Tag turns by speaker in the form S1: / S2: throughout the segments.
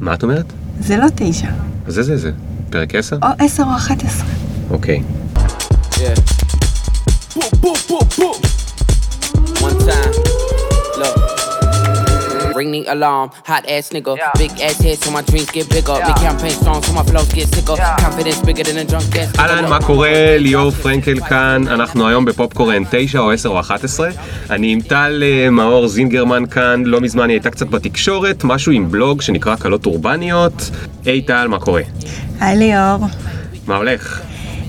S1: מה את אומרת?
S2: זה לא תשע.
S1: אז זה זה זה. פרק 10?
S2: או עשר או אחת עשרה.
S1: אוקיי.
S3: Yeah. Boom, boom, boom, boom. One time. Look. Ring the alarm, hot ass nigga. Big ass head, so my dreams get bigger. Make campaign songs, so my flows get sicker. Confidence bigger than a drunk ass. nigga.
S1: אהלן, מה קורה? ליאור פרנקל כאן, אנחנו היום בפופקורן 9 או 10 או 11. אני עם טל אה, מאור זינגרמן כאן, לא מזמן היא הייתה קצת בתקשורת, משהו עם בלוג שנקרא קלות אורבניות. היי טל, מה קורה?
S2: היי ליאור.
S1: מה הולך?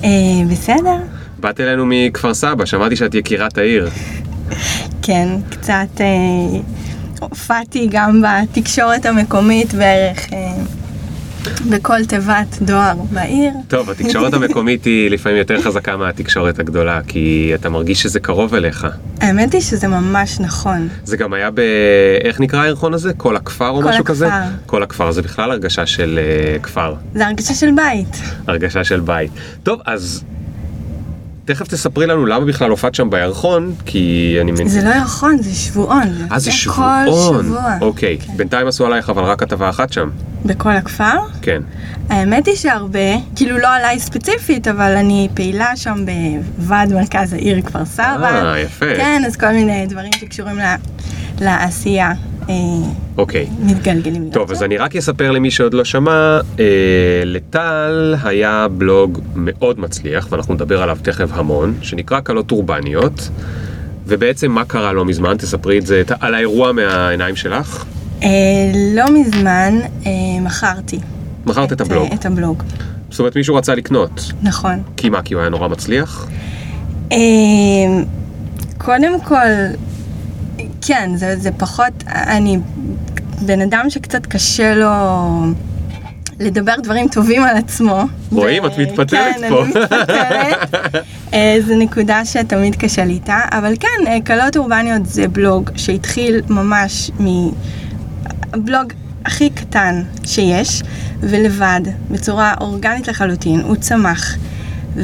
S2: אה, בסדר?
S1: באת אלינו מכפר סבא, שמעתי שאת יקירת העיר.
S2: כן, קצת אה, הופעתי גם בתקשורת המקומית בערך, אה, בכל תיבת דואר בעיר.
S1: טוב, התקשורת המקומית היא לפעמים יותר חזקה מהתקשורת הגדולה, כי אתה מרגיש שזה קרוב אליך.
S2: האמת היא שזה ממש נכון.
S1: זה גם היה ב... איך נקרא הארכון הזה? כל הכפר או
S2: כל
S1: משהו כזה?
S2: הכפר.
S1: כל הכפר. זה בכלל הרגשה של אה, כפר,
S2: זה הרגשה של בית.
S1: הרגשה של בית. טוב, אז תכף תספרי לנו למה בכלל הופעת שם בירחון, כי אני מבין...
S2: זה לא ירחון, זה שבועון.
S1: אה, זה
S2: יוצא
S1: שבועון.
S2: כל שבוע. כן.
S1: אוקיי. בינתיים עשו עלייך אבל רק כתבה אחת שם.
S2: בכל הכפר?
S1: כן.
S2: האמת היא שהרבה, כאילו לא עליי ספציפית, אבל אני פעילה שם בוועד מרכז העיר כפר סבא.
S1: אה, יפה.
S2: כן, אז כל מיני דברים שקשורים ל- לעשייה אה,
S1: אוקיי.
S2: מתגלגלים.
S1: טוב, אז אני רק אספר למי שעוד לא שמע, אה, לטל היה בלוג מאוד מצליח, ואנחנו נדבר עליו תכף המון, שנקרא קלות אורבניות, ובעצם מה קרה לא מזמן, תספרי את זה, את- על האירוע מהעיניים שלך.
S2: אה, לא מזמן אה, מכרתי.
S1: מכרת את הבלוג.
S2: אה, את הבלוג,
S1: זאת אומרת, מישהו רצה לקנות.
S2: נכון.
S1: כי מה, כי הוא היה נורא מצליח?
S2: אה, קודם כל, כן, זה, זה פחות, אני בן אדם שקצת קשה לו לדבר דברים טובים על עצמו.
S1: רואים?
S2: ו-
S1: את מתפטרת
S2: כן,
S1: פה.
S2: אני מתפטרת. אה, זו נקודה שתמיד קשה לי איתה, אבל כן, אה, קלות אורבניות זה בלוג שהתחיל ממש מבלוג הכי קטן שיש, ולבד, בצורה אורגנית לחלוטין, הוא צמח.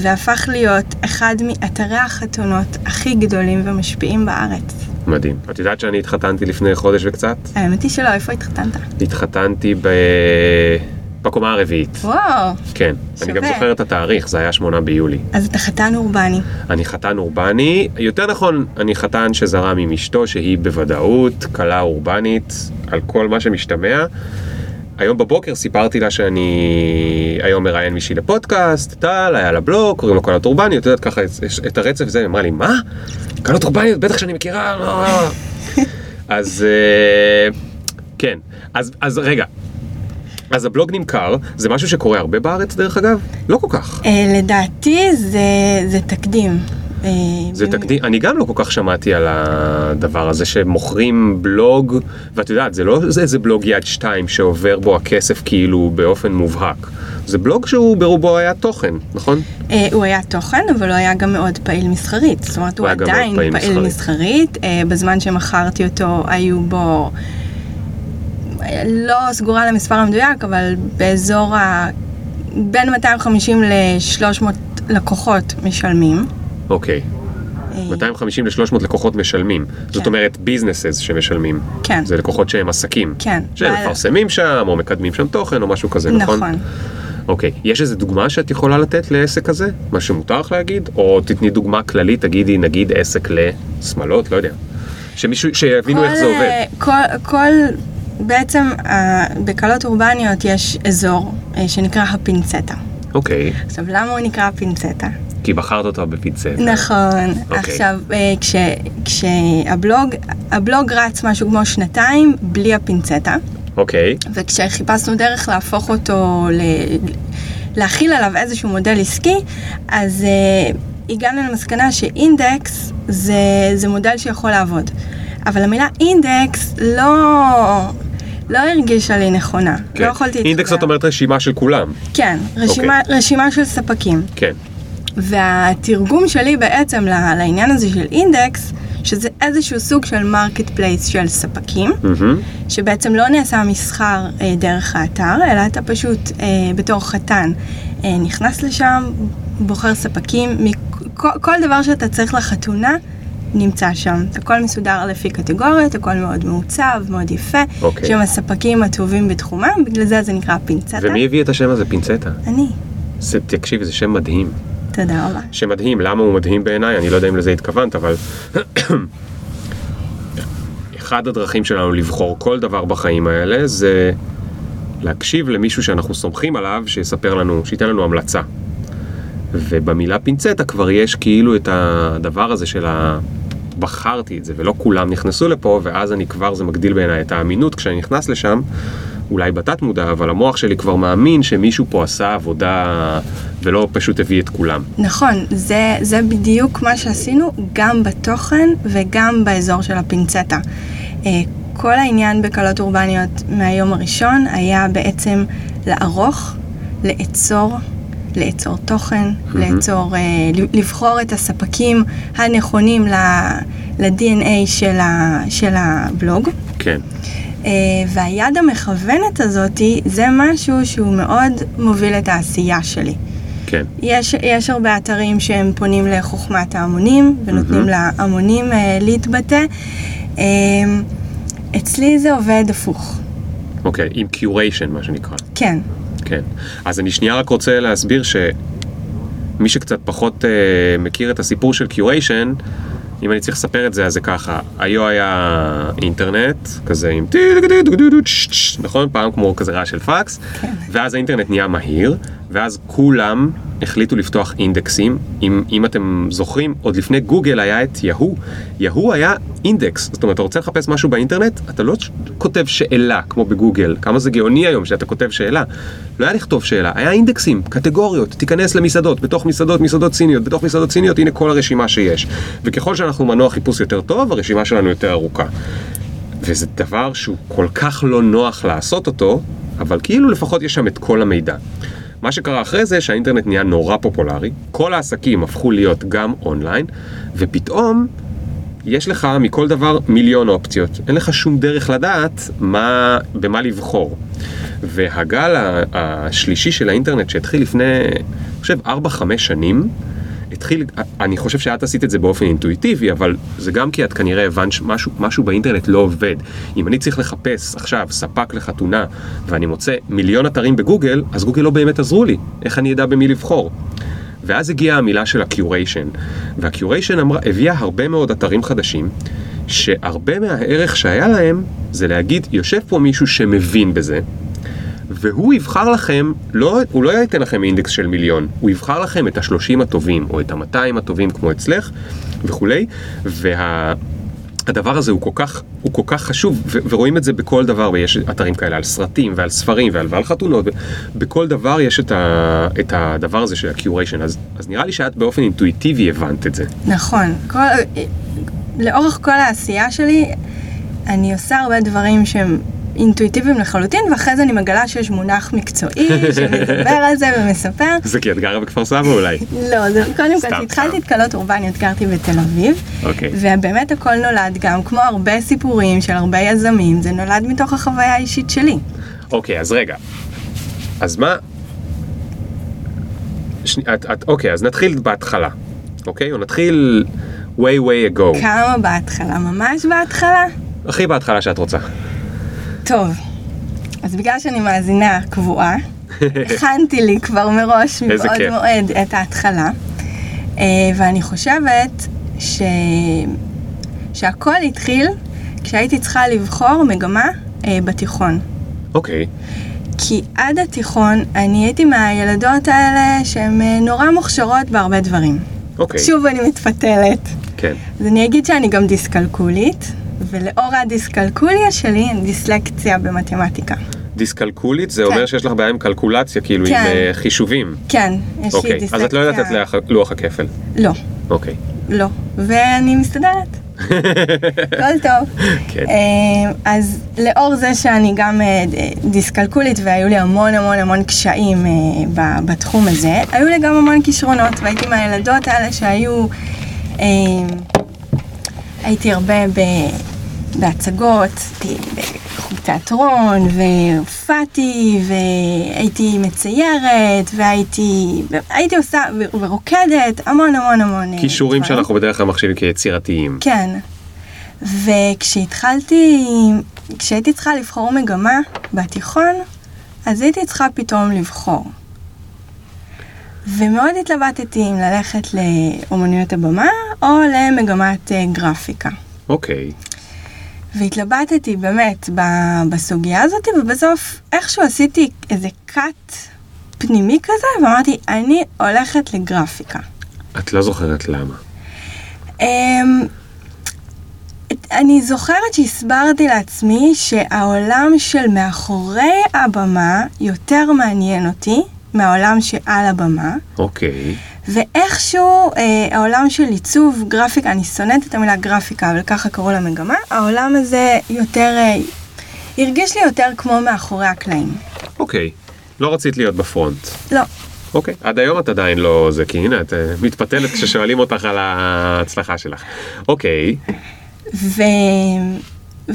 S2: והפך להיות אחד מאתרי החתונות הכי גדולים ומשפיעים בארץ.
S1: מדהים. את יודעת שאני התחתנתי לפני חודש וקצת?
S2: האמת היא שלא, איפה התחתנת?
S1: התחתנתי ב... בקומה הרביעית.
S2: וואו,
S1: כן. אני גם
S2: שווה.
S1: זוכר את התאריך, זה היה 8 ביולי.
S2: אז אתה חתן אורבני.
S1: אני חתן אורבני, יותר נכון, אני חתן שזרם עם אשתו, שהיא בוודאות כלה אורבנית, על כל מה שמשתמע. היום בבוקר סיפרתי לה שאני היום מראיין מישהי לפודקאסט, טל, היה לה בלוג, קוראים לו קלות אורבניות, את יודעת ככה את- את הרצף הזה, היא אמרה לי, מה? קלות אורבניות, בטח שאני מכירה, לא, לא, לא." אז אה, כן, אז, אז רגע. אז הבלוג נמכר, זה משהו שקורה הרבה בארץ דרך אגב? לא כל כך.
S2: אה, לדעתי זה, זה תקדים. אה,
S1: זה
S2: במ-
S1: תקדים, אני גם לא כל כך שמעתי על הדבר הזה שמוכרים בלוג, ואת יודעת, זה לא זה איזה בלוג יד שתיים שעובר בו הכסף כאילו באופן מובהק. זה בלוג שהוא ברובו היה תוכן, נכון?
S2: אה, הוא היה תוכן, אבל הוא היה גם מאוד פעיל מסחרית. זאת אומרת,
S1: הוא
S2: הוא
S1: היה גם מאוד
S2: עדיין
S1: פעיל
S2: פעיל,
S1: מסחרית.
S2: מסחרית. אה, בזמן שמכרתי אותו, היו בו... אה, לא סגורה למספר המדויק, אבל באזור ה... בין 250 ל-300 לקוחות משלמים.
S1: אוקיי,
S2: אה,
S1: 250 ל-300 לקוחות משלמים. זאת
S2: כן.
S1: אומרת, ביזנסס שמשלמים.
S2: כן.
S1: זה לקוחות שהם עסקים.
S2: כן.
S1: שהם
S2: בעל-
S1: מפרסמים שם, או מקדמים שם תוכן, או משהו כזה, נכון?
S2: נכון.
S1: אוקיי, יש איזה דוגמה שאת יכולה לתת לעסק כזה? מה שמותר לך להגיד? או תתני דוגמה כללית, תגידי נגיד עסק לשמלות, לא יודע. שמישהו, שיבינו איך זה
S2: כל,
S1: עובד.
S2: אה, כל, כל, בעצם אה, בקלות אורבניות יש אזור אה, שנקרא הפינצטה.
S1: אוקיי,
S2: עכשיו, למה הוא נקרא הפינצטה?
S1: כי בחרת אותה בפיצט.
S2: נכון.
S1: אוקיי.
S2: עכשיו, אה, כש, כשהבלוג, הבלוג רץ משהו כמו שנתיים בלי הפינצטה,
S1: אוקיי,
S2: לא וכשחיפשנו דרך להפוך אותו, ל, להכיל עליו איזשהו מודל עסקי, אז אה, הגענו למסקנה שאינדקס זה, זה מודל שיכול לעבוד. אבל המילה אינדקס לא, לא הרגישה לי נכונה.
S1: כן.
S2: לא יכולתי
S1: אינדקס זאת אומרת אוקיי. רשימה של כולם.
S2: כן, רשימה, רשימה של ספקים.
S1: כן,
S2: והתרגום שלי בעצם ל- לעניין הזה של אינדקס, שזה איזשהו סוג של מרקט פלייס של ספקים,
S1: מהמם.
S2: שבעצם לא נעשה מסחר אה, דרך האתר, אלא אתה פשוט אה, בתור חתן אה, נכנס לשם, בוחר ספקים, מכ- כל- כל דבר שאתה צריך לחתונה, נמצא שם. הכל מסודר לפי קטגוריות, הכל מאוד מעוצב, מאוד יפה.
S1: אוקיי.
S2: שהם הספקים הטובים בתחומם, בגלל זה זה נקרא פינצטה.
S1: ומי הביא את השם הזה, פינצטה?
S2: אני.
S1: זה, תקשיב, זה שם מדהים.
S2: תודה רבה.
S1: שמדהים, למה הוא מדהים בעיניי, אני לא יודע אם לזה התכוונת, אבל... אחד הדרכים שלנו לבחור כל דבר בחיים האלה זה להקשיב למישהו שאנחנו סומכים עליו, שיספר לנו, שייתן לנו המלצה. ובמילה פינצטה כבר יש כאילו את הדבר הזה של ה... בחרתי את זה, ולא כולם נכנסו לפה, ואז אני כבר, זה מגדיל בעיניי את האמינות כשאני נכנס לשם, אולי בתת מודע, אבל המוח שלי כבר מאמין שמישהו פה עשה עבודה ולא פשוט הביא את כולם.
S2: נכון, זה, זה בדיוק מה שעשינו גם בתוכן וגם באזור של הפינצטה. אה, כל העניין בקלות אורבניות מהיום הראשון היה בעצם לערוך, לאצור. לאצור תוכן, mm-hmm. לאצור, אה, לבחור את הספקים הנכונים ל- ל-DNA של, ה- של הבלוג.
S1: כן.
S2: אה, והיד המכוונת הזאתי זה משהו שהוא מאוד מוביל את העשייה שלי.
S1: כן.
S2: יש, יש הרבה אתרים שהם פונים לחוכמת ההמונים ונותנים mm-hmm. להמונים אה, להתבטא. אה, אצלי זה עובד הפוך.
S1: אוקיי, עם קיוריישן מה שנקרא.
S2: כן.
S1: כן. אז אני שנייה רק רוצה להסביר שמי שקצת פחות אה, מכיר את הסיפור של קיוריישן, אם אני צריך לספר את זה, אז זה ככה. היו היה אינטרנט, כזה עם טי דו דו דו דו דו צ' צ', נכון? פעם כמו כזה רעש של פקס. ואז האינטרנט נהיה מהיר, ואז כולם החליטו לפתוח אינדקסים. אם, אם אתם זוכרים, עוד לפני גוגל היה את יהוא. יהוא היה אינדקס. זאת אומרת, אתה רוצה לחפש משהו באינטרנט, אתה לא ש- כותב שאלה, כמו בגוגל. כמה זה גאוני היום שאתה כותב שאלה. לא היה לכתוב שאלה, היה אינדקסים, קטגוריות. תיכנס למסעדות, בתוך מסעדות, מסעדות סיניות, בתוך מסעדות סיניות, הנה כל הרשימה שיש. וככל שאנחנו מנוע חיפוש יותר טוב, הרשימה שלנו יותר ארוכה. וזה דבר שהוא כל כך לא נוח לעשות אותו, אבל כאילו לפחות יש שם את כל המידע. מה שקרה אחרי זה שהאינטרנט נהיה נורא פופולרי, כל העסקים הפכו להיות גם אונליין, ופתאום יש לך מכל דבר מיליון אופציות. אין לך שום דרך לדעת מה, במה לבחור. והגל ה- השלישי של האינטרנט שהתחיל לפני, אני חושב, 4-5 שנים, התחיל, אני חושב שאת עשית את זה באופן אינטואיטיבי, אבל זה גם כי את כנראה הבנת שמשהו משהו באינטרנט לא עובד. אם אני צריך לחפש עכשיו ספק לחתונה, ואני מוצא מיליון אתרים בגוגל, אז גוגל לא באמת עזרו לי. איך אני אדע במי לבחור? ואז הגיעה המילה של הקיוריישן, והקיוריישן אמרה- הביאה הרבה מאוד אתרים חדשים, שהרבה מהערך שהיה להם זה להגיד, יושב פה מישהו שמבין בזה, והוא יבחר לכם, לא, הוא לא ייתן לכם אינדקס של מיליון, הוא יבחר לכם את ה-30 הטובים, או את ה-200 הטובים כמו אצלך, וכולי, וה... הדבר הזה הוא כל כך, הוא כל כך חשוב, ו- ורואים את זה בכל דבר, ויש אתרים כאלה על סרטים ועל ספרים ועל, ועל חתונות, ו- בכל דבר יש את, ה- את הדבר הזה של ה-curation, אז, אז נראה לי שאת באופן אינטואיטיבי הבנת את זה.
S2: נכון. כל, לאורך כל העשייה שלי, אני עושה הרבה דברים שהם אינטואיטיביים לחלוטין, ואחרי זה אני מגלה שיש מונח מקצועי שמדבר על זה ומספר.
S1: זה כי את גרה בכפר סבא אולי.
S2: לא, זה קודם
S1: סתם,
S2: כל, כשהתחלתי
S1: סתם.
S2: את קלות אורבניות גרתי בתל אביב,
S1: אוקיי.
S2: ובאמת הכל נולד גם, כמו הרבה סיפורים של הרבה יזמים, זה נולד מתוך החוויה האישית שלי.
S1: אוקיי, אז רגע. אז מה... שני, את, את, אוקיי, אז נתחיל בהתחלה, אוקיי? או נתחיל way way ago.
S2: כמה בהתחלה, ממש בהתחלה?
S1: הכי בהתחלה שאת רוצה.
S2: טוב, אז בגלל שאני מאזינה קבועה, הכנתי לי כבר מראש
S1: איזה
S2: מבעוד
S1: כיף.
S2: מועד את ההתחלה, אה, ואני חושבת ש... שהכל התחיל כשהייתי צריכה לבחור מגמה אה, בתיכון.
S1: אוקיי,
S2: כי עד התיכון אני הייתי מהילדות האלה שהן אה, נורא מוכשרות בהרבה דברים.
S1: אוקיי.
S2: שוב אני מתפתלת.
S1: כן.
S2: אז אני אגיד שאני גם דיסקלקולית, ולאור הדיסקלקוליה שלי, אני דיסלקציה במתמטיקה.
S1: דיסקלקולית, זה
S2: כן.
S1: אומר שיש לך בעיה עם קלקולציה, כאילו עם
S2: כן.
S1: אה, חישובים.
S2: כן, יש לי כן.
S1: אוקיי,
S2: דיסלקציה.
S1: אז את לא יודעת את לוח- לוח הכפל.
S2: לא,
S1: אוקיי.
S2: לא. ואני מסתדרת. הכל טוב.
S1: כן.
S2: אה, אז לאור זה שאני גם אה, ד- אה, דיסקלקולית והיו לי המון המון המון קשיים אה, ב- בתחום הזה, היו לי גם המון כישרונות והייתי מהילדות האלה שהיו, אה, הייתי הרבה ב- בהצגות, הייתי בתיאטרון, והופעתי, והייתי מציירת, והייתי הייתי עושה, ורוקדת, המון המון המון. אה,
S1: כישורים שאנחנו בדרך כלל מחשיבים כיצירתיים.
S2: כן. וכשהתחלתי, כשהייתי צריכה לבחור מגמה בתיכון, אז הייתי צריכה פתאום לבחור. ומאוד התלבטתי אם ללכת לאומנויות הבמה או למגמת אה, גרפיקה.
S1: אוקיי. Okay.
S2: והתלבטתי באמת בסוגיה הזאת, ובסוף איכשהו עשיתי איזה קאט פנימי כזה, ואמרתי, אני הולכת לגרפיקה.
S1: את לא זוכרת למה.
S2: Um, אני זוכרת שהסברתי לעצמי שהעולם של מאחורי הבמה יותר מעניין אותי מהעולם שעל הבמה.
S1: אוקיי.
S2: ואיכשהו אה, העולם של עיצוב, גרפיקה, אני שונאת את המילה גרפיקה, אבל ככה קראו למגמה, העולם הזה יותר, אה, הרגיש לי יותר כמו מאחורי הקלעים.
S1: אוקיי, לא רצית להיות בפרונט.
S2: לא.
S1: אוקיי, עד היום את עדיין לא זה, כי הנה את מתפתלת כששואלים אותך על ההצלחה שלך. אוקיי.
S2: ו...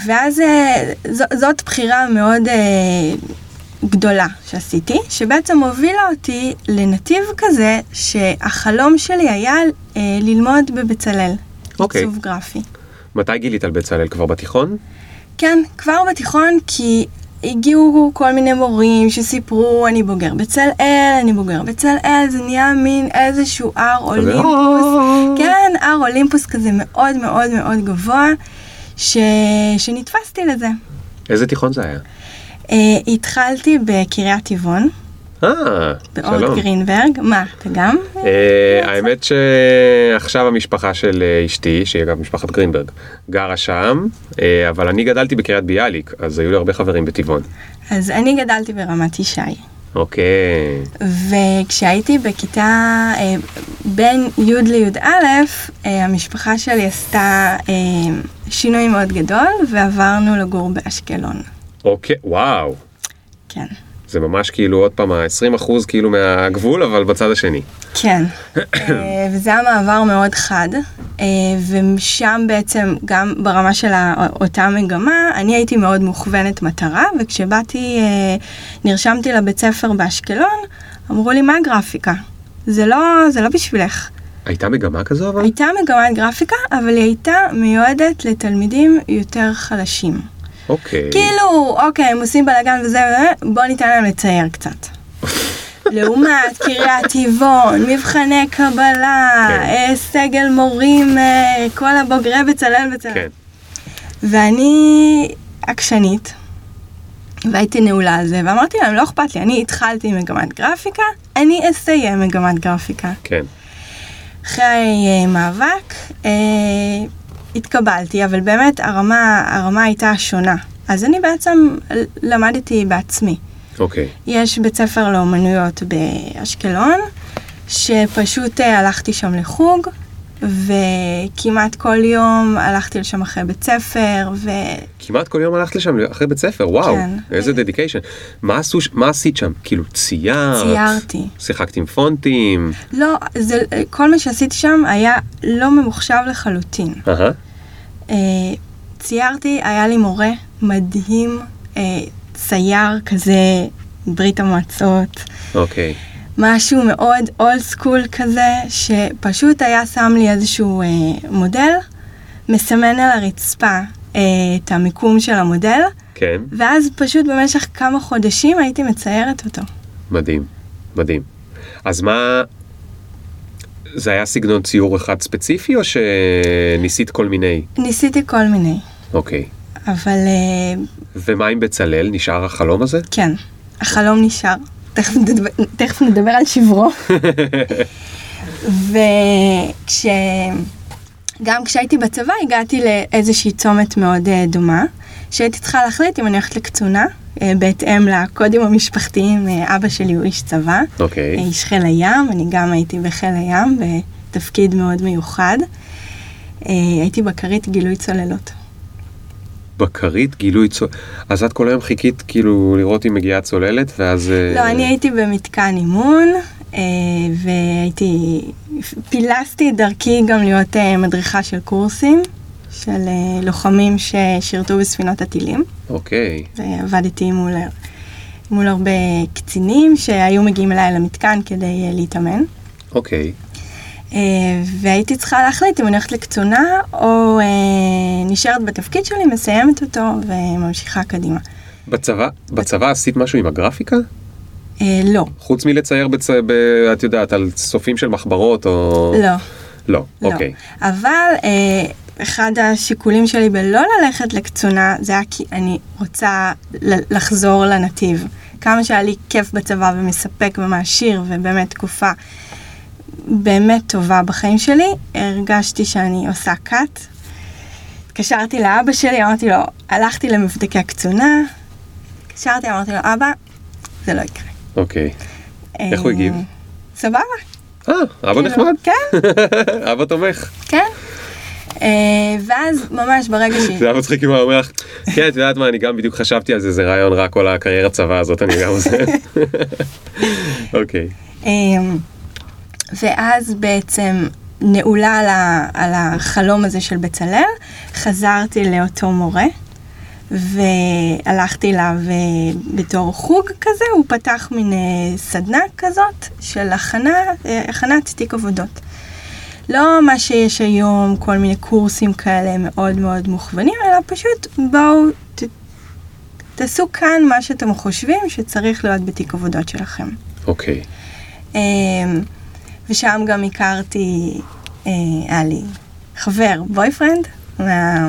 S2: ואז אה, ז... זאת בחירה מאוד... אה, גדולה שעשיתי, שבעצם הובילה אותי לנתיב כזה שהחלום שלי היה אה, ללמוד בבצלאל,
S1: אוקיי.
S2: עיצוב גרפי.
S1: מתי גילית על בצלאל? כבר בתיכון?
S2: כן, כבר בתיכון, כי הגיעו כל מיני מורים שסיפרו, אני בוגר בצלאל, אני בוגר בצלאל, זה נהיה מין איזשהו הר אולימפוס. כן, הר אולימפוס כזה מאוד מאוד מאוד גבוה, ש... שנתפסתי לזה.
S1: איזה תיכון זה היה?
S2: Uh, התחלתי בקריית טבעון.
S1: אה,
S2: שלום. באורט גרינברג, מה, אתה גם? Uh,
S1: אה, האמת שעכשיו המשפחה של אה, אשתי, שהיא אגב משפחת גרינברג, גרה שם, uh, אבל אני גדלתי בקריית ביאליק, אז היו לי הרבה חברים בטבעון.
S2: אז אני גדלתי ברמת ישי.
S1: אוקיי. Okay.
S2: וכשהייתי בכיתה אה, בין י' לי"א, המשפחה שלי עשתה אה, שינוי מאוד גדול, ועברנו לגור באשקלון.
S1: אוקיי, וואו.
S2: כן.
S1: זה ממש כאילו עוד פעם ה-20% כאילו מהגבול, אבל בצד השני.
S2: כן. אה, וזה היה מעבר מאוד חד, ושם בעצם גם ברמה של אותה מגמה, אני הייתי מאוד מוכוונת מטרה, וכשבאתי, אה, נרשמתי לבית ספר באשקלון, אמרו לי, מה הגרפיקה? זה לא, זה לא בשבילך.
S1: הייתה מגמה כזו אבל?
S2: הייתה מגמת גרפיקה, אבל היא הייתה מיועדת לתלמידים יותר חלשים.
S1: אוקיי.
S2: כאילו, אוקיי, הם עושים בלאגן וזה, בוא ניתן להם לצייר קצת. לעומת קריית טבעון, מבחני קבלה, כן. סגל מורים, אה, כל הבוגרי בצלאל בצלאל.
S1: כן.
S2: ואני עקשנית, והייתי נעולה על זה, ואמרתי להם, לא אכפת לי, אני התחלתי מגמת גרפיקה, אני אסיים מגמת גרפיקה.
S1: כן.
S2: אחרי אה, מאבק, אה, התקבלתי, אבל באמת הרמה, הרמה הייתה שונה. אז אני בעצם למדתי בעצמי.
S1: אוקיי. Okay.
S2: יש בית ספר לאומנויות באשקלון, שפשוט אה, הלכתי שם לחוג, וכמעט כל יום הלכתי לשם אחרי בית ספר, ו...
S1: כמעט כל יום הלכת לשם אחרי בית ספר, וואו, כן. איזה דדיקיישן. מה, עשו, מה עשית שם? כאילו ציירת?
S2: ציירתי.
S1: שיחקת עם פונטים?
S2: לא, זה, כל מה שעשיתי שם היה לא ממוחשב לחלוטין.
S1: Uh-huh.
S2: אה, ציירתי, היה לי מורה מדהים, אה, צייר כזה, ברית המועצות.
S1: אוקיי. Okay.
S2: משהו מאוד אולד סקול כזה, שפשוט היה שם לי איזשהו אה, מודל, מסמן על הרצפה אה, את המיקום של המודל,
S1: כן.
S2: ואז פשוט במשך כמה חודשים הייתי מציירת אותו.
S1: מדהים, מדהים. אז מה, זה היה סגנון ציור אחד ספציפי או שניסית כל מיני?
S2: ניסיתי כל מיני.
S1: אוקיי.
S2: אבל... אה...
S1: ומה עם בצלאל? נשאר החלום הזה?
S2: כן, החלום נשאר. תכף, נדבר, תכף נדבר על שברו. וכש... גם כשהייתי בצבא הגעתי לאיזושהי צומת מאוד uh, דומה, שהייתי צריכה להחליט אם אני הולכת לקצונה, uh, בהתאם לקודים המשפחתיים, uh, אבא שלי הוא איש צבא, אה,
S1: okay. uh,
S2: איש חיל הים, אני גם הייתי בחיל הים בתפקיד מאוד מיוחד. Uh, הייתי בקרית גילוי צוללות.
S1: בכרית גילוי צוללת. אז את כל היום חיכית כאילו לראות אם מגיעה צוללת ואז... אה,
S2: לא, אני הייתי במתקן אימון אה, והייתי, פילסתי את דרכי גם להיות מדריכה של אה, קורסים. של אה, לוחמים ששירתו בספינות הטילים,
S1: אוקיי.
S2: ועבדתי מול, מול הרבה קצינים שהיו מגיעים אליי למתקן כדי אה, להתאמן.
S1: אוקיי.
S2: אה, והייתי צריכה להחליט אם אני הולכת לקצונה או אה, נשארת בתפקיד שלי, מסיימת אותו וממשיכה קדימה.
S1: בצבא, בצבא עשית משהו עם הגרפיקה?
S2: אה, לא,
S1: חוץ מלצייר, בצ... ב... את יודעת, על צופים של מחברות או...
S2: לא,
S1: לא,
S2: לא.
S1: אוקיי.
S2: אבל אה, אחד השיקולים שלי בלא ללכת לקצונה זה היה כי אני רוצה ל- לחזור לנתיב. כמה שהיה לי כיף בצבא ומספק ומעשיר ובאמת תקופה באמת טובה בחיים שלי, הרגשתי שאני עושה cut. התקשרתי לאבא שלי, אמרתי לו, הלכתי למבדקי הקצונה, התקשרתי, אמרתי לו, אבא, זה לא יקרה.
S1: אוקיי. איך הוא
S2: אה,
S1: הגיב?
S2: סבבה.
S1: אה, אבא
S2: כאילו,
S1: נחמד.
S2: כן,
S1: אבא תומך.
S2: כן. אה, ואז ממש ברגע שהיא...
S1: זה היה מצחיק אם הוא היה אומר לך, כן, את יודעת מה, אני גם בדיוק חשבתי על זה, זה רעיון רע כל הקריירת צבא הזאת, אני גם עוזב. אוקיי.
S2: אמ, ואז בעצם נעולה על, ה, על החלום הזה של בצלאל, חזרתי לאותו מורה, והלכתי אליו אה, בתור חוג כזה, הוא פתח מין אה, סדנה כזאת של הכנה, אה, הכנת תיק עבודות. לא מה שיש היום, כל מיני קורסים כאלה מאוד מאוד מוכוונים, אלא פשוט בואו, ת, תעשו כאן מה שאתם חושבים שצריך להיות בתיק עבודות שלכם.
S1: אוקיי.
S2: אמ, ושם גם הכרתי, אה, היה לי חבר, בויפרנד, מה-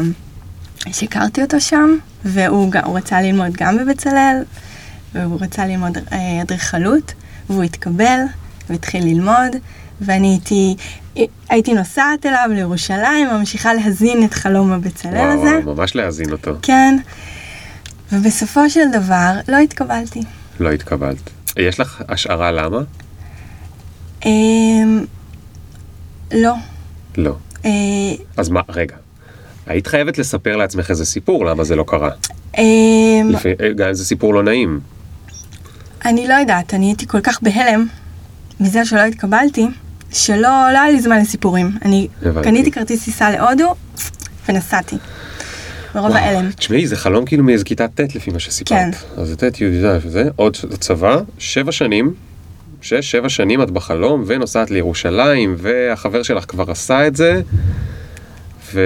S2: שהכרתי אותו שם, והוא גם- הוא רצה ללמוד גם בבצלאל, והוא רצה ללמוד אה, אדריכלות, והוא התקבל, והתחיל ללמוד, ואני הייתי, הייתי נוסעת אליו לירושלים, ממשיכה להזין את חלום הבצלאל
S1: וואו,
S2: הזה.
S1: וואו, ממש להאזין אותו.
S2: כן. ובסופו של דבר לא התקבלתי.
S1: לא התקבלת. יש לך השערה למה?
S2: אמ, לא.
S1: לא.
S2: אה,
S1: אז מה, רגע. היית חייבת לספר לעצמך איזה סיפור, למה זה לא קרה.
S2: אמ,
S1: לפי- גם אם זה סיפור לא נעים.
S2: אני לא יודעת, אני הייתי כל כך בהלם מזה שלא התקבלתי, שלא לא היה לי זמן לסיפורים. אני
S1: הבנתי.
S2: קניתי כרטיס טיסה להודו ונסעתי. מרוב
S1: וואו,
S2: ההלם.
S1: תשמעי, זה חלום כאילו מאיזה כיתה ט' לפי מה שסיפרת. כן. אז זה ט', י', י', וזה, עוד צבא, שבע שנים, שש, שבע שנים את בחלום, ונוסעת לירושלים, והחבר שלך כבר עשה את זה, ו...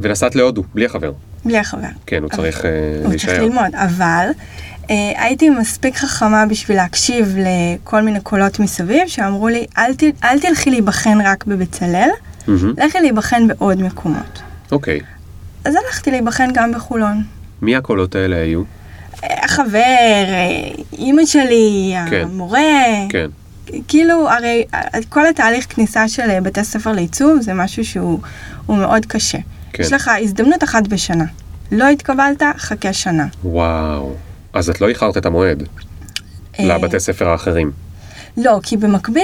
S1: ונסעת להודו, בלי החבר.
S2: בלי החבר.
S1: כן, הוא צריך אה,
S2: הוא צריך
S1: להישאר.
S2: ללמוד, אבל אה, הייתי מספיק חכמה בשביל להקשיב לכל מיני קולות מסביב שאמרו לי, "אל ת- אל תלכי להיבחן רק בבצלאל,
S1: מהמם,
S2: לכי להיבחן בעוד מקומות.
S1: אוקיי.
S2: אז הלכתי להיבחן גם בחולון.
S1: מי הקולות האלה היו?
S2: החבר, אה, אימא שלי,
S1: כן.
S2: המורה,
S1: כן.
S2: כאילו הרי אה, כל התהליך כניסה של אה, בתי ספר לעיצוב זה משהו שהוא הוא מאוד קשה.
S1: כן.
S2: יש לך הזדמנות אחת בשנה. לא התקבלת, חכה שנה.
S1: וואו. אז את לא איחרת את המועד
S2: אה,
S1: לבתי לא, ספר האחרים.
S2: לא, כי במקביל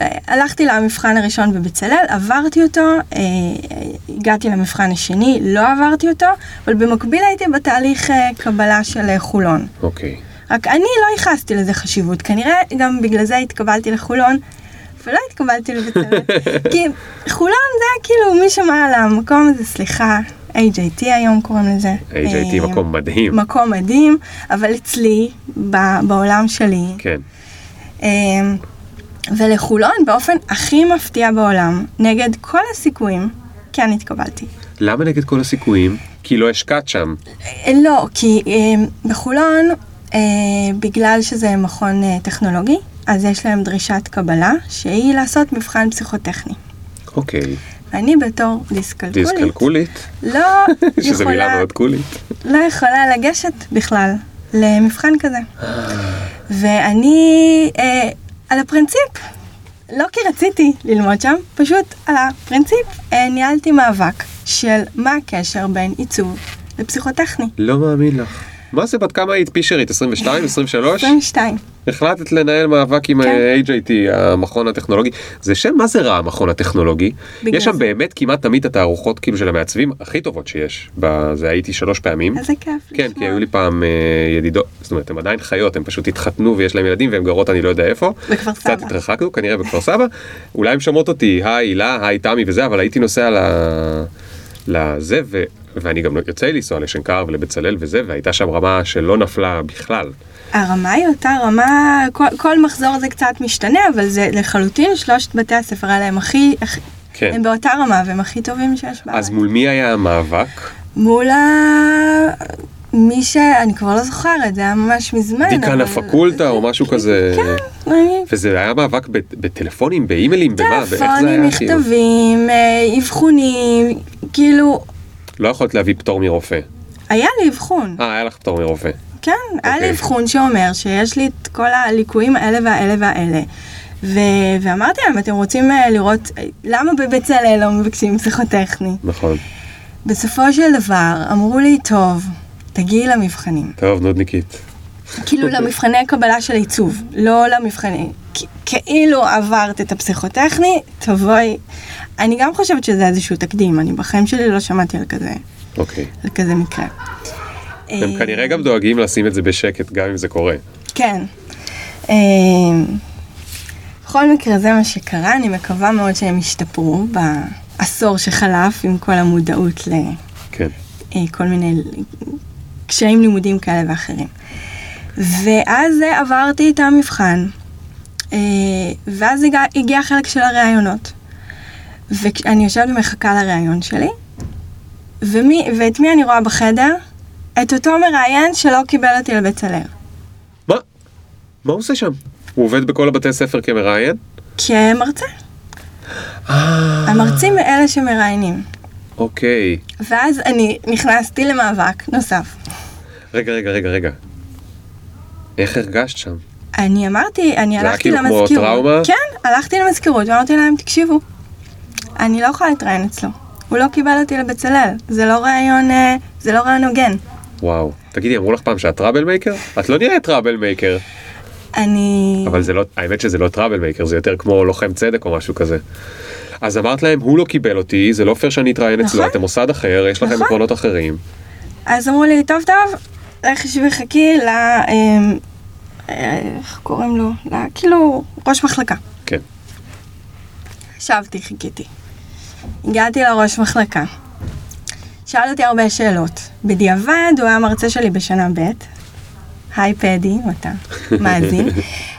S2: אה, הלכתי למבחן הראשון בבצלאל, עברתי אותו, אה, אה, הגעתי למבחן השני, לא עברתי אותו, אבל במקביל הייתי בתהליך אה, קבלה של אה, חולון.
S1: אוקיי.
S2: רק אני לא ייחסתי לזה חשיבות, כנראה גם בגלל זה התקבלתי לחולון, ולא התקבלתי לבצלאל. כי חולון זה היה כאילו מי שמע על המקום הזה, סליחה, HIT היום קוראים לזה.
S1: HIT
S2: אה,
S1: מקום מדהים.
S2: מקום מדהים, אבל אצלי, ב- בעולם שלי,
S1: כן.
S2: אה, ולחולון באופן הכי מפתיע בעולם, נגד כל הסיכויים, כן התקבלתי.
S1: למה נגד כל הסיכויים? כי לא השקעת שם.
S2: אה, לא, כי אה, בחולון, אה, בגלל שזה מכון אה, טכנולוגי, אז יש להם דרישת קבלה, שהיא לעשות מבחן פסיכוטכני.
S1: אוקיי.
S2: ואני בתור דיסקלקולית,
S1: דיסקלקולית,
S2: לא,
S1: שזה מילה
S2: יכולה,
S1: מאוד קולית.
S2: לא יכולה לגשת בכלל למבחן כזה. ואני אה, על הפרינציפ, לא כי רציתי ללמוד שם, פשוט על הפרינציפ אה, ניהלתי מאבק של מה הקשר בין עיצוב לפסיכוטכני.
S1: לא מאמין לך. מה זה בת כמה היית פישרית? 22? 23?
S2: 22.
S1: החלטת לנהל מאבק עם
S2: כן.
S1: אה, AJT, המכון הטכנולוגי. זה שם מה זה רע המכון הטכנולוגי.
S2: בגלל
S1: יש שם
S2: זה.
S1: באמת כמעט תמיד את התערוכות כאילו של המעצבים הכי טובות שיש. בזה הייתי שלוש פעמים.
S2: איזה כיף.
S1: כן,
S2: לשמוע.
S1: כי היו לי פעם אה, ידידות, זאת אומרת, הן עדיין חיות, הן פשוט התחתנו ויש להן ילדים והן גרות אני לא יודע איפה.
S2: בכפר
S1: קצת
S2: סבא.
S1: התרחקנו, כנראה בכפר סבא. אולי הן שומעות אותי, היי הילה, היי תמי וזה, אבל הייתי נוסע ל- לזה, ו... ואני גם לא- יוצא לי לנסוע לשנקר ולבצלאל וזה, והייתה שם רמה שלא נפלה בכלל.
S2: הרמה היא אותה רמה, כל, כל מחזור זה קצת משתנה, אבל זה לחלוטין שלושת בתי הספר האלה הם הכי, הכי
S1: כן.
S2: הם באותה רמה והם הכי טובים שיש בארץ.
S1: אז מול מי היה המאבק?
S2: מול ה... מי ש... אני כבר לא זוכרת, זה היה ממש מזמן.
S1: דיקן
S2: אבל-
S1: הפקולטה או משהו כזה?
S2: כן, אני...
S1: וזה היה מאבק ב- בטלפונים, באימיילים, במה? באיך זה היה?
S2: טלפונים,
S1: כאילו?
S2: מכתבים, אה, אבחונים, כאילו,
S1: לא יכולת להביא פטור מרופא.
S2: היה לי אבחון.
S1: אה, היה לך פטור מרופא.
S2: כן, היה לי
S1: אוקיי.
S2: אבחון שאומר שיש לי את כל הליקויים האלה והאלה והאלה. ו- ואמרתי להם, אתם רוצים אה, לראות אה, למה בבצלאל לא מבקשים פסיכוטכני?
S1: נכון.
S2: בסופו של דבר, אמרו לי, טוב, תגיעי למבחנים.
S1: טוב, נודניקית.
S2: כאילו
S1: אוקיי.
S2: למבחני הקבלה של עיצוב, לא למבחני. כ- כאילו עברת את הפסיכוטכני, תבואי. אני גם חושבת שזה איזשהו תקדים, אני בחיים שלי לא שמעתי על כזה,
S1: אוקיי.
S2: על כזה מקרה. אה.
S1: הם כנראה גם דואגים לשים את זה בשקט, גם אם זה קורה.
S2: כן. אה, בכל מקרה זה מה שקרה, אני מקווה מאוד שהם ישתפרו בעשור שחלף עם כל המודעות
S1: כן.
S2: לכל מיני קשיים לימודיים כאלה ואחרים. ואז אה, עברתי את המבחן, אה, ואז הגע, הגיע החלק של הראיונות. ואני יושבת ומחכה לראיון שלי, ומי, ואת מי אני רואה בחדר? את אותו מראיין שלא קיבל אותי לבצלאל.
S1: מה? מה הוא עושה שם? הוא עובד בכל הבתי ספר כמראיין?
S2: כמרצה. אה. המרצים האלה שמראיינים.
S1: אוקיי.
S2: ואז אני נכנסתי למאבק נוסף.
S1: רגע, רגע, רגע, רגע. איך הרגשת שם?
S2: אני אמרתי, אני
S1: היה
S2: הלכתי
S1: כאילו כמו
S2: למזכירות.
S1: טראומה?
S2: כן, הלכתי למזכירות ואמרתי להם, תקשיבו, אני לא יכולה להתראיין אצלו. הוא לא קיבל אותי לבצלאל. זה לא ראיון, אה, זה לא ראיון הוגן.
S1: וואו. תגידי, אמרו לך פעם שאת טראבל מייקר? את לא נראית טראבל מייקר.
S2: אני...
S1: אבל זה לא, האמת שזה לא טראבל מייקר, זה יותר כמו לוחם צדק או משהו כזה. אז אמרת להם, הוא לא קיבל אותי, זה לא פייר שאני אתראיין אצלו,
S2: נכון.
S1: אתם מוסד אחר, יש לכם
S2: נכון.
S1: עקרונות אחרים.
S2: אז אמרו לי, טוב טוב, לכי שחכי ל... אמ, אה, איך קוראים לו? ל... כאילו, ראש מחלקה.
S1: כן.
S2: ישבתי, חיכיתי. הגעתי לראש מחלקה. שאל אותי הרבה שאלות. בדיעבד, הוא היה מרצה שלי בשנה ב', היי פדי, אם אתה מאזין,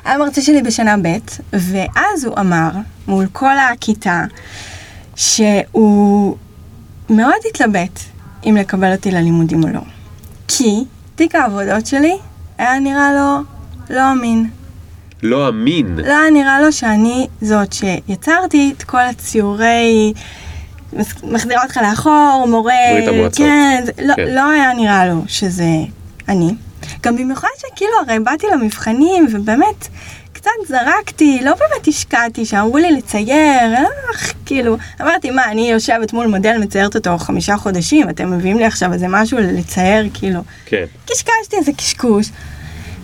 S2: היה מרצה שלי בשנה ב', ואז הוא אמר, מול כל הכיתה, שהוא מאוד התלבט אם לקבל אותי ללימודים או לא. כי תיק העבודות שלי היה נראה לו לא אמין.
S1: לא אמין.
S2: לא היה נראה לו שאני זאת שיצרתי את כל הציורי... מס- מחזירה אותך לאחור, מורה...
S1: ברית המועצות.
S2: כן, זה- לא,
S1: כן.
S2: לא היה נראה לו שזה אני. גם במיוחד שכאילו הרי באתי למבחנים ובאמת קצת זרקתי, לא באמת השקעתי שאמרו לי לצייר, אך כאילו, אמרתי מה, אני יושבת מול מודל, מציירת אותו חמישה חודשים, אתם מביאים לי עכשיו איזה משהו לצייר, כאילו,
S1: כן.
S2: קשקשתי איזה קשקוש.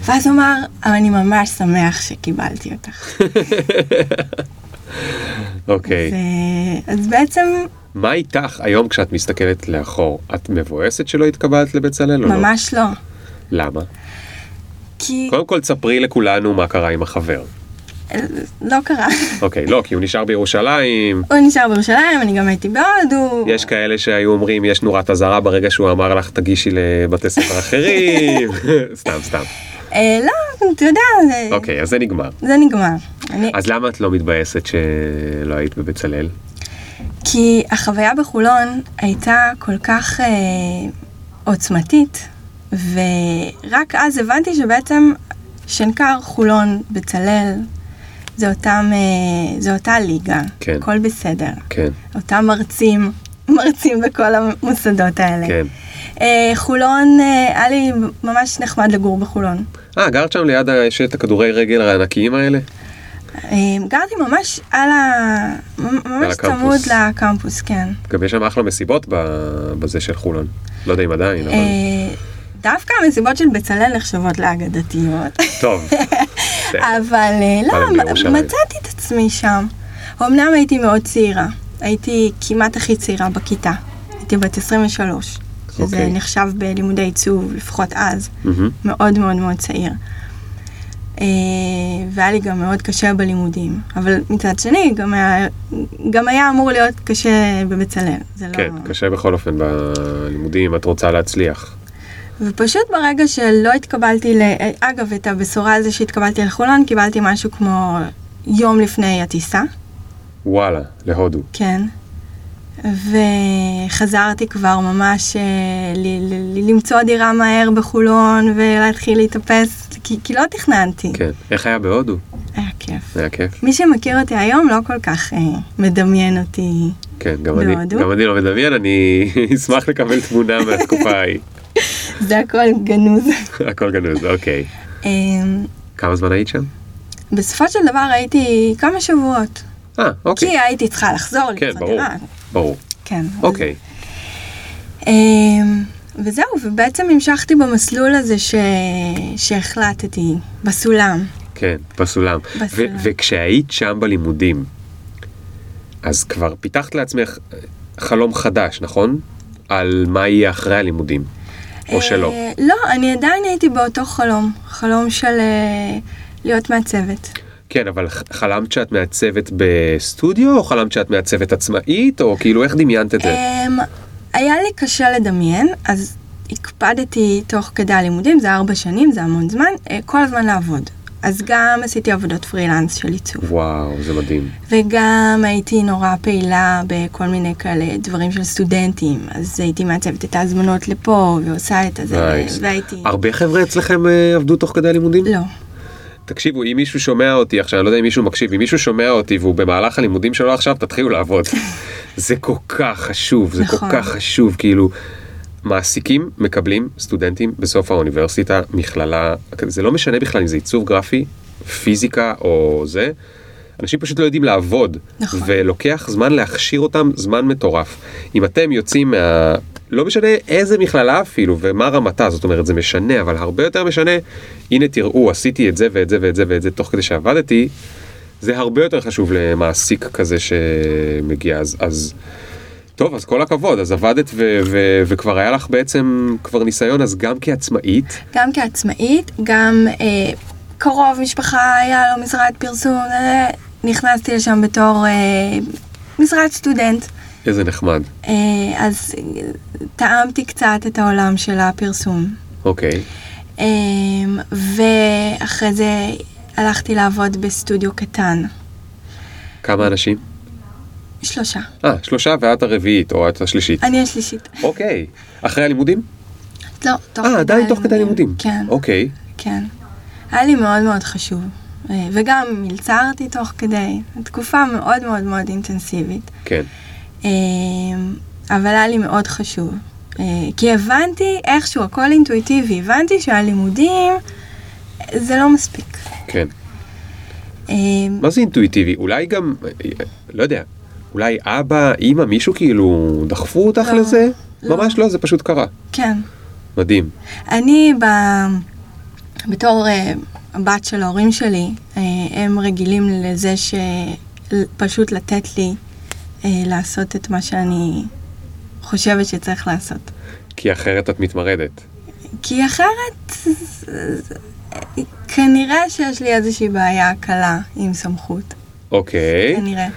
S2: ואז הוא אמר, אבל אני ממש שמח שקיבלתי אותך.
S1: אוקיי.
S2: ו- אז בעצם
S1: מה איתך היום כשאת מסתכלת לאחור? את מבואסת שלא התקבלת לבצלאל או לא?
S2: ממש לא.
S1: למה?
S2: כי
S1: קודם כל תספרי לכולנו מה קרה עם החבר.
S2: לא קרה.
S1: אוקיי, לא, כי הוא נשאר בירושלים.
S2: הוא נשאר בירושלים, אני גם הייתי בהודו.
S1: יש כאלה שהיו אומרים, יש נורת אזהרה ברגע שהוא אמר לך, תגישי לבתי ספר אחרים. סתם, סתם.
S2: אה, לא, אתה יודע, זה-
S1: אוקיי, אז זה נגמר.
S2: זה נגמר. אני-
S1: אז למה את לא מתבאסת שלא היית בבצלאל?
S2: כי החוויה בחולון הייתה כל כך אה, עוצמתית, ורק אז הבנתי שבעצם שנקר, חולון, בצלאל, זה, אותם, אה, זה אותה ליגה.
S1: כן.
S2: הכל בסדר.
S1: כן,
S2: אותם מרצים, מרצים בכל המוסדות האלה.
S1: כן.
S2: אה, חולון, אה, היה לי ממש נחמד לגור בחולון.
S1: אה, גרת שם ליד ה- יש את הכדורי רגל הענקיים האלה?
S2: אה, גרתי ממש על ה... ממ- ממש צמוד
S1: הקמפוס.
S2: לקמפוס, כן.
S1: גם יש שם אחלה מסיבות ב- בזה של חולון. לא יודע אם עדיין, אבל...
S2: אה, דווקא המסיבות של בצלאל נחשבות לאגדתיות.
S1: טוב.
S2: אבל אה,
S1: אבל
S2: לא,
S1: בירושלים.
S2: מצאתי את עצמי שם. אמנם הייתי מאוד צעירה, הייתי כמעט הכי צעירה בכיתה. הייתי בת 23, שזה
S1: אוקיי.
S2: נחשב בלימודי עיצוב, לפחות אז,
S1: מהמם.
S2: מאוד מאוד מאוד צעיר. אה, והיה לי גם מאוד קשה בלימודים, אבל מצד שני, גם היה, גם היה אמור להיות קשה בבצלאל. זה לא...
S1: כן, קשה בכל אופן בלימודים, את רוצה להצליח.
S2: ופשוט ברגע שלא התקבלתי, ל... אה, אגב, את הבשורה הזו שהתקבלתי לחולון, קיבלתי משהו כמו יום לפני הטיסה,
S1: וואלה, להודו.
S2: כן. וחזרתי כבר ממש אה, ל- ל- ל- למצוא דירה מהר בחולון ולהתחיל להתאפס, כי, כי לא תכננתי.
S1: כן. איך היה בהודו?
S2: היה כיף.
S1: היה כיף.
S2: מי שמכיר אותי היום לא כל כך אה, מדמיין אותי.
S1: כן, גם אני,
S2: בהודו?
S1: גם אני לא מדמיין, אני אשמח לקבל תמונה מהתקופה ההיא.
S2: זה הכל גנוז.
S1: הכל גנוז, אוקיי.
S2: אה,
S1: כמה זמן היית שם?
S2: בסופו של דבר הייתי כמה שבועות,
S1: אה,
S2: כי
S1: אוקיי.
S2: הייתי צריכה לחזור
S1: כן,
S2: למצוא
S1: ברור.
S2: דירה.
S1: ברור.
S2: כן.
S1: אוקיי.
S2: אמ, וזהו, ובעצם המשכתי במסלול הזה ש... שהחלטתי, בסולם.
S1: כן, בסולם.
S2: בסולם.
S1: ו- וכשהיית שם בלימודים, אז כבר פיתחת לעצמך חלום חדש, נכון? על מה יהיה אחרי הלימודים, או שלא.
S2: אה, לא, אני עדיין הייתי באותו חלום, חלום של אה, להיות מעצבת.
S1: כן, אבל ח- חלמת שאת מעצבת בסטודיו, או חלמת שאת מעצבת עצמאית, או כאילו איך דמיינת את זה?
S2: אמ, היה לי קשה לדמיין, אז הקפדתי תוך כדי הלימודים, זה ארבע שנים, זה המון זמן, אה, כל הזמן לעבוד. אז גם עשיתי עבודות פרילנס של עיצוב,
S1: וואו, זה מדהים.
S2: וגם הייתי נורא פעילה בכל מיני כאלה דברים של סטודנטים, אז הייתי מעצבת את ההזמנות לפה, ועושה את הזה,
S1: Nice.
S2: והייתי...
S1: הרבה חבר'ה אצלכם אה, עבדו תוך כדי הלימודים?
S2: לא.
S1: תקשיבו, אם מישהו שומע אותי עכשיו, אני לא יודע אם מישהו מקשיב, אם מישהו שומע אותי והוא במהלך הלימודים שלו עכשיו, תתחילו לעבוד. זה כל כך חשוב, זה כל
S2: נכון.
S1: כך חשוב, כאילו, מעסיקים מקבלים סטודנטים בסוף האוניברסיטה, מכללה, זה לא משנה בכלל אם זה עיצוב גרפי, פיזיקה או זה, אנשים פשוט לא יודעים לעבוד,
S2: נכון.
S1: ולוקח זמן להכשיר אותם, זמן מטורף. אם אתם יוצאים מה... לא משנה איזה מכללה אפילו ומה רמתה, זאת אומרת זה משנה, אבל הרבה יותר משנה, הנה תראו, עשיתי את זה ואת זה ואת זה ואת זה תוך כדי שעבדתי, זה הרבה יותר חשוב למעסיק כזה שמגיע, אז, אז טוב, אז כל הכבוד, אז עבדת ו- ו- וכבר היה לך בעצם כבר ניסיון, אז גם כעצמאית,
S2: גם כעצמאית, גם אה, קרוב משפחה היה לו משרד פרסום, אה, נכנסתי לשם בתור אה, משרד סטודנט.
S1: איזה נחמד,
S2: אה, אז אה, טעמתי קצת את העולם של הפרסום.
S1: אוקיי,
S2: אה, ואחרי זה הלכתי לעבוד בסטודיו קטן.
S1: כמה אנשים?
S2: שלושה.
S1: אה, שלושה ואת הרביעית או את השלישית,
S2: אני השלישית.
S1: אוקיי, אחרי הלימודים?
S2: לא, תוך
S1: אה, עדיין תוך כדי הלימודים,
S2: כן,
S1: אוקיי,
S2: כן. היה לי מאוד מאוד חשוב. אה, וגם מלצרתי תוך כדי. תקופה מאוד מאוד מאוד אינטנסיבית.
S1: כן,
S2: אה, אבל היה לי מאוד חשוב. אה, כי הבנתי איכשהו, הכל אינטואיטיבי, הבנתי שהלימודים אה, זה לא מספיק.
S1: כן.
S2: אה,
S1: מה זה אינטואיטיבי? אולי גם, אה, לא יודע, אולי אבא, אימא, מישהו כאילו דחפו אותך
S2: לא,
S1: לזה?
S2: לא.
S1: ממש לא, זה פשוט קרה.
S2: כן.
S1: מדהים.
S2: אני ב... בתור אה, הבת של ההורים שלי, אה, הם רגילים לזה שפשוט לתת לי אה, לעשות את מה שאני חושבת שצריך לעשות.
S1: כי אחרת את מתמרדת.
S2: כי אחרת, זה- זה- כנראה שיש לי איזושהי בעיה קלה עם סמכות.
S1: אוקיי.
S2: כנראה.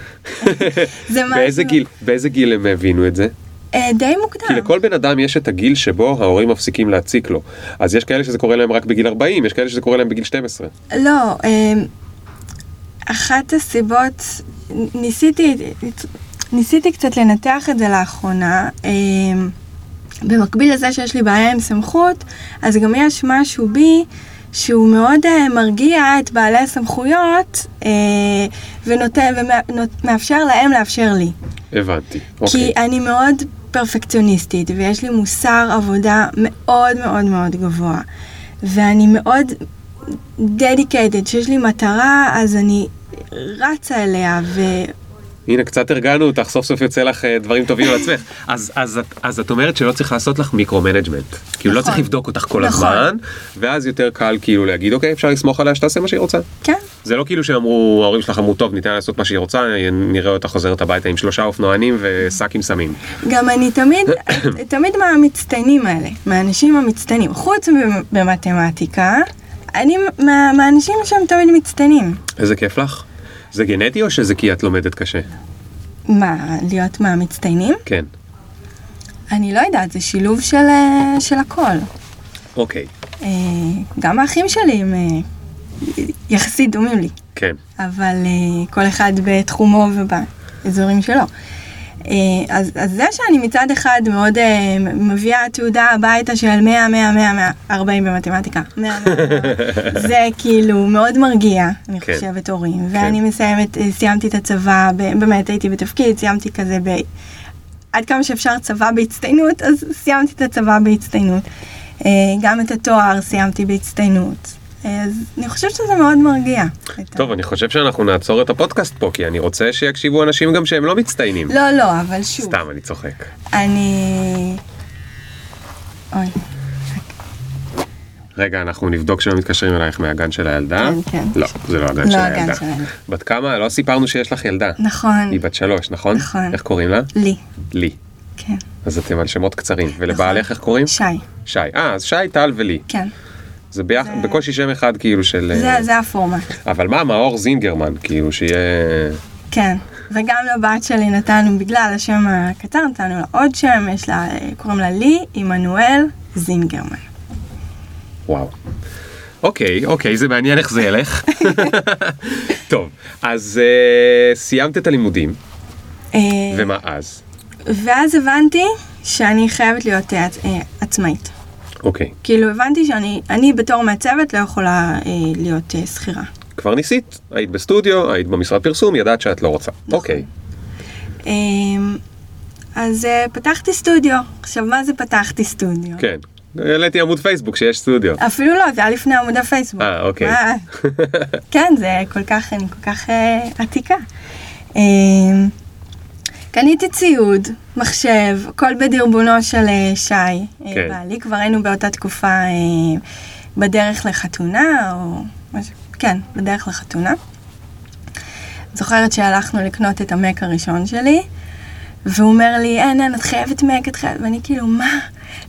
S2: זה משהו...
S1: באיזה גיל, באיזה גיל הם הבינו את זה?
S2: אה, די מוקדם.
S1: כי לכל בן אדם יש את הגיל שבו ההורים מפסיקים להציק לו. אז יש כאלה שזה קורה להם רק בגיל 40, יש כאלה שזה קורה להם בגיל 12.
S2: לא, אה, אחת הסיבות, ניסיתי, ניסיתי קצת לנתח את זה לאחרונה. אה, במקביל לזה שיש לי בעיה עם סמכות, אז גם יש משהו בי שהוא מאוד אה, מרגיע את בעלי הסמכויות אה, ונותן ומאפשר להם לאפשר לי.
S1: הבנתי. אוקיי.
S2: כי אני מאוד פרפקציוניסטית, ויש לי מוסר עבודה מאוד מאוד מאוד גבוה. ואני מאוד dedicated, שיש לי מטרה, אז אני רצה אליה, ו...
S1: הנה, קצת הרגענו אותך, סוף סוף יוצא לך אה, דברים טובים על עצמך. אז, אז, את- אז את אומרת שלא צריך לעשות לך מיקרו-מנג'מנט. כאילו לא
S2: נכון.
S1: צריך לבדוק אותך כל
S2: נכון.
S1: הזמן, ואז יותר קל כאילו להגיד, אוקיי, אפשר לסמוך עליה שתעשה מה שהיא רוצה.
S2: כן,
S1: זה לא כאילו שאמרו, ההורים שלך אמרו, טוב, ניתן לה לעשות מה שהיא רוצה, אה, נראה אותה חוזרת הביתה עם שלושה אופנוענים ושק עם סמים.
S2: גם אני תמיד, תמיד מהמצטיינים האלה, מהאנשים המצטיינים, חוץ מ- במתמטיקה, אני מה, מהאנשים שהם תמיד מצטיינים.
S1: איזה כיף לך? זה גנטי או שזה כי את לומדת קשה?
S2: מה, להיות מהמצטיינים?
S1: כן.
S2: אני לא יודעת, זה שילוב של, אה, של הכל.
S1: אוקיי.
S2: אה, גם האחים שלי הם אה, יחסית דומים לי,
S1: כן.
S2: אבל אה, כל אחד בתחומו ובאזורים שלו. אה, אז, אז זה שאני מצד אחד מאוד אה, מביאה תעודה הביתה של 100, 100, 100, 140 במתמטיקה, 100, 100, 100, זה כאילו מאוד מרגיע, אני
S1: כן.
S2: חושבת, הורים. ואני מסיימת, אה, סיימתי את הצבא, ב- באמת הייתי בתפקיד, סיימתי כזה ב... עד כמה שאפשר צבא בהצטיינות, אז סיימתי את הצבא בהצטיינות. אה, גם את התואר סיימתי בהצטיינות. אה, אז אני חושבת שזה מאוד מרגיע.
S1: טוב, אני חושב שאנחנו נעצור את הפודקאסט פה, כי אני רוצה שיקשיבו אנשים גם שהם לא מצטיינים.
S2: לא, לא, אבל שוב,
S1: סתם, אני צוחק.
S2: אני... אוי,
S1: רגע, אנחנו נבדוק שלא מתקשרים אלייך מהגן של הילדה.
S2: כן, כן.
S1: לא, זה לא הגן
S2: לא
S1: של
S2: הגן
S1: הילדה.
S2: של הילדה.
S1: בת כמה? לא סיפרנו שיש לך ילדה.
S2: נכון,
S1: היא בת שלוש, נכון?
S2: נכון.
S1: איך קוראים לה?
S2: לי,
S1: לי.
S2: כן,
S1: אז אתם על שמות קצרים. ולבעלך
S2: נכון.
S1: איך קוראים?
S2: שי,
S1: שי. אה, אז שי, טל ולי.
S2: כן,
S1: זה ביחד,
S2: זה-
S1: בקושי שם אחד כאילו של...
S2: זה, זה הפורמט,
S1: אבל מה, מאור זינגרמן, כאילו שיהיה...
S2: כן. וגם לבת שלי נתנו, בגלל השם הקצר, נתנו לה עוד שם, יש לה, אה, קוראים לה לי עמנואל זינגרמן.
S1: וואו. אוקיי, אוקיי, זה מעניין איך זה ילך. טוב, אז אה, סיימת את הלימודים,
S2: אה,
S1: ומה אז?
S2: ואז הבנתי שאני חייבת להיות אה, עצ- אה, עצמאית.
S1: אוקיי,
S2: כאילו הבנתי שאני אני בתור מעצבת לא יכולה אה, להיות אה, שכירה.
S1: כבר ניסית, היית בסטודיו, היית במשרד פרסום, ידעת שאת לא רוצה.
S2: נכון.
S1: אוקיי,
S2: אה, אז אה, פתחתי סטודיו. עכשיו מה זה פתחתי סטודיו?
S1: כן. העליתי עמוד פייסבוק שיש סטודיו.
S2: אפילו לא, זה היה לפני עמוד הפייסבוק.
S1: אה, אוקיי.
S2: מה? כן, זה כל כך, אני כל כך אה, עתיקה. אה, קניתי ציוד, מחשב, הכל בדרבונו של אה, שי, אה,
S1: כן.
S2: בעלי. כבר היינו באותה תקופה אה, בדרך לחתונה, או משהו, כן, בדרך לחתונה. זוכרת שהלכנו לקנות את המק הראשון שלי, והוא אומר לי, אין, אין, את חייבת מק, את חייבת, ואני כאילו, מה?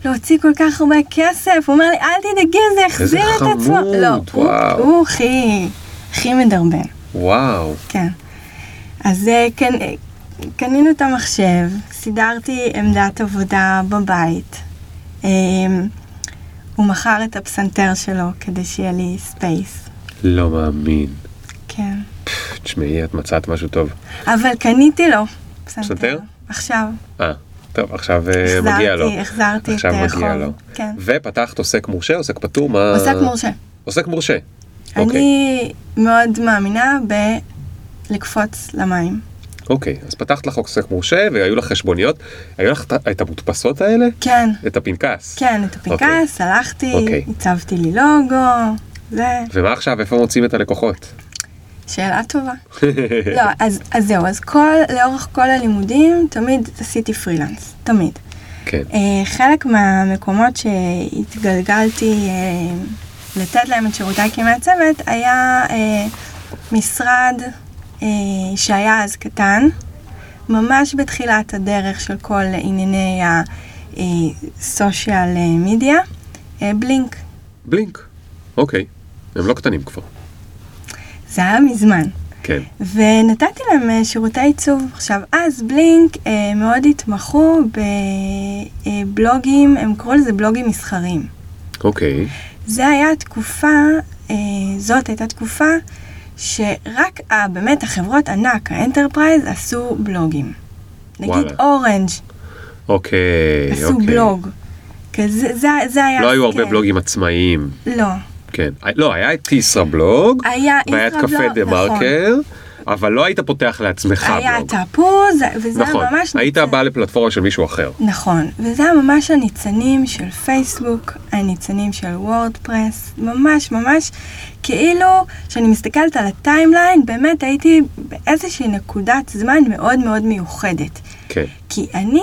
S2: להוציא כל כך הרבה כסף? הוא אומר לי, אל תדאגי, זה יחזיר את עצמו.
S1: חמוד,
S2: לא,
S1: וואו.
S2: הוא, הוא הכי, הכי מדרבן,
S1: וואו,
S2: כן. אז אה, כן, אה, קנינו את המחשב, סידרתי עמדת עבודה בבית. אה, הוא מכר את הפסנתר שלו כדי שיהיה לי ספייס,
S1: לא מאמין.
S2: כן.
S1: פפ, תשמעי, את מצאת משהו טוב.
S2: אבל קניתי לו פסנתר.
S1: פסנתר?
S2: עכשיו.
S1: אה, טוב, עכשיו אה,
S2: החזרתי,
S1: מגיע לו.
S2: החזרתי
S1: עכשיו
S2: את החוב.
S1: מגיע לו. אה,
S2: כן.
S1: ופתחת עוסק מורשה, עוסק פטור, מה...
S2: עוסק מורשה.
S1: עוסק מורשה. אוקיי,
S2: אני מאוד מאמינה בלקפוץ למים.
S1: אוקיי, אז פתחת לך עוסק מורשה והיו לך חשבוניות, היו לך את- את המודפסות האלה?
S2: כן,
S1: את הפנקס.
S2: כן, את הפנקס, הלכתי,
S1: אוקיי.
S2: הצבתי לי לוגו, זה
S1: ומה עכשיו, איפה מוצאים את הלקוחות?
S2: שאלה טובה.
S1: כן.
S2: לא, אז, אז זהו, אז כל, לאורך כל הלימודים תמיד עשיתי פרילנס, תמיד.
S1: כן,
S2: אה, חלק מהמקומות שהתגלגלתי אה, לתת להם את שירותיי כמעצבת היה אה, משרד אה, שהיה אז קטן, ממש בתחילת הדרך של כל ענייני אה, הסושיאל מדיה, אה, בלינק.
S1: בלינק. אוקיי, הם לא קטנים כבר.
S2: זה היה מזמן.
S1: כן,
S2: ונתתי להם אה, שירותי עיצוב. עכשיו, אז בלינק אה, מאוד התמחו בבלוגים, הם קראו לזה בלוגים מסחריים.
S1: אוקיי.
S2: זה היה תקופה, אה, זאת הייתה תקופה שרק ה- באמת החברות ענק, האנטרפרייז, עשו בלוגים. נגיד
S1: וואלה.
S2: אורנג'
S1: אוקיי,
S2: עשו
S1: אוקיי.
S2: בלוג. כן. כזה, זה, זה היה...
S1: לא היו
S2: הסקל.
S1: הרבה בלוגים עצמאים,
S2: לא.
S1: כן. לא, היה את טיסרה בלוג,
S2: היה
S1: והיה את
S2: ישראבלוג,
S1: קפה דה מרקר, אבל לא היית פותח לעצמך בלוג.
S2: נכון. היה תפוז, וזה
S1: נכון,
S2: היה ממש...
S1: היית
S2: ניצן-
S1: בא לפלטפורמה של מישהו אחר.
S2: נכון, וזה היה ממש הניצנים של פייסבוק, הניצנים של וורדפרס, ממש ממש כאילו, כשאני מסתכלת על הטיימליין, באמת הייתי באיזושהי נקודת זמן מאוד מאוד מיוחדת.
S1: כן.
S2: כי אני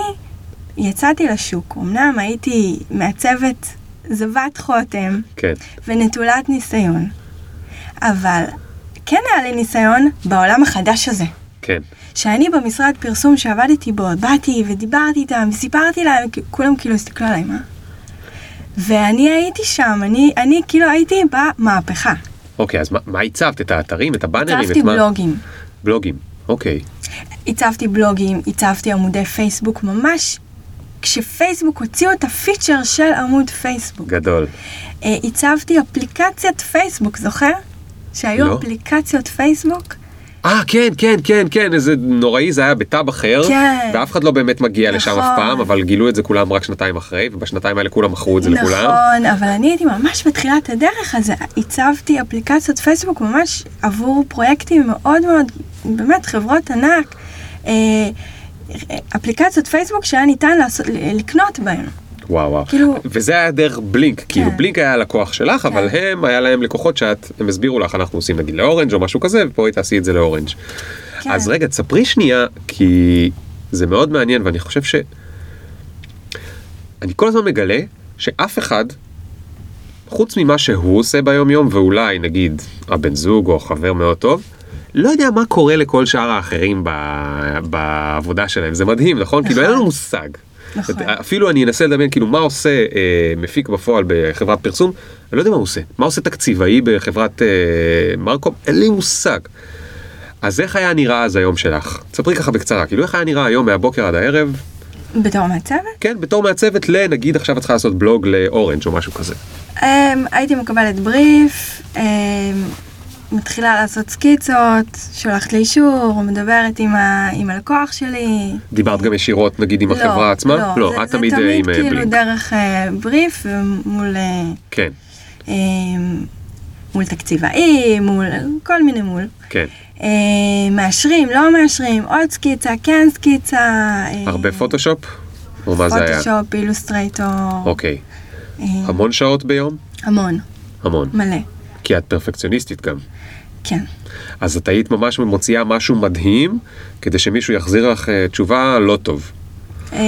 S2: יצאתי לשוק, אמנם הייתי מעצבת זבת חותם
S1: כן,
S2: ונטולת ניסיון, אבל כן היה לי ניסיון בעולם החדש הזה.
S1: כן,
S2: שאני במשרד פרסום שעבדתי בו, באתי ודיברתי איתם, סיפרתי להם, כ- כולם כאילו הסתכלו עליי, מה? ואני הייתי שם, אני, אני כאילו הייתי במהפכה.
S1: אוקיי, אז מה- מה הצבת? את האתרים, את הבאנרים?
S2: הצבתי
S1: את מה?
S2: בלוגים,
S1: בלוגים, אוקיי.
S2: הצבתי בלוגים, הצבתי עמודי פייסבוק, ממש כשפייסבוק הוציאו את הפיצ'ר של עמוד פייסבוק.
S1: גדול.
S2: אה, הצבתי אפליקציית פייסבוק, זוכר? שהיו
S1: לא.
S2: אפליקציות פייסבוק?
S1: אה, כן, כן, כן, כן, איזה נוראי זה היה בטאב אחר,
S2: כן.
S1: ואף אחד לא באמת מגיע לשם
S2: נכון.
S1: אף פעם, אבל גילו את זה כולם רק שנתיים אחרי, ובשנתיים האלה כולם מכרו את זה לכולם.
S2: נכון, אבל אני הייתי ממש בתחילת הדרך, אז הצבתי אפליקציות פייסבוק ממש עבור פרויקטים מאוד מאוד, באמת חברות ענק, אה, אפליקציות פייסבוק שהיה ניתן לעשות, לקנות בהן.
S1: וואו וואו.
S2: כאילו- כן.
S1: וזה היה דרך בלינק, כאילו בלינק היה הלקוח שלך, אבל הם, היה להם לקוחות שאת, הם הסבירו לך, אנחנו עושים נגיד לאורנג' או משהו כזה, ופה היא תעשי את זה לאורנג'.
S2: כן.
S1: אז רגע, תספרי שנייה, כי זה מאוד מעניין, ואני חושב ש... אני כל הזמן מגלה שאף אחד, חוץ ממה שהוא עושה ביום יום, ואולי נגיד הבן זוג או חבר מאוד טוב, לא יודע מה קורה לכל שאר האחרים ב... בעבודה שלהם, זה מדהים, נכון? כאילו אין לנו מושג.
S2: נכון.
S1: אפילו אני אנסה לדמיין כאילו מה עושה אה, מפיק בפועל בחברת פרסום, אני לא יודע מה הוא עושה, מה עושה תקציבאי בחברת אה, מרקום, אין לי מושג. אז איך היה נראה אז היום שלך? תספרי ככה בקצרה, כאילו איך היה נראה היום מהבוקר עד הערב,
S2: בתור מעצבת,
S1: כן, בתור מעצבת לנגיד עכשיו את צריכה לעשות בלוג לאורנג' או משהו כזה.
S2: אמ, הייתי מקבלת בריף, אמ, מתחילה לעשות סקיצות, שולחת לאישור, מדברת עם, ה, עם הלקוח שלי,
S1: דיברת גם ישירות נגיד עם החברה עצמה?
S2: לא, זה,
S1: את
S2: זה
S1: תמיד אה, עם אה,
S2: כאילו
S1: בלינק.
S2: דרך אה, בריף ומול... אה,
S1: כן,
S2: אמ, מול תקציבאי, מול כל מיני מול.
S1: כן.
S2: אמ, מאשרים, לא מאשרים, עוד סקיצה, כן סקיצה. אמ,
S1: הרבה פוטושופ? או מה זה היה?
S2: פוטושופ, אילוסטרייטור,
S1: אוקיי.
S2: אמ,
S1: המון שעות ביום?
S2: המון,
S1: המון.
S2: מלא,
S1: כי את פרפקציוניסטית גם.
S2: כן.
S1: אז את היית ממש מוציאה משהו מדהים, כדי שמישהו יחזיר לך אה, תשובה לא טוב.
S2: אה,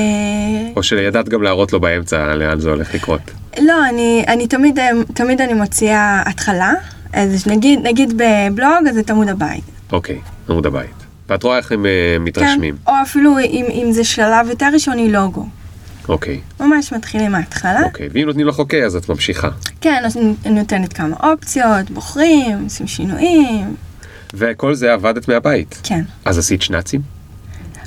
S1: או שידעת גם להראות לו באמצע לאן זה הולך לקרות.
S2: לא, אני, אני תמיד, אמ, תמיד אני מוציאה התחלה, אז נגיד, נגיד בבלוג, אז את עמוד הבית.
S1: אוקיי, עמוד הבית. ואת רואה איך הם אה, מתרשמים.
S2: כן, או אפילו אם, אם זה שלב יותר ראשוני, לוגו. כן.
S1: אוקיי,
S2: ממש מתחילים מההתחלה.
S1: אוקיי. ואם נותנים לך אוקיי, אז את ממשיכה.
S2: כן, אז אני נותנת כמה אופציות, בוחרים, עושים שינויים,
S1: וכל זה עבדת מהבית.
S2: כן.
S1: אז עשית שנאצים?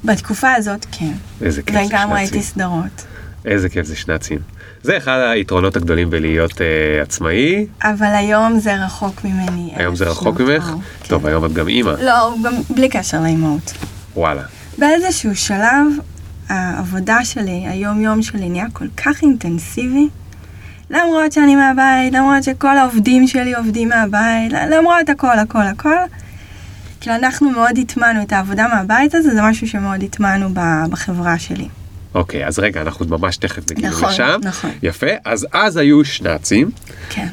S2: בתקופה הזאת, כן.
S1: איזה כיף זה
S2: וגם ראיתי
S1: שנאצים.
S2: סדרות.
S1: איזה כיף זה שנאצים. זה אחד היתרונות הגדולים בלהיות אה, עצמאי.
S2: אבל היום זה רחוק ממני.
S1: היום זה
S2: אלף
S1: רחוק
S2: שנות
S1: ממך.
S2: אור, כן.
S1: טוב, היום את גם אימא.
S2: לא, גם בלי קשר לאימהות.
S1: וואלה.
S2: באיזשהו שלב, העבודה שלי, היום-יום שלי, נהיה כל כך אינטנסיבי. למרות שאני מהבית, למרות שכל העובדים שלי עובדים מהבית, למרות הכל, הכל, הכל. כאילו, אנחנו מאוד הטמענו את העבודה מהבית הזה, זה משהו שמאוד הטמענו ב- בחברה שלי.
S1: אוקיי, אז רגע, אנחנו ממש תכף נגיע
S2: נכון,
S1: לשם.
S2: נכון.
S1: יפה, אז אז היו שנאצים,
S2: כן.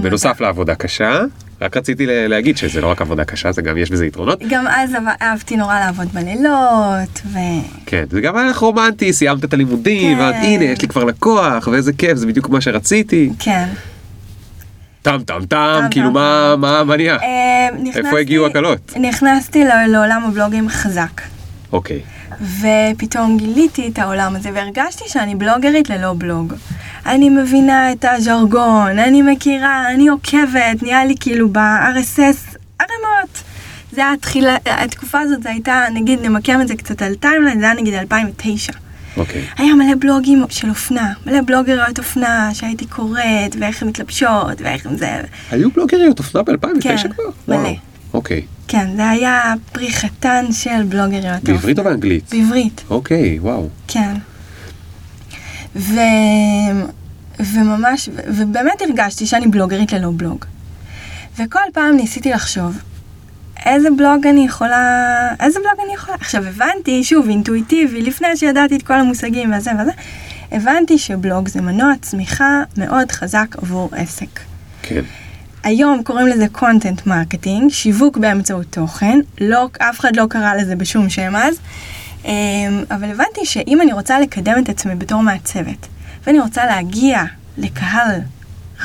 S1: ובנוסף לעבודה קשה, רק רציתי ל- להגיד שזה לא רק עבודה קשה, זה גם יש בזה יתרונות.
S2: גם אז אהב- אהבתי נורא לעבוד בלילות, ו...
S1: כן, זה גם היה לך רומנטי, סיימת את הלימודים,
S2: כן.
S1: ואת הנה, יש לי כבר לקוח, ואיזה כיף, זה בדיוק מה שרציתי.
S2: כן.
S1: טם טם טם,
S2: טם,
S1: כאילו
S2: טם.
S1: מה, מה, מה נהיה?
S2: אה, נכנסתי-
S1: הגיעו הקלות?
S2: נכנסתי ל- לעולם הבלוגים חזק,
S1: אוקיי,
S2: ופתאום גיליתי את העולם הזה, והרגשתי שאני בלוגרית ללא בלוג. אני מבינה את הז'רגון, אני מכירה, אני עוקבת, נהיה לי כאילו ב-RSS ערימות. זה היה התחילה, התקופה הזאת, זה הייתה, נגיד, נמקם את זה קצת על טיימליין, זה היה נגיד 2009.
S1: אוקיי.
S2: היה מלא בלוגים של אופנה, מלא בלוגריות אופנה שהייתי קוראת, ואיך הן מתלבשות, ואיך הן זה,
S1: היו בלוגריות אופנה ב-2009
S2: כן,
S1: כבר?
S2: מלא.
S1: וואו, אוקיי,
S2: כן, זה היה פרי חתן של בלוגריות האופנה.
S1: בעברית או באנגלית?
S2: בעברית,
S1: אוקיי, וואו.
S2: כן. ו... וממש, ו- ובאמת הרגשתי שאני בלוגרית ללא בלוג. וכל פעם ניסיתי לחשוב, איזה בלוג אני יכולה, איזה בלוג אני יכולה. עכשיו הבנתי, שוב, אינטואיטיבי, לפני שידעתי את כל המושגים והזה וזה, הבנתי שבלוג זה מנוע צמיחה מאוד חזק עבור עסק.
S1: כן.
S2: היום קוראים לזה content marketing, שיווק באמצעות תוכן, לא, אף אחד לא קרא לזה בשום שם אז, אמ, אבל הבנתי שאם אני רוצה לקדם את עצמי בתור מעצבת, ואני רוצה להגיע לקהל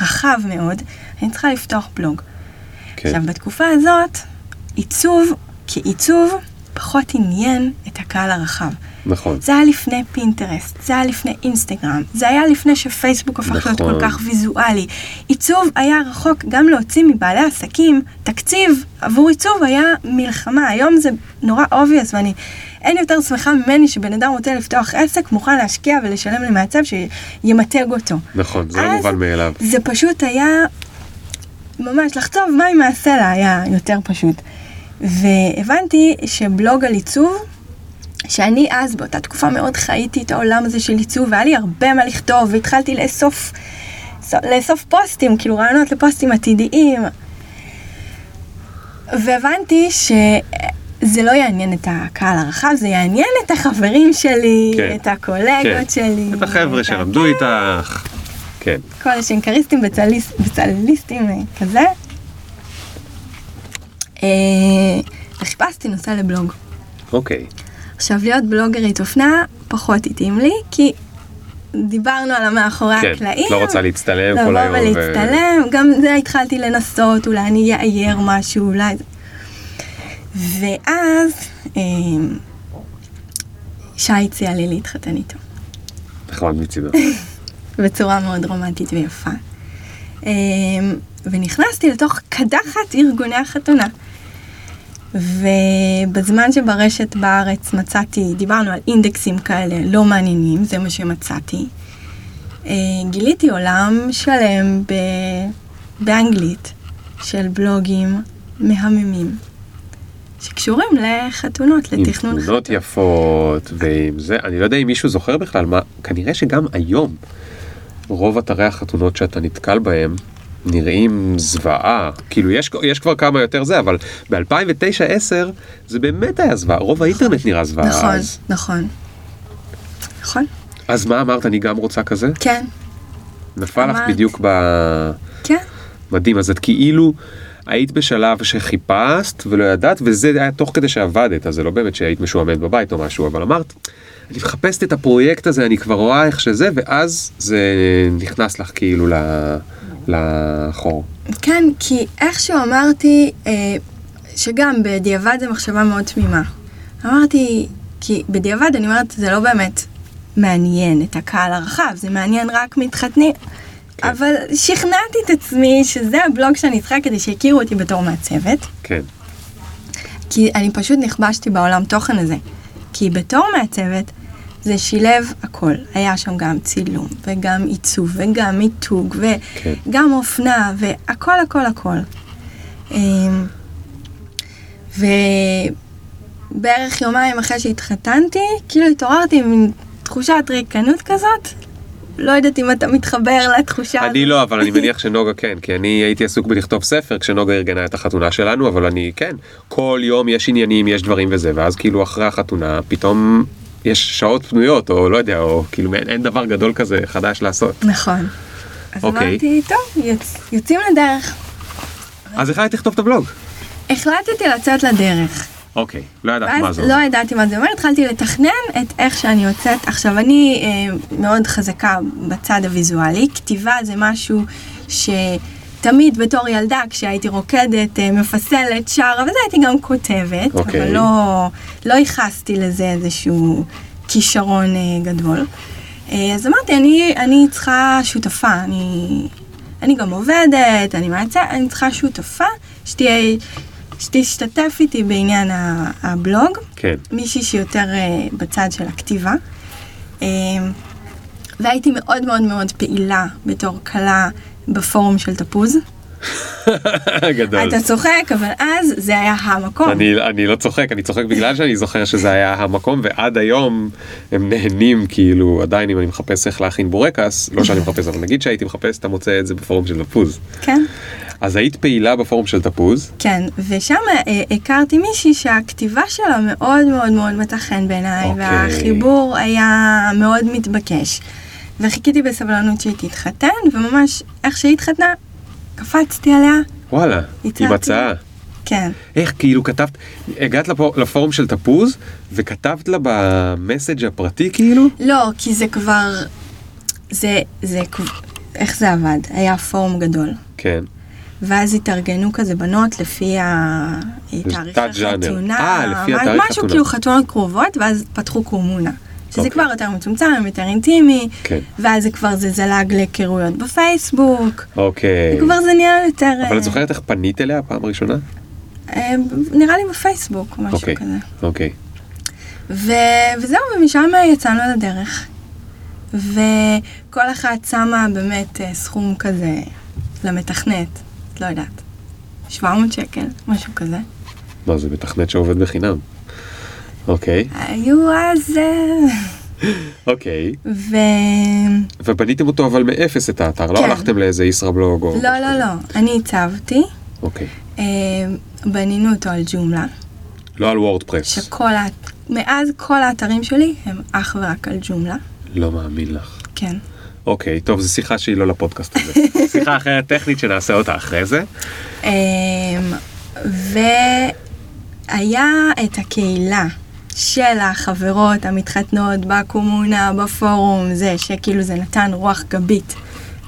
S2: רחב מאוד, אני צריכה לפתוח בלוג.
S1: כן.
S2: עכשיו, בתקופה הזאת, עיצוב כעיצוב פחות עניין את הקהל הרחב.
S1: נכון.
S2: זה היה לפני פינטרסט, זה היה לפני אינסטגרם, זה היה לפני שפייסבוק הפך נכון. להיות
S1: נכון.
S2: כל כך ויזואלי. עיצוב היה רחוק, גם להוציא מבעלי עסקים תקציב עבור עיצוב היה מלחמה. היום זה נורא obvious ואני... אין יותר שמחה ממני שבן אדם רוצה לפתוח עסק, מוכן להשקיע ולשלם למעצב שימתג אותו.
S1: נכון, זה לא
S2: אז-
S1: מובן מאליו.
S2: זה פשוט היה ממש לחצוב מים מהסלע היה יותר פשוט. והבנתי שבלוג על עיצוב, שאני אז באותה תקופה מאוד חייתי את העולם הזה של עיצוב, והיה לי הרבה מה לכתוב, והתחלתי לאסוף, לאסוף פוסטים, כאילו רעיונות לפוסטים עתידיים. והבנתי שזה לא יעניין את הקהל הרחב, זה יעניין את החברים שלי,
S1: כן.
S2: את הקולגות
S1: כן.
S2: שלי.
S1: את החבר'ה
S2: ה-
S1: שלמדו איתך. כן.
S2: כל השנקריסטים בצליס, בצליסטים אה, כזה. אה, חיפשתי נושא לבלוג.
S1: אוקיי.
S2: אה, עכשיו להיות בלוגרית אופנה פחות התאים לי, כי דיברנו על המאחורי
S1: כן.
S2: הקלעים.
S1: לא רוצה להצטלם כל
S2: לבוא
S1: היום. ו-
S2: ולהצטלם, גם זה התחלתי לנסות, אולי אני אאייר משהו, אולי... זה. ואז אמ, שי הציע לי להתחתן איתו.
S1: נחמד מצידו.
S2: בצורה מאוד רומנטית ויפה. אמ, ונכנסתי לתוך קדחת ארגוני החתונה. ובזמן שברשת בארץ מצאתי, דיברנו על אינדקסים כאלה לא מעניינים, זה מה שמצאתי. אה, גיליתי עולם שלם ב... באנגלית של בלוגים מהממים שקשורים לחתונות,
S1: עם
S2: לתכנון
S1: תמונות יפות ועם זה, אני לא יודע אם מישהו זוכר בכלל מה, כנראה שגם היום רוב אתרי החתונות שאתה נתקל בהם נראים זוועה, כאילו יש, יש כבר כמה יותר זה, אבל ב-2009-2010 זה באמת היה זוועה, רוב האינטרנט נראה זוועה
S2: נכון,
S1: אז.
S2: נכון. נכון,
S1: אז מה אמרת, אני גם רוצה כזה?
S2: כן,
S1: נפל לך
S2: אמרת.
S1: בדיוק ב...
S2: כן.
S1: מדהים, אז את כאילו היית בשלב שחיפשת ולא ידעת, וזה היה תוך כדי שעבדת, אז זה לא באמת שהיית משועממת בבית או משהו, אבל אמרת, אני מחפשת את הפרויקט הזה, אני כבר רואה איך שזה, ואז זה נכנס לך כאילו ל- לחור.
S2: כן, כי איכשהו אמרתי, אה, שגם בדיעבד זו מחשבה מאוד תמימה. אמרתי, כי בדיעבד אני אומרת, זה לא באמת מעניין את הקהל הרחב, זה מעניין רק מתחתנים.
S1: כן.
S2: כן. אבל שכנעתי את עצמי שזה הבלוג שאני צריכה כדי שיכירו אותי בתור מעצבת,
S1: כן,
S2: כי אני פשוט נכבשתי בעולם תוכן הזה. כי בתור מעצבת זה שילב הכל. היה שם גם צילום, וגם עיצוב, וגם מיתוג, ו...
S1: כן.
S2: גם אופנה, והכל הכל הכל. אמ, ובערך יומיים אחרי שהתחתנתי, כאילו התעוררתי עם מין תחושת ריקנות כזאת. לא יודעת אם אתה מתחבר לתחושה הזאת.
S1: אני לא, אבל אני מניח שנוגה כן, כי אני הייתי עסוק בלכתוב ספר כשנוגה ארגנה את החתונה שלנו, אבל אני כן, כל יום יש עניינים, יש דברים וזה, ואז כאילו אחרי החתונה פתאום יש שעות פנויות, או לא יודע, או כאילו אין, אין דבר גדול כזה חדש לעשות.
S2: נכון. אז
S1: לא- אוקיי.
S2: אמרתי, טוב, יוצ... יוצאים לדרך.
S1: אז החלטת לכתוב את הבלוג.
S2: החלטתי לצאת לדרך.
S1: אוקיי, לא ידעת מה
S2: ואז
S1: זה.
S2: לא ידעתי מה זה אומר, התחלתי לתכנן את איך שאני יוצאת. עכשיו, אני אה, מאוד חזקה בצד הוויזואלי, כתיבה זה משהו שתמיד בתור ילדה, כשהייתי רוקדת, אה, מפסלת, שרה, וזה הייתי גם כותבת,
S1: אוקיי.
S2: אבל לא, לא ייחסתי לזה איזשהו כישרון אה, גדול. אה, אז אמרתי, אני, אני צריכה שותפה, אני, אני גם עובדת, אני מעצה, אני צריכה שותפה שתהיה... שתשתתף איתי בעניין ה- הבלוג,
S1: כן,
S2: מישהי שיותר אה, בצד של הכתיבה. אה, והייתי מאוד מאוד מאוד פעילה בתור כלה בפורום של תפוז.
S1: גדול.
S2: אתה צוחק, אבל אז זה היה המקום.
S1: אני, אני לא צוחק, אני צוחק בגלל שאני זוכר שזה היה המקום, ועד היום הם נהנים, כאילו, עדיין אם אני מחפש איך להכין בורקס, לא שאני מחפש, אבל נגיד שהייתי מחפש, אתה מוצא את זה בפורום של תפוז.
S2: כן.
S1: אז היית פעילה בפורום של תפוז?
S2: כן, ושם אה, הכרתי מישהי שהכתיבה שלה מאוד מאוד מאוד מצאה חן בעיניי,
S1: אוקיי.
S2: והחיבור היה מאוד מתבקש. וחיכיתי בסבלנות שהיא תתחתן, וממש איך שהיא התחתנה, קפצתי עליה,
S1: וואלה,
S2: הצעתי.
S1: עם הצעה.
S2: כן.
S1: איך כאילו כתבת, הגעת לפור, לפורום של תפוז וכתבת לה במסג' הפרטי כאילו?
S2: לא, כי זה כבר... זה, זה, כב- איך זה עבד? היה פורום גדול.
S1: כן.
S2: ואז התארגנו כזה בנות לפי ה- תאריך
S1: תת-ז'אנר.
S2: החתונה,
S1: אה, לפי
S2: מה-
S1: התאריך
S2: משהו
S1: חתונה.
S2: כאילו חתונות קרובות, ואז פתחו קומונה. שזה
S1: אוקיי.
S2: כבר יותר מצומצם, יותר אינטימי,
S1: כן.
S2: ואז זה כבר זה זלג להיכרויות בפייסבוק,
S1: אוקיי.
S2: כבר זה נהיה יותר...
S1: אבל
S2: אה,
S1: את זוכרת איך פנית אליה פעם ראשונה?
S2: אה, נראה לי בפייסבוק או משהו
S1: אוקיי.
S2: כזה.
S1: אוקיי.
S2: ו- וזהו, ומשם יצאנו לדרך. וכל אחת שמה באמת אה, סכום כזה למתכנת, לא יודעת, 700 שקל, משהו כזה.
S1: מה לא, זה מתכנת שעובד בחינם. אוקיי.
S2: היו אז... אה,
S1: אוקיי.
S2: ו...
S1: ובניתם אותו אבל מאפס את האתר, לא
S2: כן.
S1: הלכתם לאיזה ישראבלוג או...
S2: לא, לא, לא, אני הצבתי,
S1: אוקיי.
S2: אה, בנינו אותו על ג'ומלה,
S1: לא על וורדפרס.
S2: שכל ה... מאז כל האתרים שלי הם אך ורק על ג'ומלה,
S1: לא מאמין לך.
S2: כן.
S1: אוקיי, טוב, זו שיחה שהיא לא לפודקאסט הזה. שיחה אחרת טכנית שנעשה אותה אחרי
S2: לא,
S1: זה.
S2: אמ, והיה את הקהילה של החברות המתחתנות בקומונה, בפורום, זה, שכאילו זה נתן רוח גבית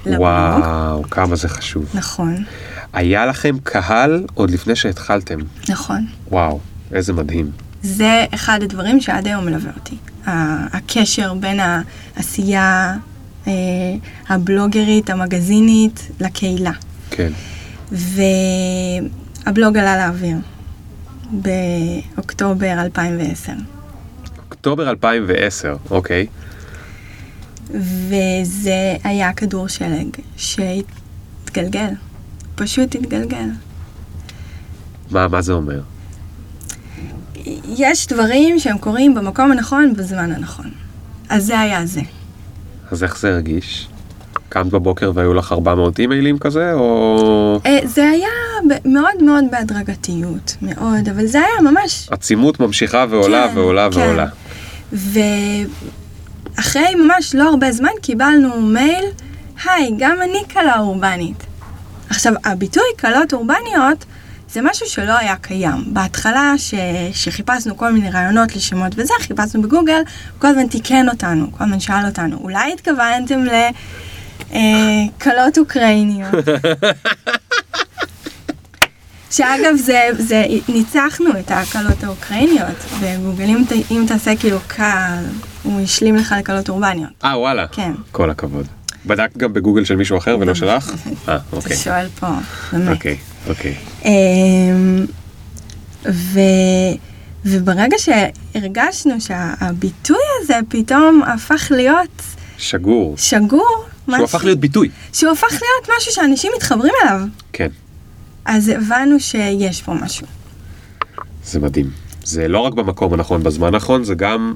S2: לבלוג.
S1: וואו, כמה זה חשוב.
S2: נכון,
S1: היה לכם קהל עוד לפני שהתחלתם.
S2: נכון.
S1: וואו, איזה מדהים.
S2: זה אחד הדברים שעד היום מלווה אותי. ה- הקשר בין העשייה אה, הבלוגרית, המגזינית, לקהילה.
S1: כן.
S2: והבלוג עלה לאוויר באוקטובר 2010.
S1: אוקטובר 2010, אוקיי.
S2: וזה היה כדור שלג שהתגלגל, פשוט התגלגל.
S1: מה, מה זה אומר?
S2: יש דברים שהם קורים במקום הנכון, בזמן הנכון. אז זה היה זה.
S1: אז איך זה הרגיש? קמת בבוקר והיו לך 400 אימיילים כזה, או...
S2: אה, זה היה ב- מאוד מאוד בהדרגתיות, מאוד, אבל זה היה ממש...
S1: עצימות ממשיכה ועולה
S2: כן,
S1: ועולה
S2: כן.
S1: ועולה.
S2: ואחרי ממש לא הרבה זמן קיבלנו מייל, היי, גם אני כלה אורבנית. עכשיו, הביטוי כלות אורבניות זה משהו שלא היה קיים. בהתחלה, ש... שחיפשנו כל מיני רעיונות לשמות וזה, חיפשנו בגוגל, כל הזמן תיקן אותנו, כל הזמן שאל אותנו, אולי התכוונתם ל... אה, כלות אוקראיניות. שאגב, זה, זה, ניצחנו את ההקלות האוקראיניות בגוגל. אם, ת- אם תעשה כאילו קל, הוא השלים לך לקלות אורבניות.
S1: אה, וואלה.
S2: כן. לא,
S1: כל הכבוד. בדקת גם בגוגל של מישהו אחר ולא שלך? אה,
S2: אתה
S1: אוקיי.
S2: שואל פה, באמת.
S1: אוקיי, אוקיי.
S2: אמ, ו... וברגע שהרגשנו שהביטוי הזה פתאום הפך להיות
S1: שגור.
S2: שגור,
S1: שהוא
S2: משהו-
S1: הפך להיות ביטוי.
S2: שהוא הפך להיות משהו שאנשים מתחברים אליו,
S1: כן.
S2: אז הבנו שיש פה משהו.
S1: זה מדהים. זה לא רק במקום הנכון, בזמן הנכון, זה גם...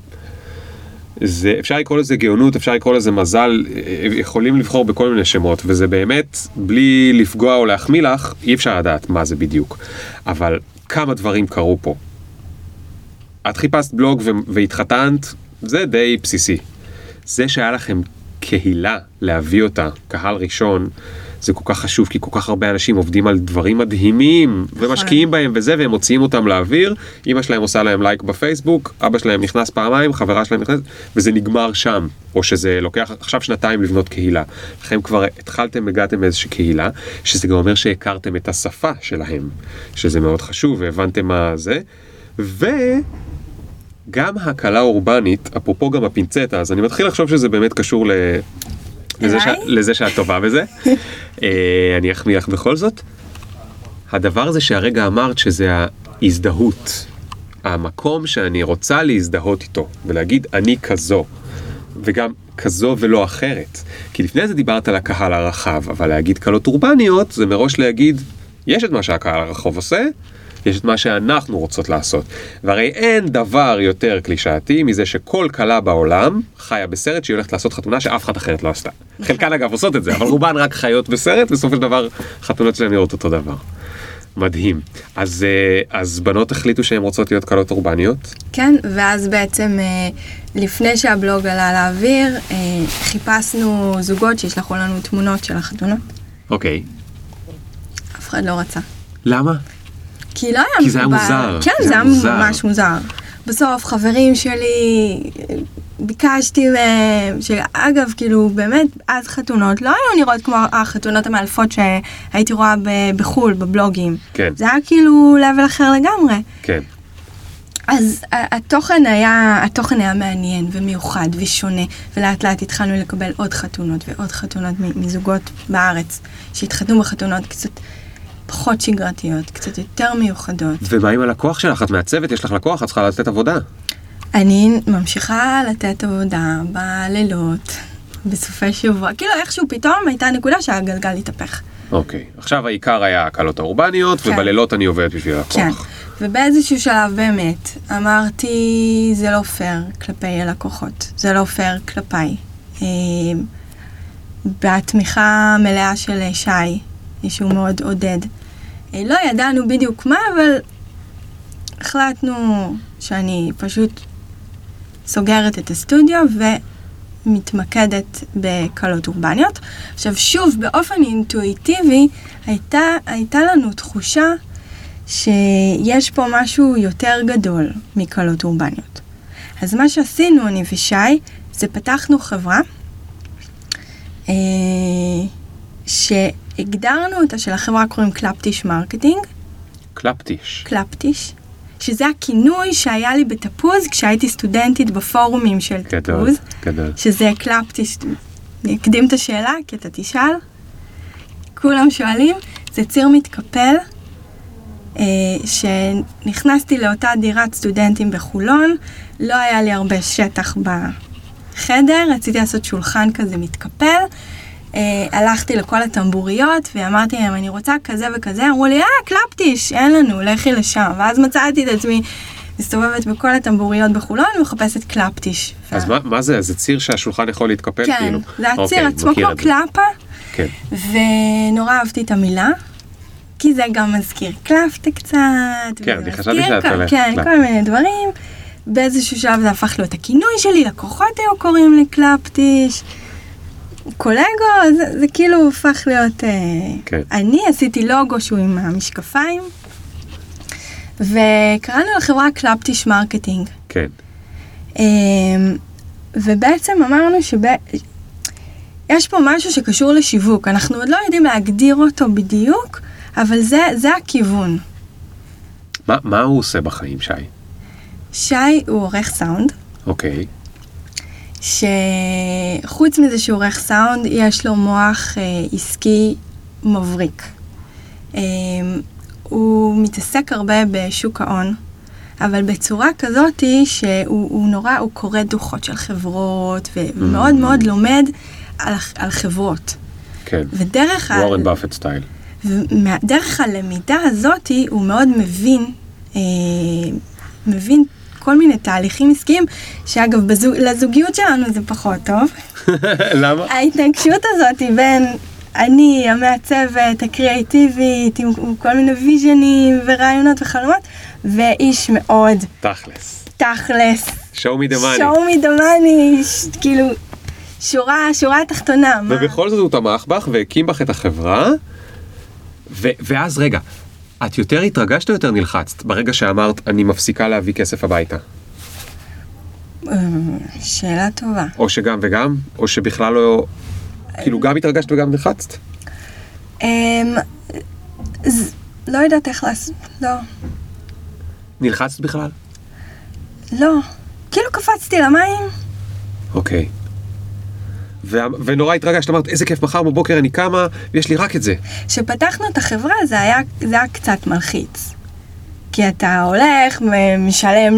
S1: זה, אפשר לקרוא לזה גאונות, אפשר לקרוא לזה מזל, אה, יכולים לבחור בכל מיני שמות, וזה באמת, בלי לפגוע או להחמיא לך, אי אפשר לדעת מה זה בדיוק. אבל כמה דברים קרו פה. את חיפשת בלוג ו- והתחתנת, זה די בסיסי. זה שהיה לכם קהילה להביא אותה, קהל ראשון, זה כל כך חשוב, כי כל כך הרבה אנשים עובדים על דברים מדהימים, ומשקיעים בהם וזה, והם מוציאים אותם לאוויר, אמא שלהם עושה להם לייק בפייסבוק, אבא שלהם נכנס פעמיים, חברה שלהם נכנסת, וזה נגמר שם, או שזה לוקח עכשיו שנתיים לבנות קהילה. לכם כבר התחלתם, הגעתם לאיזושהי קהילה, שזה גם אומר שהכרתם את השפה שלהם, שזה מאוד חשוב, והבנתם מה זה, ו... גם הקלה אורבנית, אפרופו גם הפינצטה, אז אני מתחיל לחשוב שזה באמת קשור ל... לזה, ש...
S2: אליי?
S1: לזה שאת טובה בזה. אה, אני אחמיא לך בכל זאת. הדבר הזה שהרגע אמרת שזה ההזדהות, המקום שאני רוצה להזדהות איתו, ולהגיד אני כזו, וגם כזו ולא אחרת. כי לפני זה דיברת על הקהל הרחב, אבל להגיד קלות אורבניות זה מראש להגיד, יש את מה שהקהל הרחוב עושה, יש את מה שאנחנו רוצות לעשות. והרי אין דבר יותר קלישאתי מזה שכל כלה בעולם חיה בסרט שהיא הולכת לעשות חתונה שאף אחת אחרת לא עשתה. חלקן אגב עושות את זה, אבל רובן רק חיות בסרט, בסופו של דבר חתונות שלהן נראות אותו דבר. מדהים. אז, אה, אז בנות החליטו שהן רוצות להיות כלות אורבניות?
S2: כן, ואז בעצם אה, לפני שהבלוג עלה לאוויר, אה, חיפשנו זוגות שישלחו לנו תמונות של החתונות.
S1: אוקיי.
S2: אף אחד לא רצה.
S1: למה?
S2: כי לא היה...
S1: כי זה היה
S2: מקובל.
S1: מוזר,
S2: כן, זה היה ממש מוזר. בסוף, חברים שלי, אה, ביקשתי מהם, שאגב, כאילו, באמת, אז חתונות לא היו נראות כמו החתונות המאלפות שהייתי רואה ב- בחו"ל, בבלוגים.
S1: כן.
S2: זה היה כאילו level אחר לגמרי.
S1: כן.
S2: אז ה- התוכן היה, התוכן היה מעניין ומיוחד ושונה, ולאט לאט התחלנו לקבל עוד חתונות ועוד חתונות מ- מזוגות בארץ, שהתחתנו בחתונות קצת פחות שגרתיות, קצת יותר מיוחדות.
S1: ומה עם הלקוח שלך? את מעצבת, יש לך לקוח, את צריכה לתת עבודה.
S2: אני ממשיכה לתת עבודה בלילות, בסופי שבוע, כאילו איכשהו פתאום הייתה נקודה שהגלגל התהפך.
S1: אוקיי. עכשיו העיקר היה הקלות האורבניות,
S2: כן.
S1: ובלילות אני עובדת בשביל הלקוח.
S2: כן. ובאיזשהו שלב באמת, אמרתי, זה לא פייר כלפי הלקוחות, זה לא פייר כלפיי. אה, בתמיכה המלאה של אה, שי, שהוא מאוד עודד. אה, לא ידענו בדיוק מה, אבל החלטנו שאני פשוט סוגרת את הסטודיו ומתמקדת בקלות אורבניות. עכשיו שוב, באופן אינטואיטיבי, הייתה, הייתה לנו תחושה שיש פה משהו יותר גדול מקלות אורבניות. אז מה שעשינו, אני ושי, זה פתחנו חברה אה, שהגדרנו אותה, שלחברה קוראים קלפטיש מרקטינג,
S1: קלפטיש.
S2: קלפטיש, שזה הכינוי שהיה לי בתפוז כשהייתי סטודנטית בפורומים של
S1: גדול,
S2: תפוז,
S1: גדול.
S2: שזה קלפטיש, אני אקדים את השאלה כי אתה תשאל, כולם שואלים, זה ציר מתקפל, אה, שנכנסתי לאותה דירת סטודנטים בחולון, לא היה לי הרבה שטח בחדר, רציתי לעשות שולחן כזה מתקפל. Uh, הלכתי לכל הטמבוריות ואמרתי להם אני רוצה כזה וכזה, אמרו לי אה קלפטיש, אין לנו, לכי לשם. ואז מצאתי את עצמי מסתובבת בכל הטמבוריות בחולון ומחפשת קלפטיש.
S1: אז מה- מה זה? זה ציר שהשולחן יכול להתקפל
S2: אה. כן,
S1: כאילו?
S2: זה הציר
S1: אוקיי,
S2: עצמו
S1: מכיר
S2: כמו
S1: את זה.
S2: קלפה,
S1: כן.
S2: ונורא אהבתי את המילה, כי זה גם מזכיר קלפטה קצת,
S1: כן,
S2: וזה
S1: אני חשבתי
S2: מזכיר
S1: שאת
S2: כל-
S1: הולכת
S2: כן,
S1: קלפטה.
S2: כל מיני דברים. באיזשהו שלב זה הפך להיות הכינוי שלי, לקוחות היו קוראים לי קלפטיש, קולגו, זה, זה כאילו הפך להיות... אה,
S1: כן.
S2: אני עשיתי לוגו שהוא עם המשקפיים, וקראנו לחברה קלפטיש מרקטינג.
S1: כן.
S2: אמ, ובעצם אמרנו שב... יש פה משהו שקשור לשיווק, אנחנו עוד לא יודעים להגדיר אותו בדיוק, אבל זה, זה הכיוון.
S1: מה- מה הוא עושה בחיים, שי?
S2: שי הוא עורך סאונד,
S1: אוקיי.
S2: שחוץ מזה שהוא עורך סאונד, יש לו מוח אה, עסקי מבריק. אה, הוא מתעסק הרבה בשוק ההון, אבל בצורה כזאת שהוא הוא נורא, הוא קורא דוחות של חברות, ומאוד מאוד לומד על, הח- על חברות.
S1: כן.
S2: ודרך ה-
S1: וורן באפט סטייל.
S2: ודרך הלמידה הזאת הוא מאוד מבין, אה, מבין כל מיני תהליכים עסקיים, שאגב, בזוג, לזוגיות שלנו זה פחות טוב.
S1: למה?
S2: ההתנגשות הזאת בין אני, המעצבת, הקריאיטיבית, עם, עם כל מיני ויז'נים ורעיונות וחלומות, ואיש מאוד
S1: תכלס.
S2: תכלס,
S1: show me the money.
S2: שואו מדומני, ש- כאילו, שורה, שורה התחתונה. מה?
S1: ובכל זאת הוא תמך בך והקים בך את החברה, ו- ואז רגע, את יותר התרגשת או יותר נלחצת ברגע שאמרת אני מפסיקה להביא כסף הביתה?
S2: אה, שאלה טובה.
S1: או שגם וגם, או שבכלל לא... כאילו גם התרגשת וגם נלחצת?
S2: אמ, ז- לא יודעת איך לעשות, לא,
S1: נלחצת בכלל?
S2: לא. כאילו קפצתי למים,
S1: אוקיי. ו- ונורא התרגשת, אמרת איזה כיף, מחר בבוקר אני קמה ויש לי רק את זה.
S2: כשפתחנו את החברה זה היה, זה היה קצת מלחיץ. כי אתה הולך, מ- משלם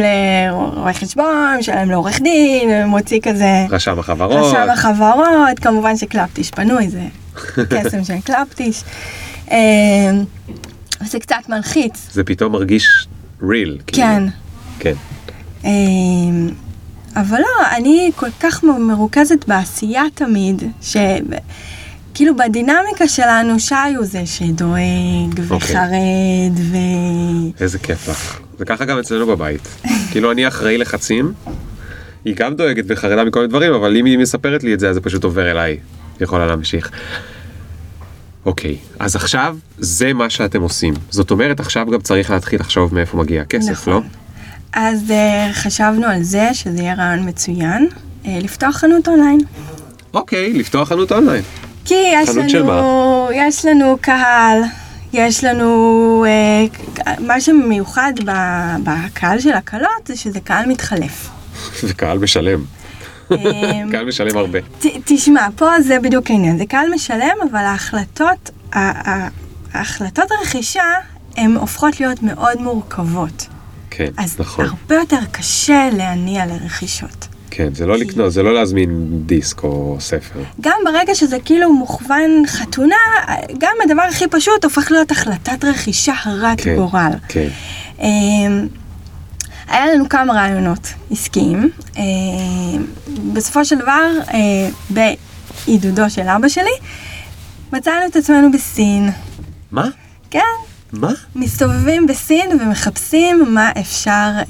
S2: לרואה חשבון, משלם לעורך דין, מוציא כזה
S1: רשם החברות.
S2: רשם החברות, כמובן שקלפטיש פנוי, זה קסם של קלפטיש. אמ, וזה קצת מלחיץ.
S1: זה פתאום מרגיש real. כאילו.
S2: כן.
S1: כן.
S2: אה, אבל לא, אני כל כך מ- מרוכזת בעשייה תמיד, ש... כאילו בדינמיקה שלנו שי הוא זה שדואג
S1: אוקיי.
S2: וחרד ו...
S1: איזה כיף לך. זה ככה גם אצלנו בבית. כאילו אני אחראי לחצים, היא גם דואגת וחרדה מכל מיני דברים, אבל אם היא מספרת לי את זה, אז זה פשוט עובר אליי. היא יכולה להמשיך. אוקיי, אז עכשיו זה מה שאתם עושים. זאת אומרת, עכשיו גם צריך להתחיל לחשוב מאיפה מגיע הכסף,
S2: נכון.
S1: לא?
S2: אז אה, חשבנו על זה שזה יהיה רעיון מצוין, אה, לפתוח חנות אונליין.
S1: אוקיי, לפתוח חנות אונליין.
S2: כי יש
S1: חנות של
S2: לנו, יש לנו קהל, יש לנו, אה, ק- מה שמיוחד ב- בקהל של הקלות זה שזה קהל מתחלף.
S1: וקהל משלם.
S2: אמ,
S1: קהל משלם הרבה.
S2: ת- תשמע, פה זה בדיוק העניין, זה קהל משלם, אבל ההחלטות, ה- ה- ההחלטות הרכישה הן הופכות להיות מאוד מורכבות.
S1: כן,
S2: אז
S1: נכון.
S2: הרבה יותר קשה להניע לרכישות.
S1: כן, זה לא לקנות, זה לא להזמין דיסק או ספר.
S2: גם ברגע שזה כאילו מוכוון חתונה, גם הדבר הכי פשוט הופך להיות החלטת רכישה הרת
S1: כן,
S2: גורל.
S1: כן.
S2: אמ, היה לנו כמה רעיונות עסקיים. אמ, בסופו של דבר, אה, בעידודו של אבא שלי, מצאנו את עצמנו בסין.
S1: מה?
S2: כן,
S1: מה?
S2: מסתובבים בסין ומחפשים מה אפשר אה,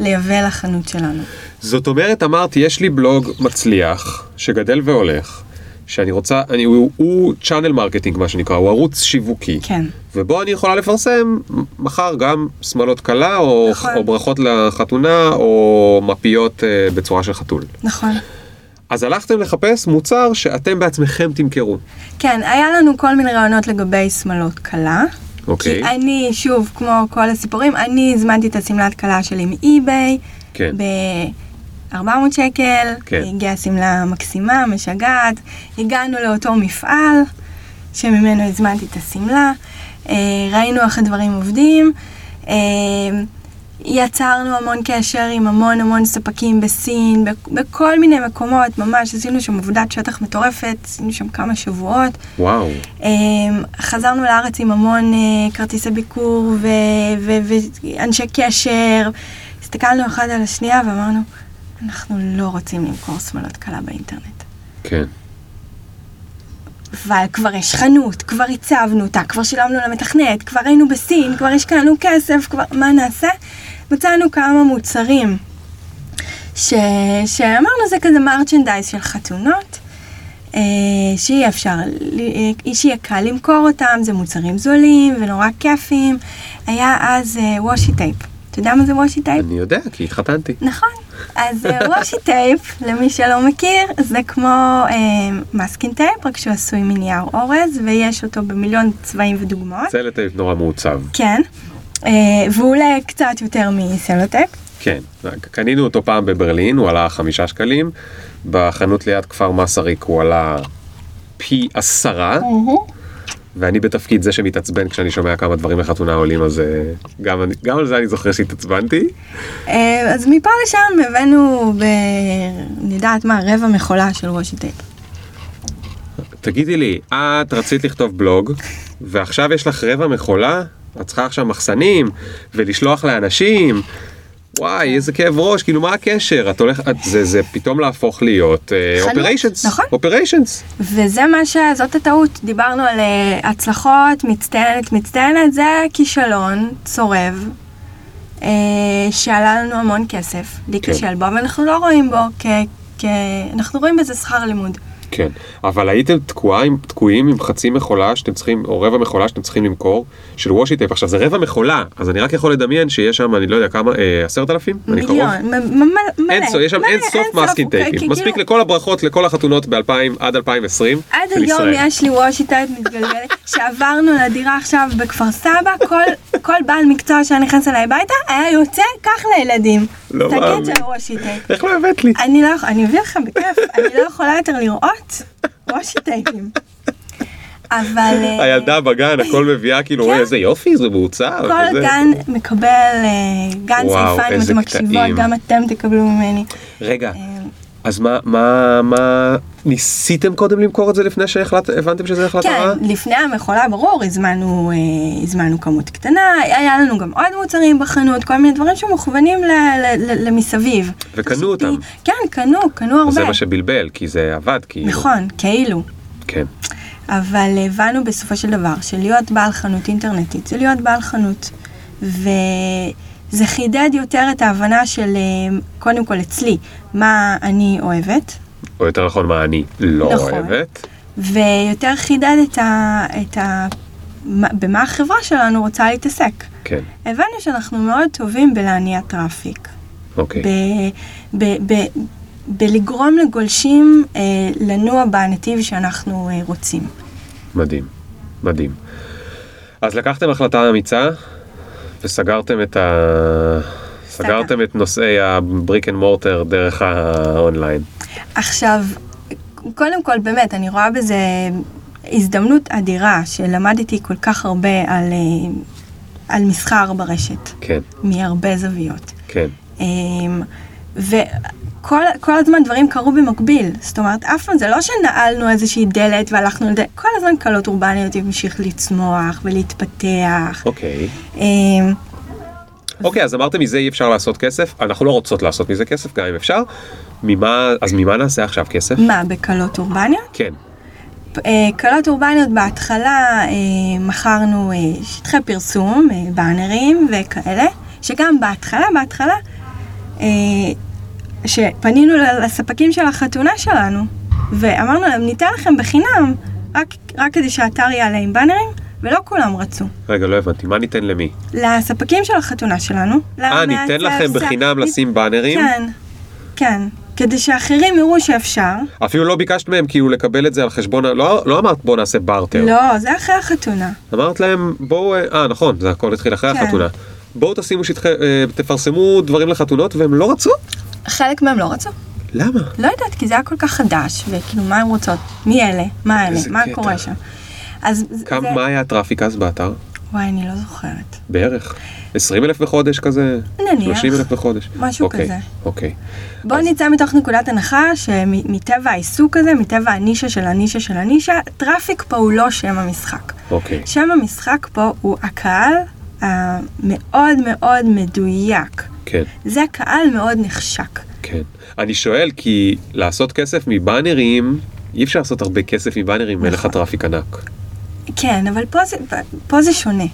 S2: לייבא לחנות שלנו.
S1: זאת אומרת, אמרת, יש לי בלוג מצליח, שגדל והולך, שאני רוצה, אני, הוא, הוא צ'אנל מרקטינג, מה שנקרא, הוא ערוץ שיווקי.
S2: כן.
S1: ובו אני יכולה לפרסם מחר גם שמלות קלה, או,
S2: נכון.
S1: או ברכות לחתונה, או מפיות אה, בצורה של חתול.
S2: נכון.
S1: אז הלכתם לחפש מוצר שאתם בעצמכם תמכרו.
S2: כן, היה לנו כל מיני רעיונות לגבי שמלות כלה.
S1: אוקיי.
S2: כי אני, שוב, כמו כל הסיפורים, אני הזמנתי את השמלת כלה שלי מאי-ביי.
S1: כן.
S2: ב-400 שקל.
S1: כן.
S2: הגיעה שמלה מקסימה, משגעת. הגענו לאותו מפעל שממנו הזמנתי את השמלה. אה, ראינו איך הדברים עובדים. אה, יצרנו המון קשר עם המון המון ספקים בסין, בכ- בכל מיני מקומות, ממש עשינו שם עבודת שטח מטורפת, עשינו שם כמה שבועות.
S1: וואו.
S2: אמ, חזרנו לארץ עם המון אה, כרטיסי ביקור ו- ו- ואנשי קשר. הסתכלנו אחד על השנייה ואמרנו, אנחנו לא רוצים למכור שמלות קלה באינטרנט.
S1: כן.
S2: אבל כבר יש חנות, כבר הצבנו אותה, כבר שילמנו למתכנת, כבר היינו בסין, כבר השקענו כסף, כבר... מה נעשה? מצאנו כמה מוצרים ש... שאמרנו זה כזה מרצ'נדייז של חתונות, אה, שיהיה אפשר, ל- אה, שיהיה קל למכור אותם, זה מוצרים זולים ונורא כיפיים. היה אז אה, וושי טייפ. אתה יודע מה זה וושי טייפ?
S1: אני יודע, כי התחתנתי.
S2: נכון. אז אה, וושי טייפ, למי שלא מכיר, זה כמו אה, מסקין טייפ, רק שהוא עשוי מנייר אורז, ויש אותו במיליון צבעים ודוגמאות.
S1: סלטייפ נורא מעוצב.
S2: כן. אה, והוא עולה קצת יותר מסלוטק.
S1: כן, קנינו אותו פעם בברלין, הוא עלה חמישה שקלים, בחנות ליד כפר מסריק הוא עלה פי עשרה, ואני בתפקיד זה שמתעצבן כשאני שומע כמה דברים לחתונה עולים, אז אה, גם, אני- גם על זה אני זוכר שהתעצבנתי.
S2: אה, אז מפה לשם הבאנו, ב... אני יודעת מה, רבע מכולה של וושי טייפ.
S1: תגידי לי, את רצית לכתוב בלוג, ועכשיו יש לך רבע מחולה? את צריכה עכשיו מחסנים, ולשלוח לאנשים? וואי, איזה כאב ראש, כאילו מה הקשר? את הולכת, את- זה, זה פתאום להפוך להיות אה,
S2: חנות,
S1: אופריישנס.
S2: נכון.
S1: אופריישנס.
S2: וזה מה ש... זאת הטעות. דיברנו על אה, הצלחות, מצטיינת, מצטיינת, זה כישלון צורב, אה, שעלה לנו המון כסף,
S1: כן.
S2: להיכשל בו, אבל אנחנו לא רואים בו כ... כ... אנחנו רואים בזה שכר לימוד.
S1: כן, אבל הייתם תקועה עם, תקועים עם חצי מכולה שאתם צריכים, או רבע מכולה שאתם צריכים למכור, של וושי-טייפ. עכשיו זה רבע מכולה, אז אני רק יכול לדמיין שיש שם, אני לא יודע כמה, אה, עשרת אלפים? אני קרוב?
S2: מיליון, מ- מ- מ- מלא.
S1: אין סוף, יש שם
S2: מלא,
S1: אין סוף מאסקינג
S2: אוקיי, כי
S1: טייפים. מספיק
S2: כאילו,
S1: לכל הברכות, לכל החתונות ב-2000 עד 2020
S2: עד
S1: של
S2: היום
S1: ישראל.
S2: יש לי וושי-טייפ מתגלגלת, שעברנו לדירה עכשיו בכפר סבא, כל- כל בעל מקצוע שהיה נכנס אליי הביתה היה יוצא, קח לילדים.
S1: לא מאמין.
S2: תגיד שהוושי-טייפ.
S1: איך לא הבאת לי?
S2: אני לא יכולה, אני אביא לך בכיף, אני לא יכולה יותר לראות וושי טייפים. אבל... אה, כן.
S1: הילדה בגן, הכל מביאה כאילו, "אוי, איזה יופי, זה מעוצב.
S2: כל
S1: וזה."
S2: גן מקבל, אה, גן
S1: וואו,
S2: סייפן, אם
S1: איזה
S2: אתם מקשיבות,
S1: קטעים.
S2: גם אתם תקבלו ממני.
S1: רגע,
S2: אה,
S1: אז מה, מה, מה, ניסיתם קודם למכור את זה לפני שהבנתם שזה החלטה
S2: כן,
S1: רעה?
S2: לפני המכולה, ברור, הזמנו, אה, הזמנו כמות קטנה, היה לנו גם עוד מוצרים בחנות, כל מיני דברים שמוכוונים ל, ל, ל, למסביב.
S1: וקנו אותם.
S2: כן, קנו, קנו הרבה.
S1: זה מה שבלבל, כי זה עבד, כאילו.
S2: נכון, כאילו.
S1: כן.
S2: אבל הבנו בסופו של דבר שלהיות בעל חנות אינטרנטית זה להיות בעל חנות. וזה חידד יותר את ההבנה של, אה, קודם כל אצלי, מה אני אוהבת,
S1: או יותר נכון, מה אני לא
S2: נכון.
S1: אוהבת.
S2: ויותר חידד את ה... את ה מה- במה החברה שלנו רוצה להתעסק.
S1: כן,
S2: הבנו שאנחנו מאוד טובים בלהניע טראפיק,
S1: אוקיי.
S2: ב, ב, ב, בלגרום לגולשים אה, לנוע בנתיב שאנחנו אה, רוצים.
S1: מדהים, מדהים. אז לקחתם החלטה אמיצה, וסגרתם את ה... סגרתם את נושאי הבריק אנד מורטר דרך האונליין.
S2: עכשיו, קודם כל, באמת, אני רואה בזה הזדמנות אדירה, שלמדתי כל כך הרבה על, אה, על מסחר ברשת,
S1: כן,
S2: מהרבה זוויות.
S1: כן,
S2: אמ, וכל כל הזמן דברים קרו במקביל, זאת אומרת, אף פעם זה לא שנעלנו איזושהי דלת והלכנו לדלת, כל הזמן קלות אורבניות המשיך לצמוח ולהתפתח.
S1: אוקיי.
S2: אמ,
S1: אוקיי, אז אמרתם מזה אי אפשר לעשות כסף, אנחנו לא רוצות לעשות מזה כסף, גם אם אפשר. ממה, אז ממה נעשה עכשיו כסף?
S2: מה, בקלות אורבניות?
S1: כן,
S2: אה, קלות אורבניות בהתחלה אה, מכרנו אה, שטחי פרסום, אה, באנרים וכאלה, שגם בהתחלה, בהתחלה, אה, שפנינו ל- לספקים של החתונה שלנו, ואמרנו להם, ניתן לכם בחינם, רק, רק כדי שהאתר יעלה עם באנרים, ולא כולם רצו.
S1: רגע, לא הבנתי, מה ניתן למי?
S2: לספקים של החתונה שלנו.
S1: אה,
S2: למעצב,
S1: ניתן לכם
S2: זה-
S1: בחינם לשים באנרים?
S2: כן, כן. כדי שאחרים יראו שאפשר.
S1: אפילו לא ביקשת מהם כאילו לקבל את זה על חשבון, ה- לא לא אמרת בוא נעשה בארטר.
S2: לא, זה אחרי החתונה.
S1: אמרת להם בואו, אה, אה נכון, זה הכל התחיל אחרי
S2: כן.
S1: החתונה. בואו תשימו שטחי, אה, תפרסמו דברים לחתונות והם לא רצו?
S2: חלק מהם לא רצו.
S1: למה?
S2: לא יודעת, כי זה היה כל כך חדש, וכאילו, מה הן רוצות? מי אלה? מה אלה?
S1: איזה
S2: מה
S1: קטע.
S2: קורה שם? אז זה...
S1: כמה, מה היה הטראפיק אז באתר?
S2: וואי, אני לא זוכרת.
S1: בערך. 20 אלף בחודש כזה?
S2: נניח.
S1: 30 אלף בחודש?
S2: משהו
S1: אוקיי,
S2: כזה.
S1: אוקיי,
S2: בואו נצא מתוך נקודת הנחה שמטבע העיסוק הזה, מטבע הנישה של הנישה של הנישה, טראפיק פה הוא לא שם המשחק.
S1: אוקיי.
S2: שם המשחק פה הוא הקהל המאוד מאוד מדויק.
S1: כן,
S2: זה קהל מאוד נחשק.
S1: כן. אני שואל כי לעשות כסף מבאנרים, אי אפשר לעשות הרבה כסף מבאנרים אם אין
S2: נכון.
S1: לך טראפיק ענק.
S2: כן, אבל פה זה, פה זה שונה.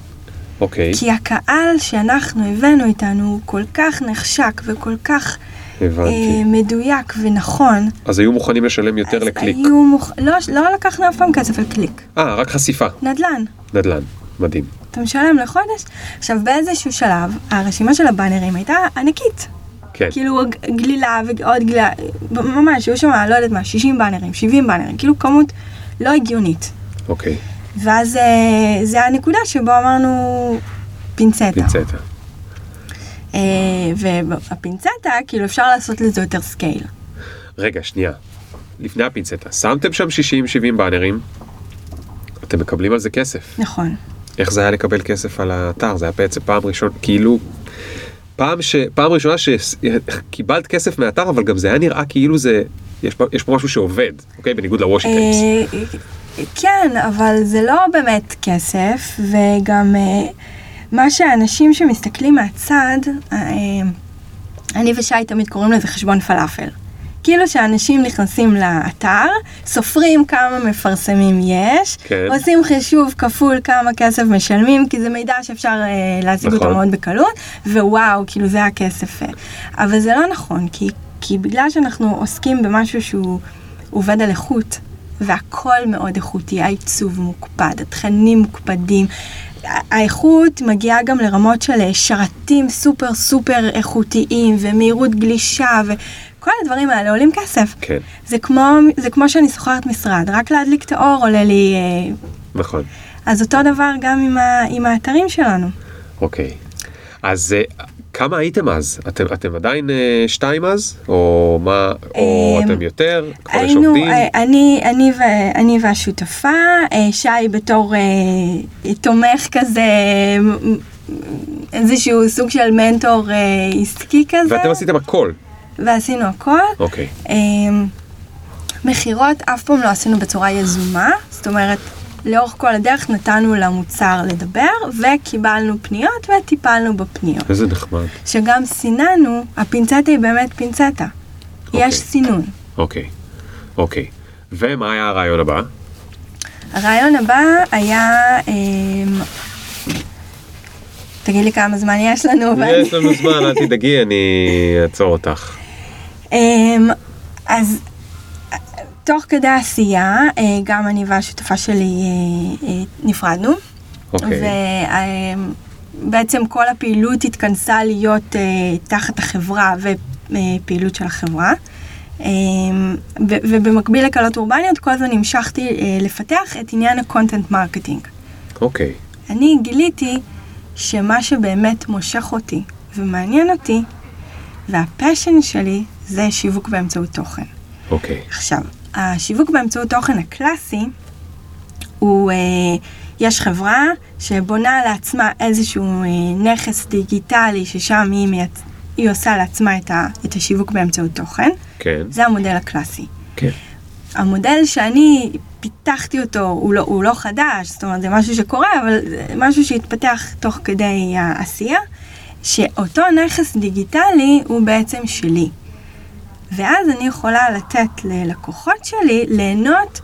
S1: אוקיי,
S2: כי הקהל שאנחנו הבאנו איתנו הוא כל כך נחשק וכל כך
S1: הבנתי.
S2: אה, מדויק ונכון.
S1: אז היו מוכנים לשלם יותר
S2: אז
S1: לקליק.
S2: היו מוכ... לא, לא לקחנו אף פעם כסף על קליק.
S1: אה, רק חשיפה.
S2: נדל"ן.
S1: נדל"ן. מדהים.
S2: אתה משלם לחודש. עכשיו, באיזשהו שלב, הרשימה של הבאנרים הייתה ענקית.
S1: כן,
S2: כאילו ג- גלילה ועוד גלילה, ממש, היו שם, לא יודעת מה, 60 באנרים, 70 באנרים, כאילו כמות לא הגיונית.
S1: אוקיי.
S2: ואז אה, זה הנקודה שבו אמרנו פינצטה.
S1: פינצטה.
S2: אה, והפינצטה, כאילו אפשר לעשות לזה יותר סקייל.
S1: רגע, שנייה. לפני הפינצטה, שמתם שם 60-70 באנרים, אתם מקבלים על זה כסף.
S2: נכון.
S1: איך זה היה לקבל כסף על האתר? זה היה בעצם פעם ראשונה, כאילו, פעם, ש, פעם ראשונה שקיבלת כסף מהאתר, אבל גם זה היה נראה כאילו זה, יש, פה- יש פה משהו שעובד, אוקיי? בניגוד לוושינגטונס.
S2: אה, כן, אבל זה לא באמת כסף, וגם אה, מה שהאנשים שמסתכלים מהצד, אה, אני ושי תמיד קוראים לזה חשבון פלאפל. כאילו שאנשים נכנסים לאתר, סופרים כמה מפרסמים יש,
S1: כן.
S2: עושים חישוב כפול כמה כסף משלמים, כי זה מידע שאפשר אה, להשיג
S1: נכון.
S2: אותו מאוד בקלות, ווואו, כאילו זה הכסף. אה. אבל זה לא נכון, כי, כי בגלל שאנחנו עוסקים במשהו שהוא עובד על איכות, והכל מאוד איכותי, העיצוב מוקפד, התכנים מוקפדים. ה- האיכות מגיעה גם לרמות של אה, שרתים סופר סופר איכותיים ומהירות גלישה וכל הדברים האלה עולים כסף.
S1: כן,
S2: זה כמו, זה כמו שאני שוכרת משרד, רק להדליק את האור עולה לי אה,
S1: נכון,
S2: אז אותו דבר גם עם, ה, עם האתרים שלנו.
S1: אוקיי. אז אה, כמה הייתם אז? אתם, אתם עדיין אה, שתיים אז? או מה, או
S2: אמ,
S1: אתם יותר? כבר יש
S2: היינו,
S1: עובדים?
S2: אה, אני, אני, ו, אני והשותפה, אה, שי בתור אה, תומך כזה, מ- מ- איזשהו סוג של מנטור אה, עסקי כזה.
S1: ואתם עשיתם הכל.
S2: ועשינו הכל.
S1: אוקיי.
S2: אמ, מכירות אף פעם לא עשינו בצורה יזומה, זאת אומרת, לאורך כל הדרך נתנו למוצר לדבר, וקיבלנו פניות וטיפלנו בפניות.
S1: איזה נחמד.
S2: שגם סיננו, הפינצטה היא באמת פינצטה.
S1: אוקיי.
S2: יש סינון.
S1: אוקיי. אוקיי. ומה היה הרעיון הבא?
S2: הרעיון הבא היה... אמ, תגיד לי כמה זמן יש לנו. אבל-
S1: יש לנו זמן, אל תדאגי, אני אעצור אותך.
S2: אמ, אז אה, תוך כדי העשייה, אה, גם אני והשותפה שלי אה, אה, נפרדנו.
S1: אוקיי.
S2: ובעצם כל הפעילות התכנסה להיות אה, תחת החברה ופעילות של החברה. אה, ו- ובמקביל לקלות אורבניות, כל הזמן המשכתי אה, לפתח את עניין הקונטנט מרקטינג.
S1: אוקיי.
S2: אני גיליתי שמה שבאמת מושך אותי ומעניין אותי, והפשן שלי זה שיווק באמצעות תוכן.
S1: אוקיי.
S2: עכשיו, השיווק באמצעות תוכן הקלאסי הוא, אה, יש חברה שבונה לעצמה איזשהו אה, נכס דיגיטלי ששם היא, מייצ... היא עושה לעצמה את, ה... את השיווק באמצעות תוכן,
S1: כן.
S2: זה המודל הקלאסי.
S1: כן.
S2: המודל שאני פיתחתי אותו הוא לא, הוא לא חדש, זאת אומרת זה משהו שקורה, אבל זה משהו שהתפתח תוך כדי העשייה, שאותו נכס דיגיטלי הוא בעצם שלי. ואז אני יכולה לתת ללקוחות שלי ליהנות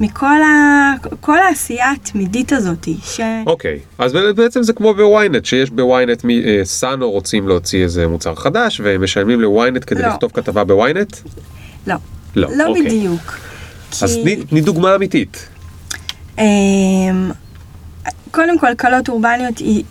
S2: מכל ה... כל העשייה התמידית הזאת, ש...
S1: אוקיי, אז בעצם זה כמו בוויינט, שיש בוויינט, מ- אה, סאנו רוצים להוציא איזה מוצר חדש, והם משלמים לוויינט כדי
S2: לא.
S1: לכתוב כתבה בוויינט?
S2: לא,
S1: לא,
S2: לא
S1: אוקיי.
S2: בדיוק.
S1: אז
S2: כי-
S1: תני- תני דוגמה אמיתית.
S2: אמ, קודם כל, קלות אורבניות, היא-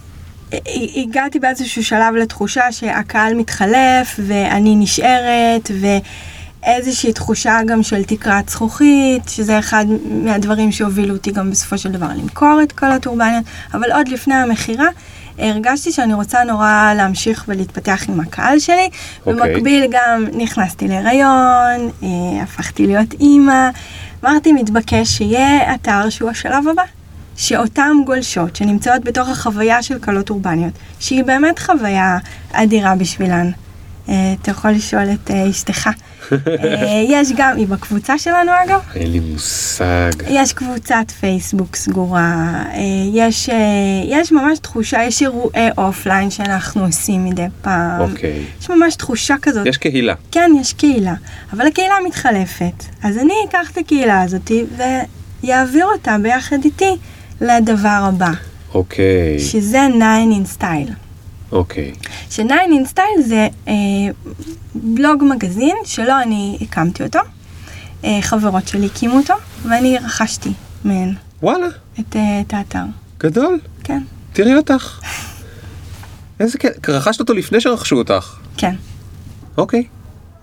S2: היא- הגעתי באיזשהו שלב לתחושה שהקהל מתחלף ואני נשארת, ואיזושהי תחושה גם של תקרת זכוכית, שזה אחד מהדברים שהובילו אותי גם בסופו של דבר למכור את קלות אורבניות, אבל עוד לפני המכירה. הרגשתי שאני רוצה נורא להמשיך ולהתפתח עם הקהל שלי.
S1: אוקיי.
S2: במקביל גם נכנסתי להיריון, אה, הפכתי להיות אימא. אמרתי, מתבקש שיהיה אתר שהוא השלב הבא. שאותן גולשות שנמצאות בתוך החוויה של קלות אורבניות, שהיא באמת חוויה אדירה בשבילן. אה, אתה יכול לשאול את אה, אשתך. אה, יש גם, היא בקבוצה שלנו אגב,
S1: אין לי מושג.
S2: יש קבוצת פייסבוק סגורה, אה, יש, אה, יש ממש תחושה, יש אירועי אופליין שאנחנו עושים מדי פעם.
S1: אוקיי.
S2: יש ממש תחושה כזאת.
S1: יש קהילה.
S2: כן, יש קהילה, אבל הקהילה מתחלפת. אז אני אקח את הקהילה הזאת ויעביר אותה ביחד איתי לדבר הבא,
S1: אוקיי,
S2: שזה 9 in style.
S1: אוקיי.
S2: ש-9 in style זה אה, בלוג מגזין שלא אני הקמתי אותו, אה, חברות שלי הקימו אותו, ואני רכשתי מהן
S1: וואלה,
S2: את, אה, את האתר.
S1: גדול,
S2: כן,
S1: תראי אותך. איזה כיף, רכשת אותו לפני שרכשו אותך.
S2: כן.
S1: אוקיי.
S2: אה.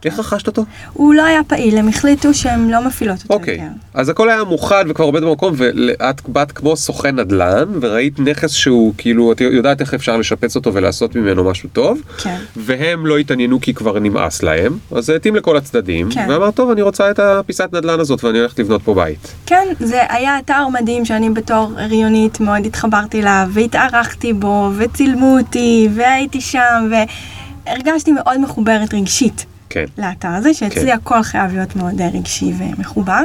S1: איך רכשת אותו?
S2: הוא לא היה פעיל, הם החליטו שהם לא מפעילות אותו
S1: אוקיי,
S2: יותר.
S1: אז הכל היה מוכן וכבר עומד במקום ואת באת כמו סוכן נדל"ן וראית נכס שהוא כאילו את יודעת איך אפשר לשפץ אותו ולעשות ממנו משהו טוב
S2: כן.
S1: והם לא התעניינו כי כבר נמאס להם אז זה התאים לכל הצדדים
S2: כן.
S1: ואמרת טוב אני רוצה את הפיסת נדל"ן הזאת ואני הולכת לבנות פה בית.
S2: כן, זה היה אתר מדהים שאני בתור הריונית מאוד התחברתי אליו, והתארחתי בו, וצילמו אותי, והייתי שם, והרגשתי מאוד מחוברת רגשית
S1: כן.
S2: לאתר הזה, שאצלי
S1: כן.
S2: הכל חייב להיות מאוד אה, רגשי ומחובר.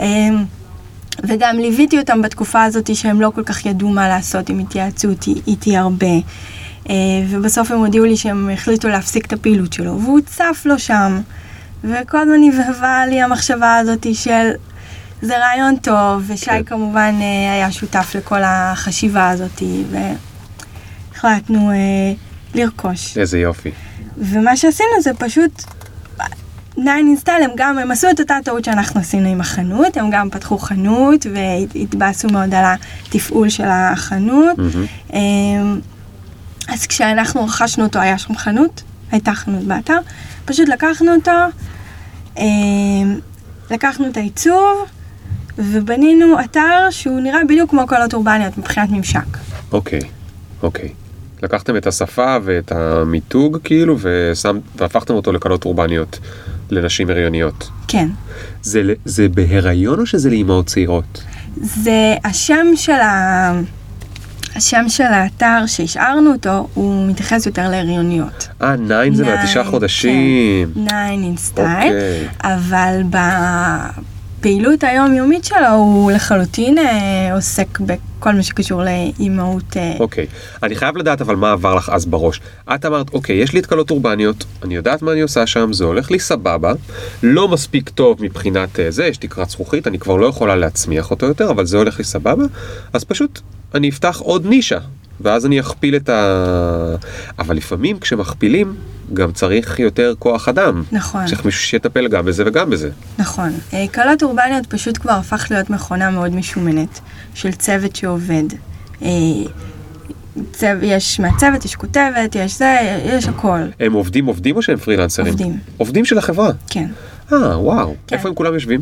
S2: אמ, וגם ליוויתי אותם בתקופה הזאת שהם לא כל כך ידעו מה לעשות, הם התייעצו אותי- איתי הרבה. אה, ובסוף הם הודיעו לי שהם החליטו להפסיק את הפעילות שלו, והוא צף לו שם. וכל הזמן נבהבה לי המחשבה הזאת של זה רעיון טוב, ושי
S1: כן.
S2: כמובן אה, היה שותף לכל החשיבה הזאת, והחלטנו אה, לרכוש.
S1: איזה יופי.
S2: ומה שעשינו זה פשוט... ניין אינסטל הם גם, הם עשו את אותה טעות שאנחנו עשינו עם החנות, הם גם פתחו חנות והתבאסו מאוד על התפעול של החנות.
S1: מהמם.
S2: אמ, אז כשאנחנו רכשנו אותו היה שם חנות, הייתה חנות באתר, פשוט לקחנו אותו, אמ, לקחנו את העיצוב ובנינו אתר שהוא נראה בדיוק כמו קולות אורבניות מבחינת ממשק.
S1: אוקיי, אוקיי. לקחתם את השפה ואת המיתוג כאילו ושם, והפכתם אותו לקלות אורבניות לנשים הריוניות.
S2: כן.
S1: זה, ל- זה בהיריון או שזה לאימהות צעירות?
S2: זה השם של ה... השם של האתר שהשארנו אותו, הוא מתייחס יותר להריוניות.
S1: אה, ניין זה
S2: Nine,
S1: מהתשעה חודשים.
S2: כן, ניין אינסטייל,
S1: אוקיי.
S2: אבל בפעילות היומיומית שלו הוא לחלוטין אה, עוסק בכל מה שקשור לאימהות. אה,
S1: אוקיי. אני חייב לדעת אבל מה עבר לך אז בראש. את אמרת, אוקיי, יש לי התקלות אורבניות, אני יודעת מה אני עושה שם, זה הולך לי סבבה, לא מספיק טוב מבחינת אה, זה, יש תקרת זכוכית, אני כבר לא יכולה להצמיח אותו יותר, אבל זה הולך לי סבבה, אז פשוט אני אפתח עוד נישה, ואז אני אכפיל את ה... אבל לפעמים כשמכפילים, גם צריך יותר כוח אדם.
S2: נכון.
S1: צריך מישהו שיטפל גם בזה וגם בזה.
S2: נכון. אה, קלות אורבניות פשוט כבר הפך להיות מכונה מאוד משומנת של צוות שעובד. אה, צו, יש מהצוות, יש כותבת, יש זה, יש הכל.
S1: הם עובדים עובדים או שהם פרילנסרים?
S2: עובדים.
S1: עובדים של החברה.
S2: כן,
S1: אה, וואו.
S2: כן.
S1: איפה הם כולם יושבים?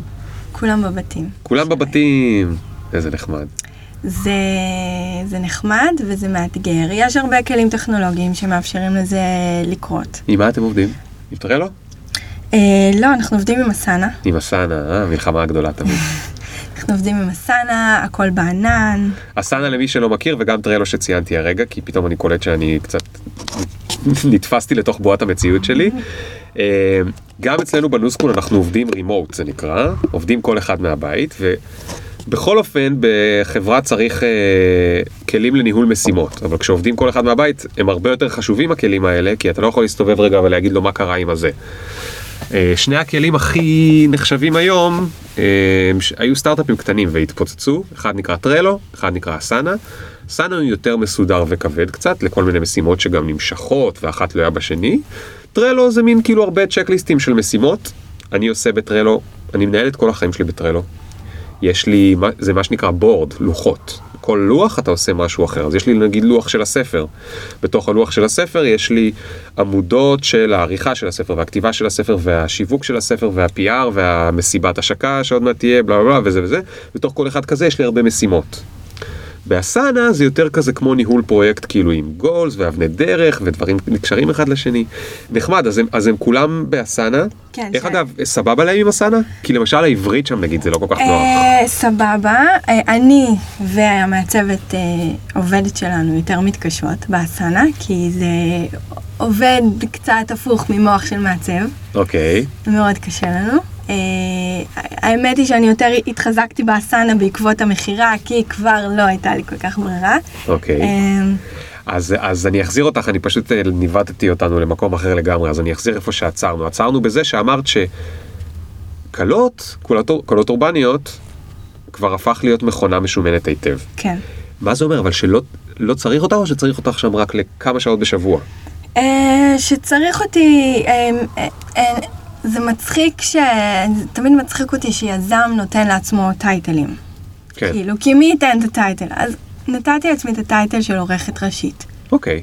S2: כולם בבתים.
S1: כולם בבתים. איזה נחמד.
S2: זה, זה נחמד וזה מאתגר. יש הרבה כלים טכנולוגיים שמאפשרים לזה לקרות.
S1: עם מה אתם עובדים? נפטרה לו?
S2: אה, לא, אנחנו עובדים עם אסנה.
S1: עם אסנה, אה, המלחמה הגדולה תמיד.
S2: אנחנו עובדים עם אסנה, הכל בענן.
S1: אסנה למי שלא מכיר וגם טרלו שציינתי הרגע, כי פתאום אני קולט שאני קצת נתפסתי לתוך בועת המציאות שלי. אה, גם אצלנו בנוסקול אנחנו עובדים רימוט זה נקרא, עובדים כל אחד מהבית, ובכל אופן בחברה צריך אה, כלים לניהול משימות, אבל כשעובדים כל אחד מהבית הם הרבה יותר חשובים הכלים האלה, כי אתה לא יכול להסתובב רגע ולהגיד לו מה קרה עם הזה. אה, שני הכלים הכי נחשבים היום אה, ש- היו סטארט-אפים קטנים והתפוצצו, אחד נקרא טרלו, אחד נקרא אסנה. אסנה הוא יותר מסודר וכבד קצת לכל מיני משימות שגם נמשכות ואחת תלויה בשני. טרלו זה מין כאילו הרבה צ'קליסטים של משימות. אני עושה בטרלו, אני מנהל את כל החיים שלי בטרלו. יש לי, מה- זה מה שנקרא בורד, לוחות. כל לוח אתה עושה משהו אחר, אז יש לי נגיד לוח של הספר. בתוך הלוח של הספר יש לי עמודות של העריכה של הספר והכתיבה של הספר והשיווק של הספר וה-PR והמסיבת השקה שעוד מעט תהיה בלה בלה בלה וזה וזה. בתוך כל אחד כזה יש לי הרבה משימות. באסנה זה יותר כזה כמו ניהול פרויקט כאילו עם גולס ואבני דרך ודברים נקשרים אחד לשני. נחמד, אז הם, אז הם כולם באסנה.
S2: כן,
S1: איך
S2: ש-
S1: אגב, סבבה להם עם אסנה? כי למשל העברית שם נגיד זה לא כל כך נוח.
S2: אה, סבבה, אה, אני והמעצבת אה, עובדת שלנו יותר מתקשות באסנה, כי זה עובד קצת הפוך ממוח של מעצב,
S1: אוקיי.
S2: מאוד קשה לנו. אה, האמת היא שאני יותר התחזקתי באסנה בעקבות המכירה, כי כבר לא הייתה לי כל כך ברירה.
S1: אוקיי.
S2: אה,
S1: אז, אז אני אחזיר אותך, אני פשוט אה, ניווטתי אותנו למקום אחר לגמרי, אז אני אחזיר איפה שעצרנו. עצרנו בזה שאמרת שקלות, קולות, אור- קולות אורבניות, כבר הפך להיות מכונה משומנת היטב.
S2: כן.
S1: מה זה אומר, אבל שלא לא צריך אותה או שצריך אותך שם רק לכמה שעות בשבוע?
S2: אה, שצריך אותי, אה, אה, אה, זה מצחיק, ש... זה תמיד מצחיק אותי שיזם נותן לעצמו טייטלים.
S1: כן.
S2: כאילו, כי מי ייתן את הטייטל? אז נתתי לעצמי את הטייטל של עורכת ראשית.
S1: אוקיי.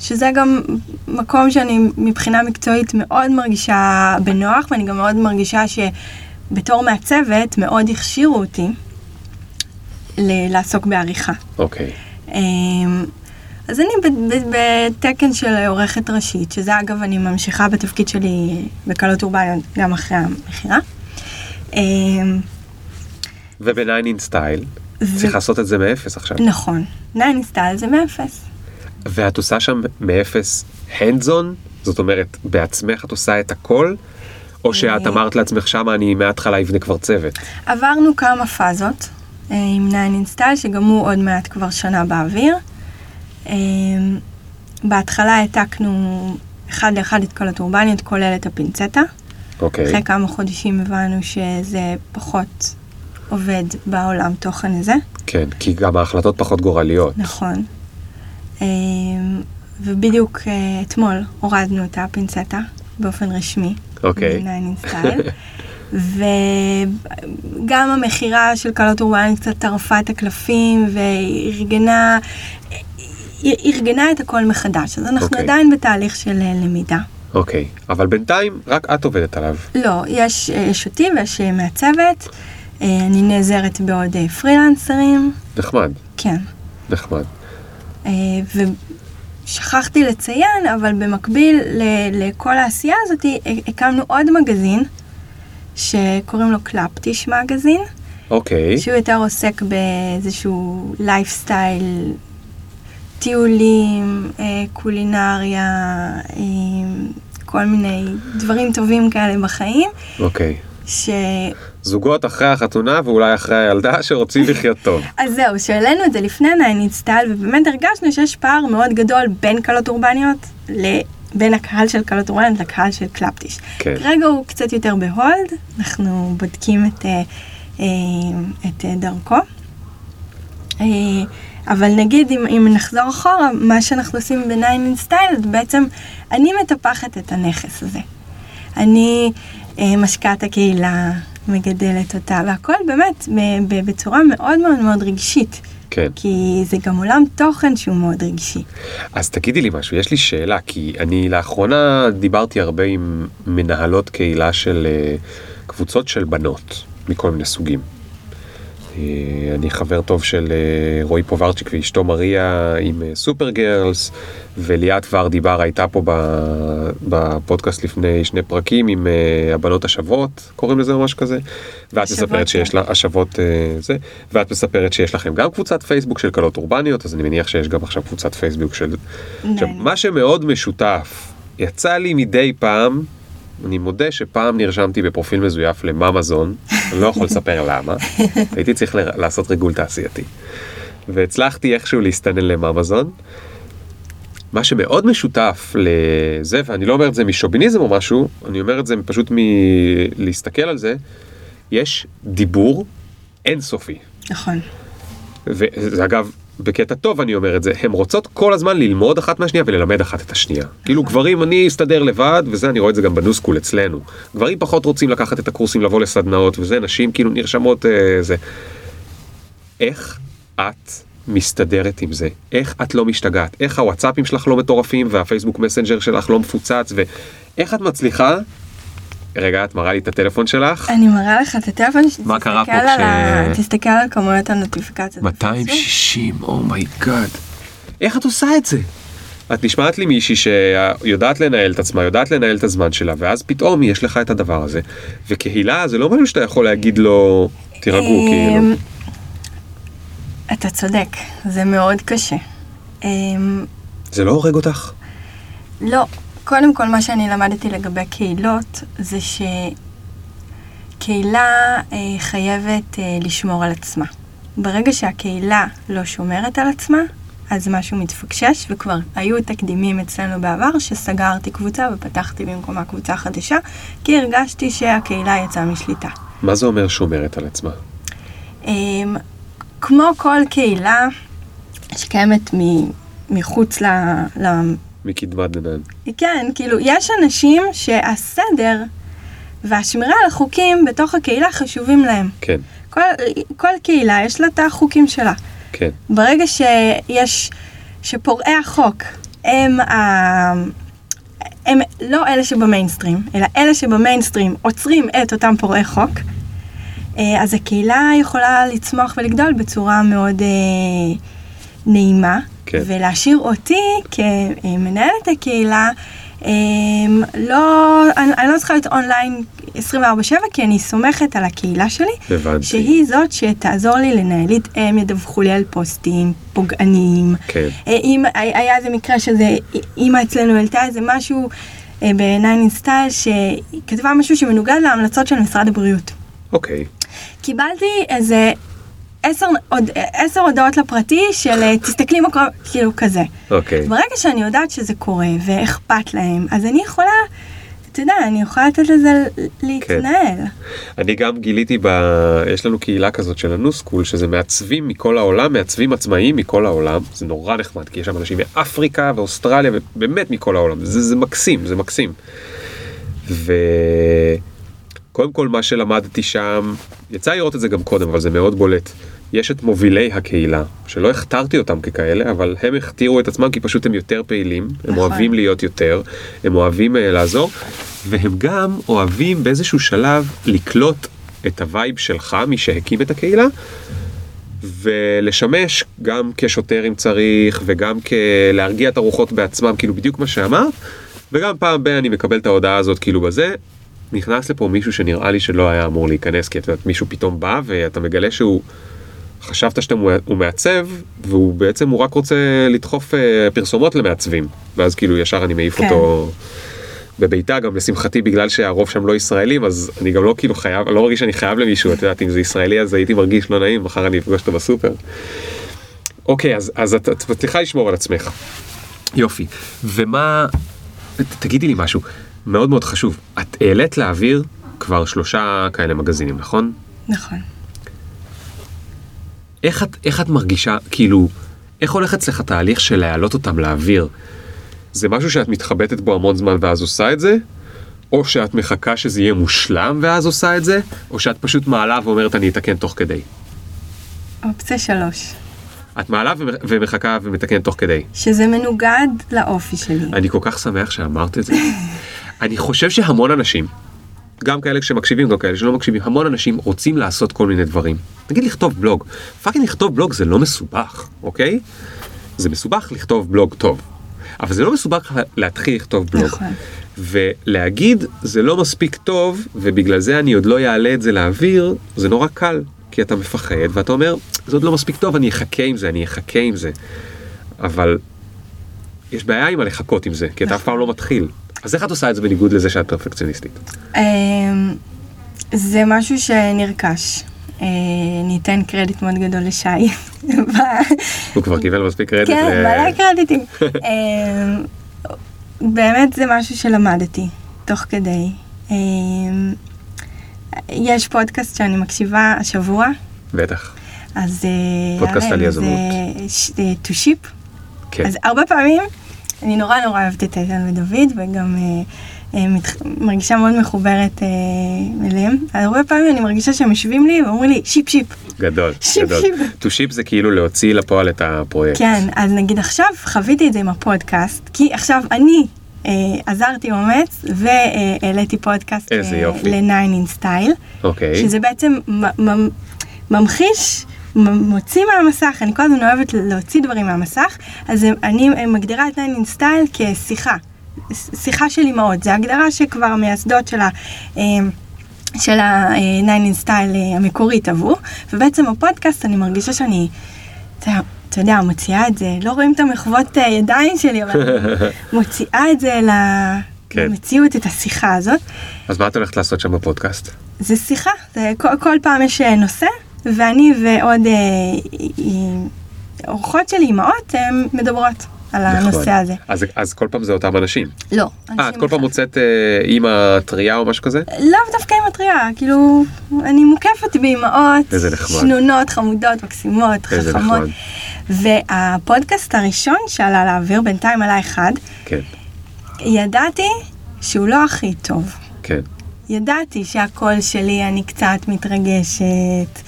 S2: שזה גם מקום שאני מבחינה מקצועית מאוד מרגישה בנוח, ואני גם מאוד מרגישה שבתור מהצוות מאוד הכשירו אותי ל- לעסוק בעריכה.
S1: אוקיי.
S2: אמ, אז אני ב- ב- בתקן של עורכת ראשית, שזה אגב אני ממשיכה בתפקיד שלי בקלות אורבניות גם אחרי המכירה. אמ,
S1: ובניין סטייל,
S2: ו-
S1: צריך לעשות את זה מאפס עכשיו.
S2: נכון, ניין סטייל זה מאפס.
S1: ואת עושה שם מאפס הנדזון? זאת אומרת, בעצמך את עושה את הכל? או שאת
S2: אה.
S1: אמרת לעצמך שמה אני מההתחלה אבנה כבר צוות?
S2: עברנו כמה פאזות אה, עם ניין אינסטל, שגם הוא עוד מעט כבר שנה באוויר. אה, בהתחלה העתקנו אחד לאחד את כל הטורבניות, כולל את הפינצטה.
S1: אוקיי.
S2: אחרי כמה חודשים הבנו שזה פחות עובד בעולם תוכן הזה,
S1: כן, כי גם ההחלטות פחות גורליות.
S2: נכון. אה, ובדיוק אה, אתמול הורדנו את הפינצטה באופן רשמי.
S1: אוקיי.
S2: מ-Nine in Style. וגם המכירה של קלות אורבנית קצת טרפה את הקלפים וארגנה ארגנה את הכל מחדש. אז אנחנו
S1: אוקיי.
S2: עדיין בתהליך של אה, למידה.
S1: אוקיי. אבל בינתיים, רק את עובדת עליו.
S2: לא, יש, אה, יש אותי ויש אה, מהצוות, אה, אני נעזרת בעוד אה, פרילנסרים,
S1: נחמד,
S2: כן.
S1: נחמד.
S2: אה, ושכחתי לציין, אבל במקביל ל- לכל העשייה הזאת, אה, הקמנו עוד מגזין, שקוראים לו קלפטיש מגזין,
S1: אוקיי.
S2: שהוא יותר עוסק באיזשהו לייפסטייל טיולים, אה, קולינריה, אה, כל מיני דברים טובים כאלה בחיים,
S1: אוקיי.
S2: ש...
S1: זוגות אחרי החתונה ואולי אחרי הילדה שרוצים לחיות טוב.
S2: אז זהו, שהעלינו את זה לפני נייניצטל, ובאמת הרגשנו שיש פער מאוד גדול בין קלות אורבניות ל... בין הקהל של קלות אורבניות לקהל של קלפטיש.
S1: כן.
S2: כרגע הוא קצת יותר בהולד, אנחנו בודקים את, אה, אה, את אה, דרכו. אה, אבל נגיד אם, אם נחזור אחורה, מה שאנחנו עושים בניין סטייל, בעצם אני מטפחת את הנכס הזה. אני אה, משקה את הקהילה, מגדלת אותה, והכל באמת ב- ב- בצורה מאוד מאוד מאוד רגשית.
S1: כן.
S2: כי זה גם עולם תוכן שהוא מאוד רגשי.
S1: אז תגידי לי משהו, יש לי שאלה, כי אני לאחרונה דיברתי הרבה עם מנהלות קהילה של אה, קבוצות של בנות מכל מיני סוגים. אה, אני חבר טוב של אה, רועי פוברצ'יק ואשתו מריה עם אה, סופר גרלס, וליאת ורדי בר הייתה פה ב- בפודקאסט לפני שני פרקים עם אה, הבנות השוות, קוראים לזה או משהו כזה, ואת
S2: השוות,
S1: מספרת שיש
S2: כן.
S1: לה השוות אה, זה, ואת מספרת שיש לכם גם קבוצת פייסבוק של קלות אורבניות, אז אני מניח שיש גם עכשיו קבוצת פייסבוק של... עכשיו,
S2: ניין.
S1: מה שמאוד משותף, יצא לי מדי פעם, אני מודה שפעם נרשמתי בפרופיל מזויף לממזון, אני לא יכול לספר למה, הייתי צריך ל- לעשות ריגול תעשייתי. והצלחתי איכשהו להסתנן לממזון. מה שמאוד משותף לזה, ואני לא אומר את זה משוביניזם או משהו, אני אומר את זה פשוט מלהסתכל על זה, יש דיבור אינסופי.
S2: נכון.
S1: וזה אגב, בקטע טוב אני אומר את זה, הן רוצות כל הזמן ללמוד אחת מהשנייה וללמד אחת את השנייה. כאילו גברים, אני אסתדר לבד, וזה אני רואה את זה גם בניוסקול אצלנו. גברים פחות רוצים לקחת את הקורסים לבוא לסדנאות וזה, נשים כאילו נרשמות אה, זה. איך את מסתדרת עם זה? איך את לא משתגעת? איך הוואטסאפים שלך לא מטורפים והפייסבוק מסנג'ר שלך לא מפוצץ ואיך את מצליחה? רגע, את מראה לי את הטלפון שלך.
S2: אני מראה לך את הטלפון, ש-
S1: מה קרה
S2: תסתכל
S1: פה
S2: על ה-
S1: כש-
S2: תסתכל על כמויות הנוטיפיקציות.
S1: 260, אומייגאד. oh איך את עושה את זה? את נשמעת לי מישהי שיודעת לנהל את עצמה, יודעת לנהל את הזמן שלה, ואז פתאום יש לך את הדבר הזה. וקהילה זה לא משהו שאתה יכול להגיד לו, תירגעו, כאילו.
S2: אמ, אתה צודק, זה מאוד קשה. אמ,
S1: זה לא הורג אותך?
S2: לא, קודם כל מה שאני למדתי לגבי קהילות זה שקהילה אה, חייבת אה, לשמור על עצמה. ברגע שהקהילה לא שומרת על עצמה, אז משהו מתפקשש, וכבר היו תקדימים אצלנו בעבר שסגרתי קבוצה ופתחתי במקומה קבוצה חדשה, כי הרגשתי שהקהילה יצאה משליטה.
S1: מה זה אומר שומרת על עצמה?
S2: אמ, כמו כל קהילה שקיימת מ- מחוץ ל... ל-
S1: מקדמת דנן.
S2: כן, כאילו, יש אנשים שהסדר והשמירה על החוקים בתוך הקהילה חשובים להם.
S1: כן,
S2: כל, כל קהילה יש לה את החוקים שלה.
S1: כן,
S2: ברגע שיש, שפורעי החוק הם, ה... הם לא אלה שבמיינסטרים, אלא אלה שבמיינסטרים עוצרים את אותם פורעי חוק, אה, אז הקהילה יכולה לצמוח ולגדול בצורה מאוד אה, נעימה,
S1: כן.
S2: ולהשאיר אותי כמנהלת הקהילה. אה, לא, אני, אני לא צריכה להיות אונליין 24/7 כי אני סומכת על הקהילה שלי
S1: הבנתי.
S2: שהיא זאת שתעזור לי לנהל, את- הם ידווחו לי על פוסטים פוגעניים.
S1: כן.
S2: אה, אם היה איזה מקרה שזה, אימא אצלנו העלתה איזה משהו אה, בניין סטייל, שכתבה משהו שמנוגד להמלצות של משרד הבריאות.
S1: אוקיי.
S2: קיבלתי איזה עשר, עוד, עשר הודעות לפרטי של אה, תסתכלי מה קורה, כאילו כזה.
S1: אוקיי.
S2: ברגע שאני יודעת שזה קורה ואכפת להם, אז אני יכולה, אתה יודע, אני יכולה לתת לזה
S1: כן.
S2: להתנהל.
S1: אני גם גיליתי, ב... יש לנו קהילה כזאת של הנוסקול, שזה מעצבים מכל העולם, מעצבים עצמאיים מכל העולם, זה נורא נחמד, כי יש שם אנשים מאפריקה ואוסטרליה, ובאמת מכל העולם, זה, זה מקסים, זה מקסים. וקודם כל מה שלמדתי שם, יצא לראות את זה גם קודם, אבל זה מאוד בולט. יש את מובילי הקהילה, שלא הכתרתי אותם ככאלה, אבל הם הכתירו את עצמם כי פשוט הם יותר פעילים, הם
S2: נכון.
S1: אוהבים להיות יותר, הם אוהבים אה, לעזור, והם גם אוהבים באיזשהו שלב לקלוט את הווייב שלך, מי שהקים את הקהילה, ולשמש גם כשוטר אם צריך, וגם כלהרגיע את הרוחות בעצמם, כאילו בדיוק מה שאמרת, וגם פעם ב- אני מקבל את ההודעה הזאת כאילו בזה. נכנס לפה מישהו שנראה לי שלא היה אמור להיכנס, כי את יודעת, מישהו פתאום בא ואתה מגלה שהוא חשבת שהוא מעצב, והוא בעצם, הוא רק רוצה לדחוף אה, פרסומות למעצבים. ואז כאילו ישר אני מעיף
S2: כן.
S1: אותו בביתה, גם לשמחתי בגלל שהרוב שם לא ישראלים, אז אני גם לא כאילו חייב, לא מרגיש שאני חייב למישהו, את יודעת, אם זה ישראלי אז הייתי מרגיש לא נעים, מחר אני אפגוש אותו בסופר. אוקיי, אז, אז את, את מצליחה לשמור על עצמך. יופי. ומה, ת- תגידי לי משהו, מאוד מאוד חשוב, את העלית לאוויר כבר שלושה כאלה מגזינים, נכון?
S2: נכון.
S1: איך את, איך את מרגישה, כאילו, איך הולך אצלך התהליך של להעלות אותם לאוויר? זה משהו שאת מתחבטת בו המון זמן ואז עושה את זה? או שאת מחכה שזה יהיה מושלם ואז עושה את זה? או שאת פשוט מעלה ואומרת אני אתקן תוך כדי?
S2: אופציה שלוש,
S1: את מעלה ומח- ומחכה ומתקנת תוך כדי.
S2: שזה מנוגד לאופי שלי.
S1: אני כל כך שמח שאמרת את זה. אני חושב שהמון אנשים, גם כאלה שמקשיבים, גם כאלה שלא מקשיבים, המון אנשים רוצים לעשות כל מיני דברים. נגיד לכתוב בלוג. פאקינג לכתוב בלוג זה לא מסובך, אוקיי? זה מסובך לכתוב בלוג טוב. אבל זה לא מסובך להתחיל לכתוב בלוג.
S2: נכון.
S1: ולהגיד זה לא מספיק טוב ובגלל זה אני עוד לא יעלה את זה לאוויר זה נורא קל כי אתה מפחד ואתה אומר זה עוד לא מספיק טוב אני אחכה עם זה אני אחכה עם זה. אבל יש בעיה עם הלחכות עם זה כי אתה אף פעם לא מתחיל. אז איך את עושה את זה בניגוד לזה שאת פרפקציוניסטית?
S2: אמ, זה משהו שנרכש. אה, ניתן קרדיט מאוד גדול לשי.
S1: הוא כבר קיבל מספיק קרדיט.
S2: כן,
S1: ל-
S2: מלא קרדיטים. אמ, באמת זה משהו שלמדתי תוך כדי. אמ, יש פודקאסט שאני מקשיבה השבוע,
S1: בטח.
S2: אז... אה,
S1: פודקאסט
S2: יאללה,
S1: על
S2: אם
S1: יזמות.
S2: זה ש- אה, To ship.
S1: כן.
S2: אז הרבה פעמים, אני נורא נורא אוהבת את איתן ודוד, וגם אה, אה, מתח... מרגישה מאוד מחוברת אה, אליהם. הרבה פעמים אני מרגישה שהם יושבים לי ואומרים לי, שיפ שיפ.
S1: גדול.
S2: שיפ,
S1: גדול.
S2: שיפ.
S1: To ship זה כאילו להוציא לפועל את הפרויקט.
S2: כן, אז נגיד עכשיו חוויתי את זה עם הפודקאסט, כי עכשיו אני אה, עזרתי אומץ והעליתי פודקאסט
S1: איזה יופי.
S2: ל-9 in style,
S1: אוקיי.
S2: שזה בעצם מ- מ- ממחיש. מ- מוציא מהמסך, אני כל הזמן אוהבת להוציא דברים מהמסך, אז אני מגדירה את 9 in style כשיחה, שיחה של אימהות, זו הגדרה שכבר המייסדות של ה... אה, של ה-9 in style אה, המקורית עברו, ובעצם הפודקאסט אני מרגישה שאני, אתה אתה יודע, מוציאה את זה, לא רואים את המחוות אה, ידיים שלי, אבל אני מוציאה את זה ל-
S1: כן.
S2: למציאות, את השיחה הזאת.
S1: אז מה את הולכת לעשות שם בפודקאסט?
S2: זה שיחה, זה כל, כל פעם יש אה, נושא, ואני ועוד אה, אה, אורחות שלי, אימהות, אה, מדברות על הנושא
S1: נחמד.
S2: הזה.
S1: אז- אז כל פעם זה אותם אנשים.
S2: לא,
S1: נכון. אה,
S2: אנשים
S1: את כל פעם
S2: אחרים. אה.
S1: מוצאת אה, אימא טריה או משהו כזה?
S2: לאו דווקא עם מטריה, כאילו, אני מוקפת באימהות,
S1: איזה נחמד.
S2: שנונות, חמודות, מקסימות,
S1: איזה
S2: חכמות.
S1: נחמד.
S2: והפודקאסט הראשון שעלה לאוויר, בינתיים עלה אחד,
S1: כן,
S2: ידעתי שהוא לא הכי טוב.
S1: כן.
S2: ידעתי שהקול שלי, אני קצת מתרגשת,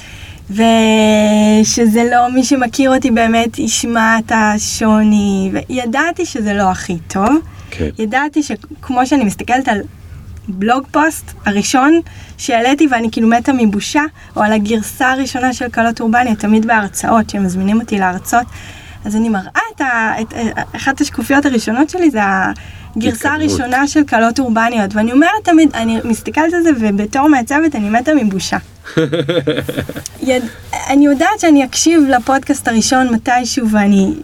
S2: ושזה לא, מי שמכיר אותי באמת ישמע את השוני, וידעתי שזה לא הכי טוב.
S1: כן.
S2: ידעתי שכמו שאני מסתכלת על בלוג פוסט הראשון שהעליתי ואני כאילו מתה מבושה, או על הגרסה הראשונה של קלות אורבניה, תמיד בהרצאות, שמזמינים אותי להרצות, אז אני מראה את, ה, את, את אחת השקופיות הראשונות שלי, זה הגרסה
S1: התקדמות.
S2: הראשונה של קלות אורבניות, ואני אומרת תמיד, אני מסתכלת על זה ובתור מעצבת אני מתה מבושה. יד, אני יודעת שאני אקשיב לפודקאסט הראשון מתישהו ואני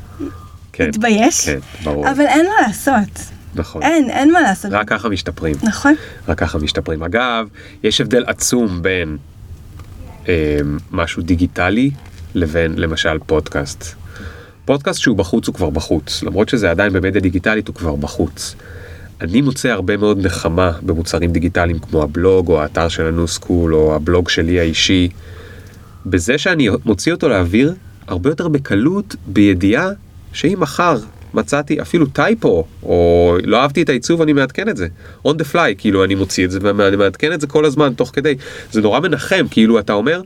S1: כן,
S2: אתבייש,
S1: כן, ברור.
S2: אבל אין מה לעשות.
S1: נכון.
S2: אין, אין מה לעשות.
S1: רק ככה משתפרים.
S2: נכון.
S1: רק ככה משתפרים. אגב, יש הבדל עצום בין אה, משהו דיגיטלי לבין למשל פודקאסט. פודקאסט שהוא בחוץ הוא כבר בחוץ, למרות שזה עדיין במדיה דיגיטלית הוא כבר בחוץ. אני מוצא הרבה מאוד נחמה במוצרים דיגיטליים כמו הבלוג או האתר של הניו סקול או הבלוג שלי האישי. בזה שאני מוציא אותו לאוויר הרבה יותר בקלות בידיעה שאם מחר מצאתי אפילו טייפו או לא אהבתי את העיצוב אני מעדכן את זה. on the fly כאילו אני מוציא את זה ואני מעדכן את זה כל הזמן תוך כדי זה נורא מנחם כאילו אתה אומר.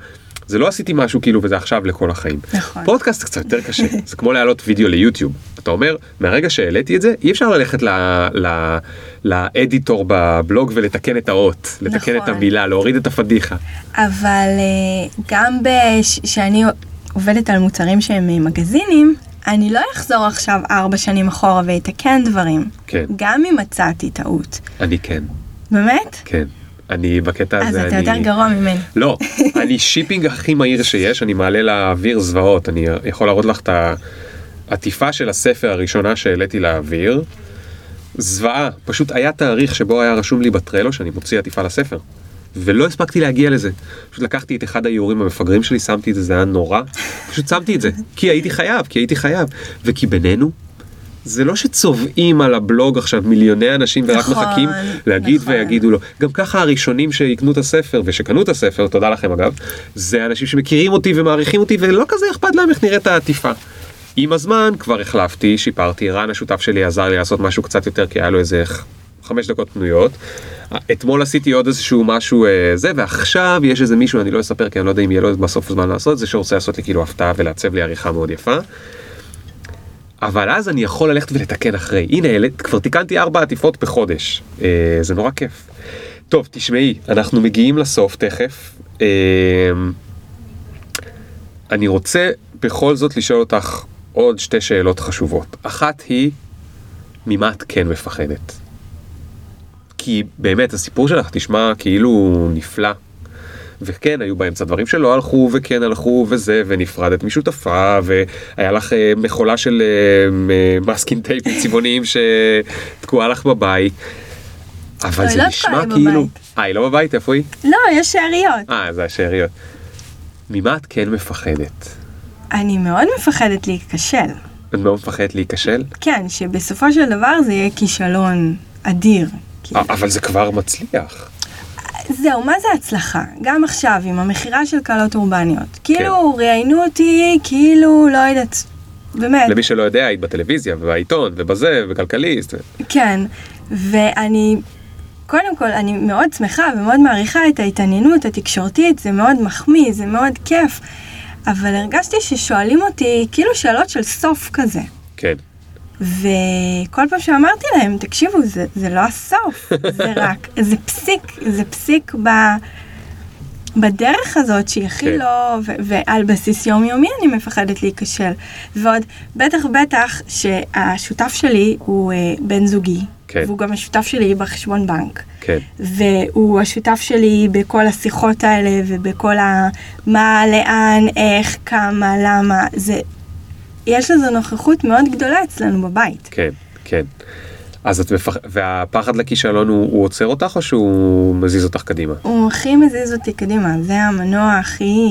S1: זה לא עשיתי משהו כאילו וזה עכשיו לכל החיים.
S2: נכון.
S1: פודקאסט קצת יותר קשה, זה כמו להעלות וידאו ליוטיוב. אתה אומר, מהרגע שהעליתי את זה, אי אפשר ללכת ל- ל- לאדיטור בבלוג ולתקן את האות, לתקן את
S2: נכון.
S1: המילה, להוריד את הפדיחה.
S2: אבל אה, גם כשאני עובדת על מוצרים שהם אה, מגזינים, אני לא אחזור עכשיו ארבע שנים אחורה ואתקן דברים.
S1: כן.
S2: גם אם מצאתי טעות.
S1: אני כן.
S2: באמת?
S1: כן. אני בקטע הזה,
S2: אה, אז
S1: אני...
S2: אתה יותר גרוע ממני.
S1: לא, אני שיפינג הכי מהיר שיש, אני מעלה לאוויר זוועות, אני יכול להראות לך את העטיפה של הספר הראשונה שהעליתי לאוויר. זוועה, פשוט היה תאריך שבו היה רשום לי בטרלו שאני מוציא עטיפה לספר. ולא הספקתי להגיע לזה. פשוט לקחתי את אחד האיורים המפגרים שלי, שמתי את זה, זה היה נורא. פשוט שמתי את זה, כי הייתי חייב, כי הייתי חייב. וכי בינינו, זה לא שצובעים על הבלוג עכשיו מיליוני אנשים ורק
S2: נכון,
S1: מחכים להגיד
S2: נכון.
S1: ויגידו לו. גם ככה הראשונים שיקנו את הספר ושקנו את הספר, תודה לכם אגב, זה אנשים שמכירים אותי ומעריכים אותי ולא כזה אכפת להם איך נראית העטיפה. עם הזמן כבר החלפתי, שיפרתי, רן השותף שלי עזר לי לעשות משהו קצת יותר כי היה לו איזה ח- חמש דקות פנויות. אתמול עשיתי עוד איזשהו משהו אה, זה ועכשיו יש איזה מישהו אני לא אספר כי אני לא יודע אם יהיה לו בסוף זמן לעשות זה שרוצה לעשות לי כאילו הפתעה ולעצב לי עריכה מאוד יפה. אבל אז אני יכול ללכת ולתקן אחרי. הנה, העלית- כבר תיקנתי ארבע עטיפות בחודש. אה, זה נורא כיף. טוב, תשמעי, אנחנו מגיעים לסוף תכף. אה, אני רוצה בכל זאת לשאול אותך עוד שתי שאלות חשובות. אחת היא, ממה את כן מפחדת? כי באמת, הסיפור שלך תשמע כאילו נפלא. וכן, היו באמצע דברים שלא הלכו, וכן הלכו, וזה, ונפרדת משותפה, והיה לך אה, מכולה של אה, אה, מאסקינג טייפים צבעוניים שתקועה לך בבית. אבל
S2: לא,
S1: זה
S2: היא לא
S1: נשמע
S2: תקועה לי
S1: כאילו...
S2: בבית.
S1: אה, היא לא בבית? איפה היא?
S2: לא, יש שאריות.
S1: אה, זה השאריות. ממה את כן מפחדת?
S2: אני מאוד מפחדת להיכשל.
S1: את מאוד מפחדת להיכשל?
S2: כן, שבסופו של דבר זה יהיה כישלון אדיר. כי-
S1: אה, אבל זה כבר מצליח.
S2: זהו, מה זה הצלחה? גם עכשיו, עם המכירה של קלות אורבניות.
S1: כן.
S2: כאילו, ראיינו אותי, כאילו, לא יודעת. באמת.
S1: למי שלא יודע, היית בטלוויזיה, ובעיתון, ובזה, וכלכליסט. ו-
S2: כן, ואני, קודם כל, אני מאוד שמחה ומאוד מעריכה את ההתעניינות התקשורתית, זה מאוד מחמיא, זה מאוד כיף, אבל הרגשתי ששואלים אותי כאילו שאלות של סוף כזה.
S1: כן.
S2: וכל פעם שאמרתי להם, תקשיבו, זה, זה לא הסוף, זה רק, זה פסיק, זה פסיק ב, בדרך הזאת שהיא הכי
S1: כן.
S2: לא, ו- ועל בסיס יומיומי אני מפחדת להיכשל. ועוד, בטח בטח שהשותף שלי הוא אה, בן זוגי,
S1: כן.
S2: והוא גם השותף שלי בחשבון בנק.
S1: כן.
S2: והוא השותף שלי בכל השיחות האלה ובכל ה... מה, לאן, איך, כמה, למה. זה... יש לזה נוכחות מאוד גדולה אצלנו בבית.
S1: כן, כן. אז את מפחדת, והפחד לכישלון הוא, הוא עוצר אותך או שהוא מזיז אותך קדימה?
S2: הוא הכי מזיז אותי קדימה, זה המנוע הכי...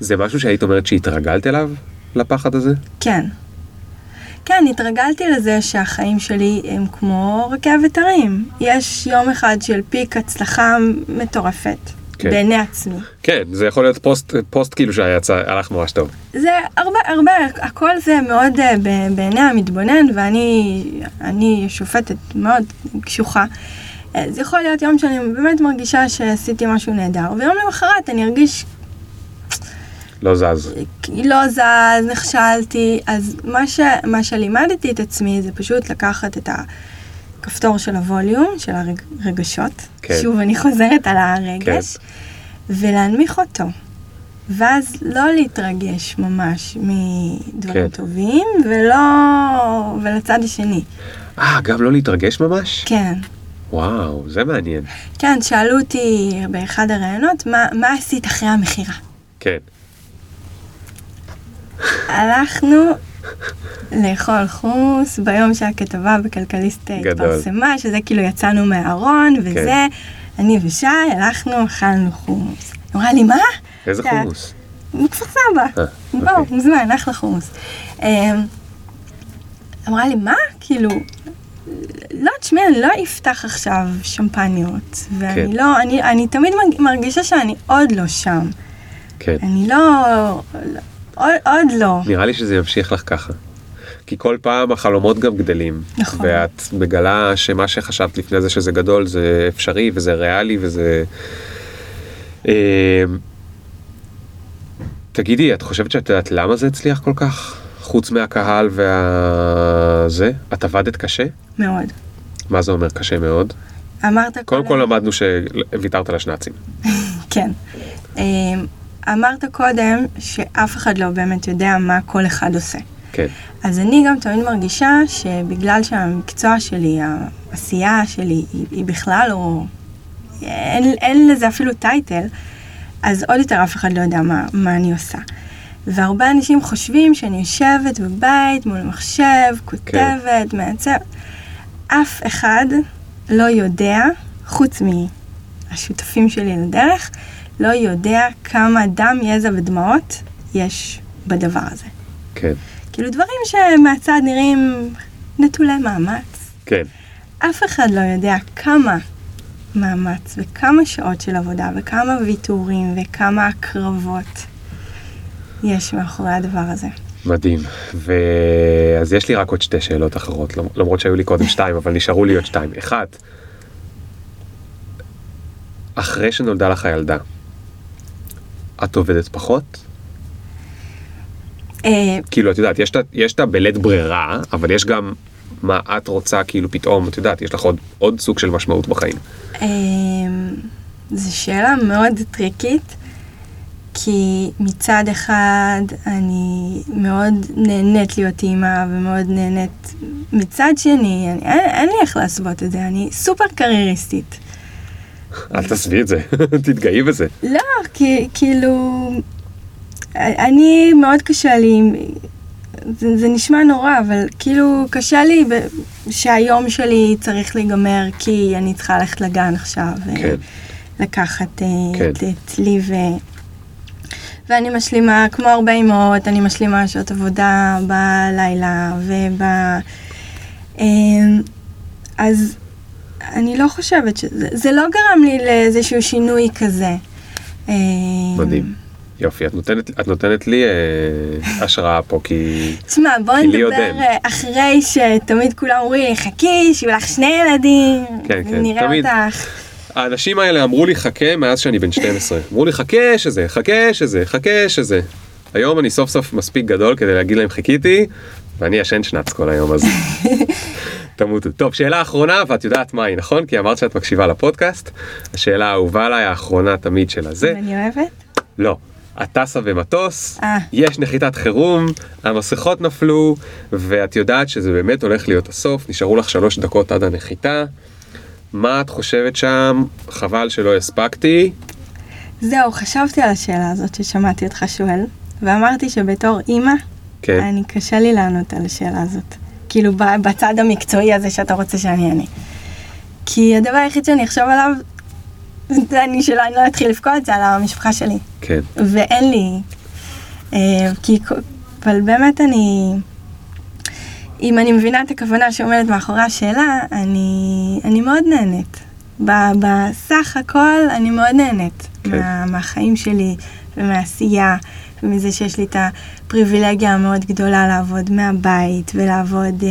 S1: זה משהו שהיית אומרת שהתרגלת אליו, לפחד הזה?
S2: כן. כן, התרגלתי לזה שהחיים שלי הם כמו רכבת הרים. יש יום אחד של פיק הצלחה מטורפת.
S1: כן.
S2: בעיני עצמי.
S1: כן, זה יכול להיות פוסט, פוסט כאילו שהלך ממש טוב.
S2: זה הרבה, הרבה, הכל זה מאוד אה, ב- בעיני המתבונן, ואני אני שופטת מאוד קשוחה. אה, זה יכול להיות יום שאני באמת מרגישה שעשיתי משהו נהדר, ויום למחרת אני ארגיש
S1: לא זז.
S2: כי לא זז, נכשלתי, אז מה, ש, מה שלימדתי את עצמי זה פשוט לקחת את הכפתור של הווליום, של הרגשות,
S1: כן.
S2: שוב אני חוזרת על הרגש, ולהנמיך אותו. ואז לא להתרגש ממש
S1: כן.
S2: מדברים טובים, ולא... ולצד השני.
S1: אה, גם לא להתרגש ממש?
S2: כן.
S1: וואו, זה מעניין.
S2: כן, שאלו אותי באחד הראיונות, מה, מה עשית אחרי המכירה?
S1: כן.
S2: הלכנו לאכול חומוס ביום שהכתבה בכלכליסט
S1: גדול.
S2: התפרסמה, שזה כאילו יצאנו מהארון וזה,
S1: כן.
S2: אני ושי הלכנו, אכלנו חומוס. היא אמרה לי, מה?
S1: איזה
S2: אתה-
S1: חומוס.
S2: מכפר סבא.
S1: אה, אוקיי.
S2: בואו, מזמן, אחלה חומוס. אמ, אמרה לי, מה? כאילו, לא, תשמעי, אני לא אפתח עכשיו שמפניות,
S1: כן.
S2: ואני לא, אני- אני תמיד מרג- מרגישה שאני עוד לא שם.
S1: כן.
S2: אני לא... עוד- עוד לא.
S1: נראה לי שזה ימשיך לך ככה. כי כל פעם החלומות גם גדלים.
S2: נכון.
S1: ואת מגלה שמה שחשבת לפני זה שזה גדול זה אפשרי וזה ריאלי וזה... אה, תגידי, את חושבת שאת יודעת למה זה הצליח כל כך? חוץ מהקהל וה... זה? את עבדת קשה?
S2: מאוד.
S1: מה זה אומר קשה מאוד?
S2: אמרת
S1: קודם
S2: קודם,
S1: כל למדנו שוויתרת על השנאצים.
S2: כן. אמ, אמרת קודם שאף אחד לא באמת יודע מה כל אחד עושה.
S1: כן,
S2: אז אני גם תמיד מרגישה שבגלל שהמקצוע שלי, העשייה שלי, היא, היא בכלל לא אין, אין לזה אפילו טייטל, אז עוד יותר אף אחד לא יודע מה, מה אני עושה. והרבה אנשים חושבים שאני יושבת בבית מול מחשב, כותבת, כן. מעצב. אף אחד לא יודע, חוץ מהשותפים שלי לדרך, לא יודע כמה דם, יזע ודמעות יש בדבר הזה.
S1: כן,
S2: כאילו דברים שמהצד נראים נטולי מאמץ.
S1: כן.
S2: אף אחד לא יודע כמה מאמץ וכמה שעות של עבודה וכמה ויתורים וכמה הקרבות יש מאחורי הדבר הזה.
S1: מדהים. ואז יש לי רק עוד שתי שאלות אחרות, למ- למרות שהיו לי קודם שתיים, אבל נשארו לי עוד שתיים. אחת, אחרי שנולדה לך הילדה, את עובדת פחות?
S2: אה,
S1: כאילו, את יודעת, יש את ה- יש את הבלית ברירה, אבל יש גם מה את רוצה, כאילו פתאום, את יודעת, יש לך עוד, עוד סוג של משמעות בחיים.
S2: אמ, זו שאלה מאוד טריקית, כי מצד אחד אני מאוד נהנית להיות אימא ומאוד נהנית, מצד שני, אני, אין, אין לי איך להסוות את זה, אני סופר קרייריסטית.
S1: אל תעזבי את זה, תתגאי בזה.
S2: לא, כי, כאילו, אני מאוד קשה לי, עם- זה, זה נשמע נורא, אבל כאילו קשה לי ב, שהיום שלי צריך להיגמר כי אני צריכה ללכת לגן עכשיו. אה,
S1: כן,
S2: לקחת אה,
S1: כן.
S2: את, את לי ו... ואני משלימה, כמו הרבה אמהות, אני משלימה שעות עבודה בלילה וב... אמ, אז אני לא חושבת שזה... זה לא גרם לי לאיזשהו שינוי כזה. אמ,
S1: מדהים. יופי, את נותנת, את נותנת לי אה, השראה פה, כי...
S2: תשמע, בוא
S1: כי לי
S2: נדבר
S1: עוד אין.
S2: אה, אחרי שתמיד כולם אומרים לי, חכי, שיהיו לך שני ילדים,
S1: כן, כן,
S2: נראה
S1: תמיד.
S2: אותך.
S1: האנשים האלה אמרו לי חכה מאז שאני בן 12. אמרו לי חכה שזה, חכה שזה, חכה שזה. היום אני סוף סוף מספיק גדול כדי להגיד להם חיכיתי, ואני ישן שנץ כל היום אז תמותו. טוב, שאלה אחרונה, ואת יודעת מה היא, נכון? כי אמרת שאת מקשיבה לפודקאסט. השאלה האהובה עליי, האחרונה תמיד של הזה.
S2: אני אוהבת.
S1: לא. את טסה במטוס,
S2: אה.
S1: יש נחיתת חירום, המסכות נפלו, ואת יודעת שזה באמת הולך להיות הסוף, נשארו לך שלוש דקות עד הנחיתה. מה את חושבת שם? חבל שלא הספקתי.
S2: זהו, חשבתי על השאלה הזאת ששמעתי אותך שואל, ואמרתי שבתור אימא,
S1: כן,
S2: אני קשה לי לענות על השאלה הזאת. כאילו, ב- בצד המקצועי הזה שאתה רוצה שאני אענה. כי הדבר היחיד שאני אחשוב עליו, זה אני שלא אני לא אתחיל לבכות, זה על המשפחה שלי.
S1: כן,
S2: ואין לי... אה, כי... כ- אבל באמת אני... אם אני מבינה את הכוונה שעומדת מאחורי השאלה, אני, אני מאוד נהנית. ב- בסך הכל אני מאוד נהנית
S1: כן.
S2: מה, מהחיים שלי ומהעשייה ומזה שיש לי את הפריבילגיה המאוד גדולה לעבוד מהבית ולעבוד אה,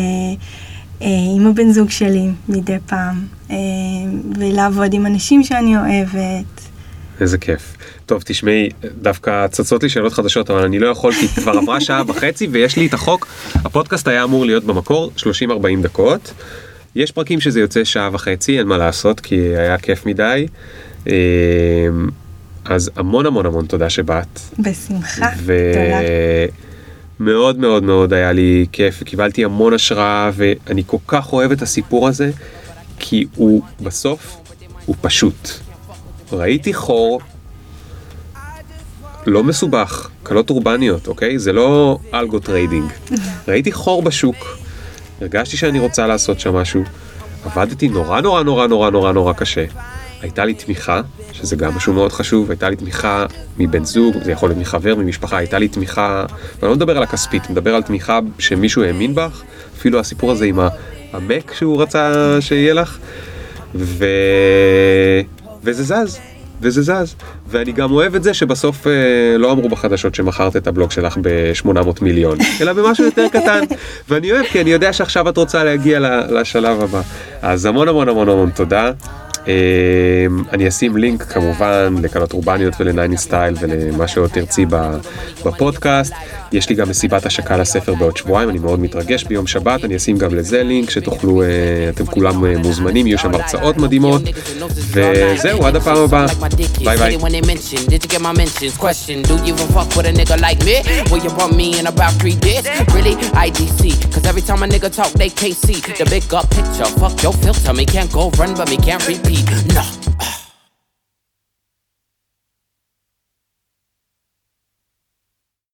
S2: אה, עם הבן זוג שלי מדי פעם אה, ולעבוד עם אנשים שאני אוהבת.
S1: איזה כיף. טוב, תשמעי, דווקא צצות לי שאלות חדשות, אבל אני לא יכול, כי כבר עברה שעה וחצי ויש לי את החוק. הפודקאסט היה אמור להיות במקור 30-40 דקות. יש פרקים שזה יוצא שעה וחצי, אין מה לעשות, כי היה כיף מדי. אה, אז המון המון המון תודה שבאת.
S2: בשמחה,
S1: ו-
S2: תודה.
S1: מאוד מאוד מאוד היה לי כיף, וקיבלתי המון השראה, ואני כל כך אוהב את הסיפור הזה, כי הוא בסוף, הוא פשוט. ראיתי חור לא מסובך, קלות אורבניות, אוקיי? זה לא אלגו טריידינג. ראיתי חור בשוק, הרגשתי שאני רוצה לעשות שם משהו, עבדתי נורא נורא נורא נורא נורא נורא קשה. הייתה לי תמיכה, שזה גם משהו מאוד חשוב, הייתה לי תמיכה מבן זוג, זה יכול להיות מחבר, ממשפחה, הייתה לי תמיכה, ואני לא מדבר על הכספית, מדבר על תמיכה שמישהו האמין בך, אפילו הסיפור הזה עם המק שהוא רצה שיהיה לך, ו... וזה זז, וזה זז. ואני גם אוהב את זה שבסוף אה, לא אמרו בחדשות שמכרת את הבלוג שלך ב-800 מיליון, אלא במשהו יותר קטן. ואני אוהב, כי אני יודע שעכשיו את רוצה להגיע ל- לשלב הבא. אז המון המון המון המון תודה. אה, אני אשים לינק כמובן לקלות אורבניות ולניין סטייל ולמה שעוד תרצי ב- בפודקאסט. יש לי גם מסיבת השקה לספר בעוד שבועיים, אני מאוד מתרגש ביום שבת, אני אשים גם לזה לינק שתוכלו, אה, אתם כולם אה, מוזמנים, יהיו שם הרצאות מדהימות. וזהו, עד הפעם הבאה. ביי ביי.
S3: When they mention, did you get my mentions? Question, do you even fuck with a nigga like me? Will you bump me in about three days? Really? IGC, cause every time a nigga talk, they KC. The big up picture, fuck your filter, me can't go run, but me can't repeat. Nah.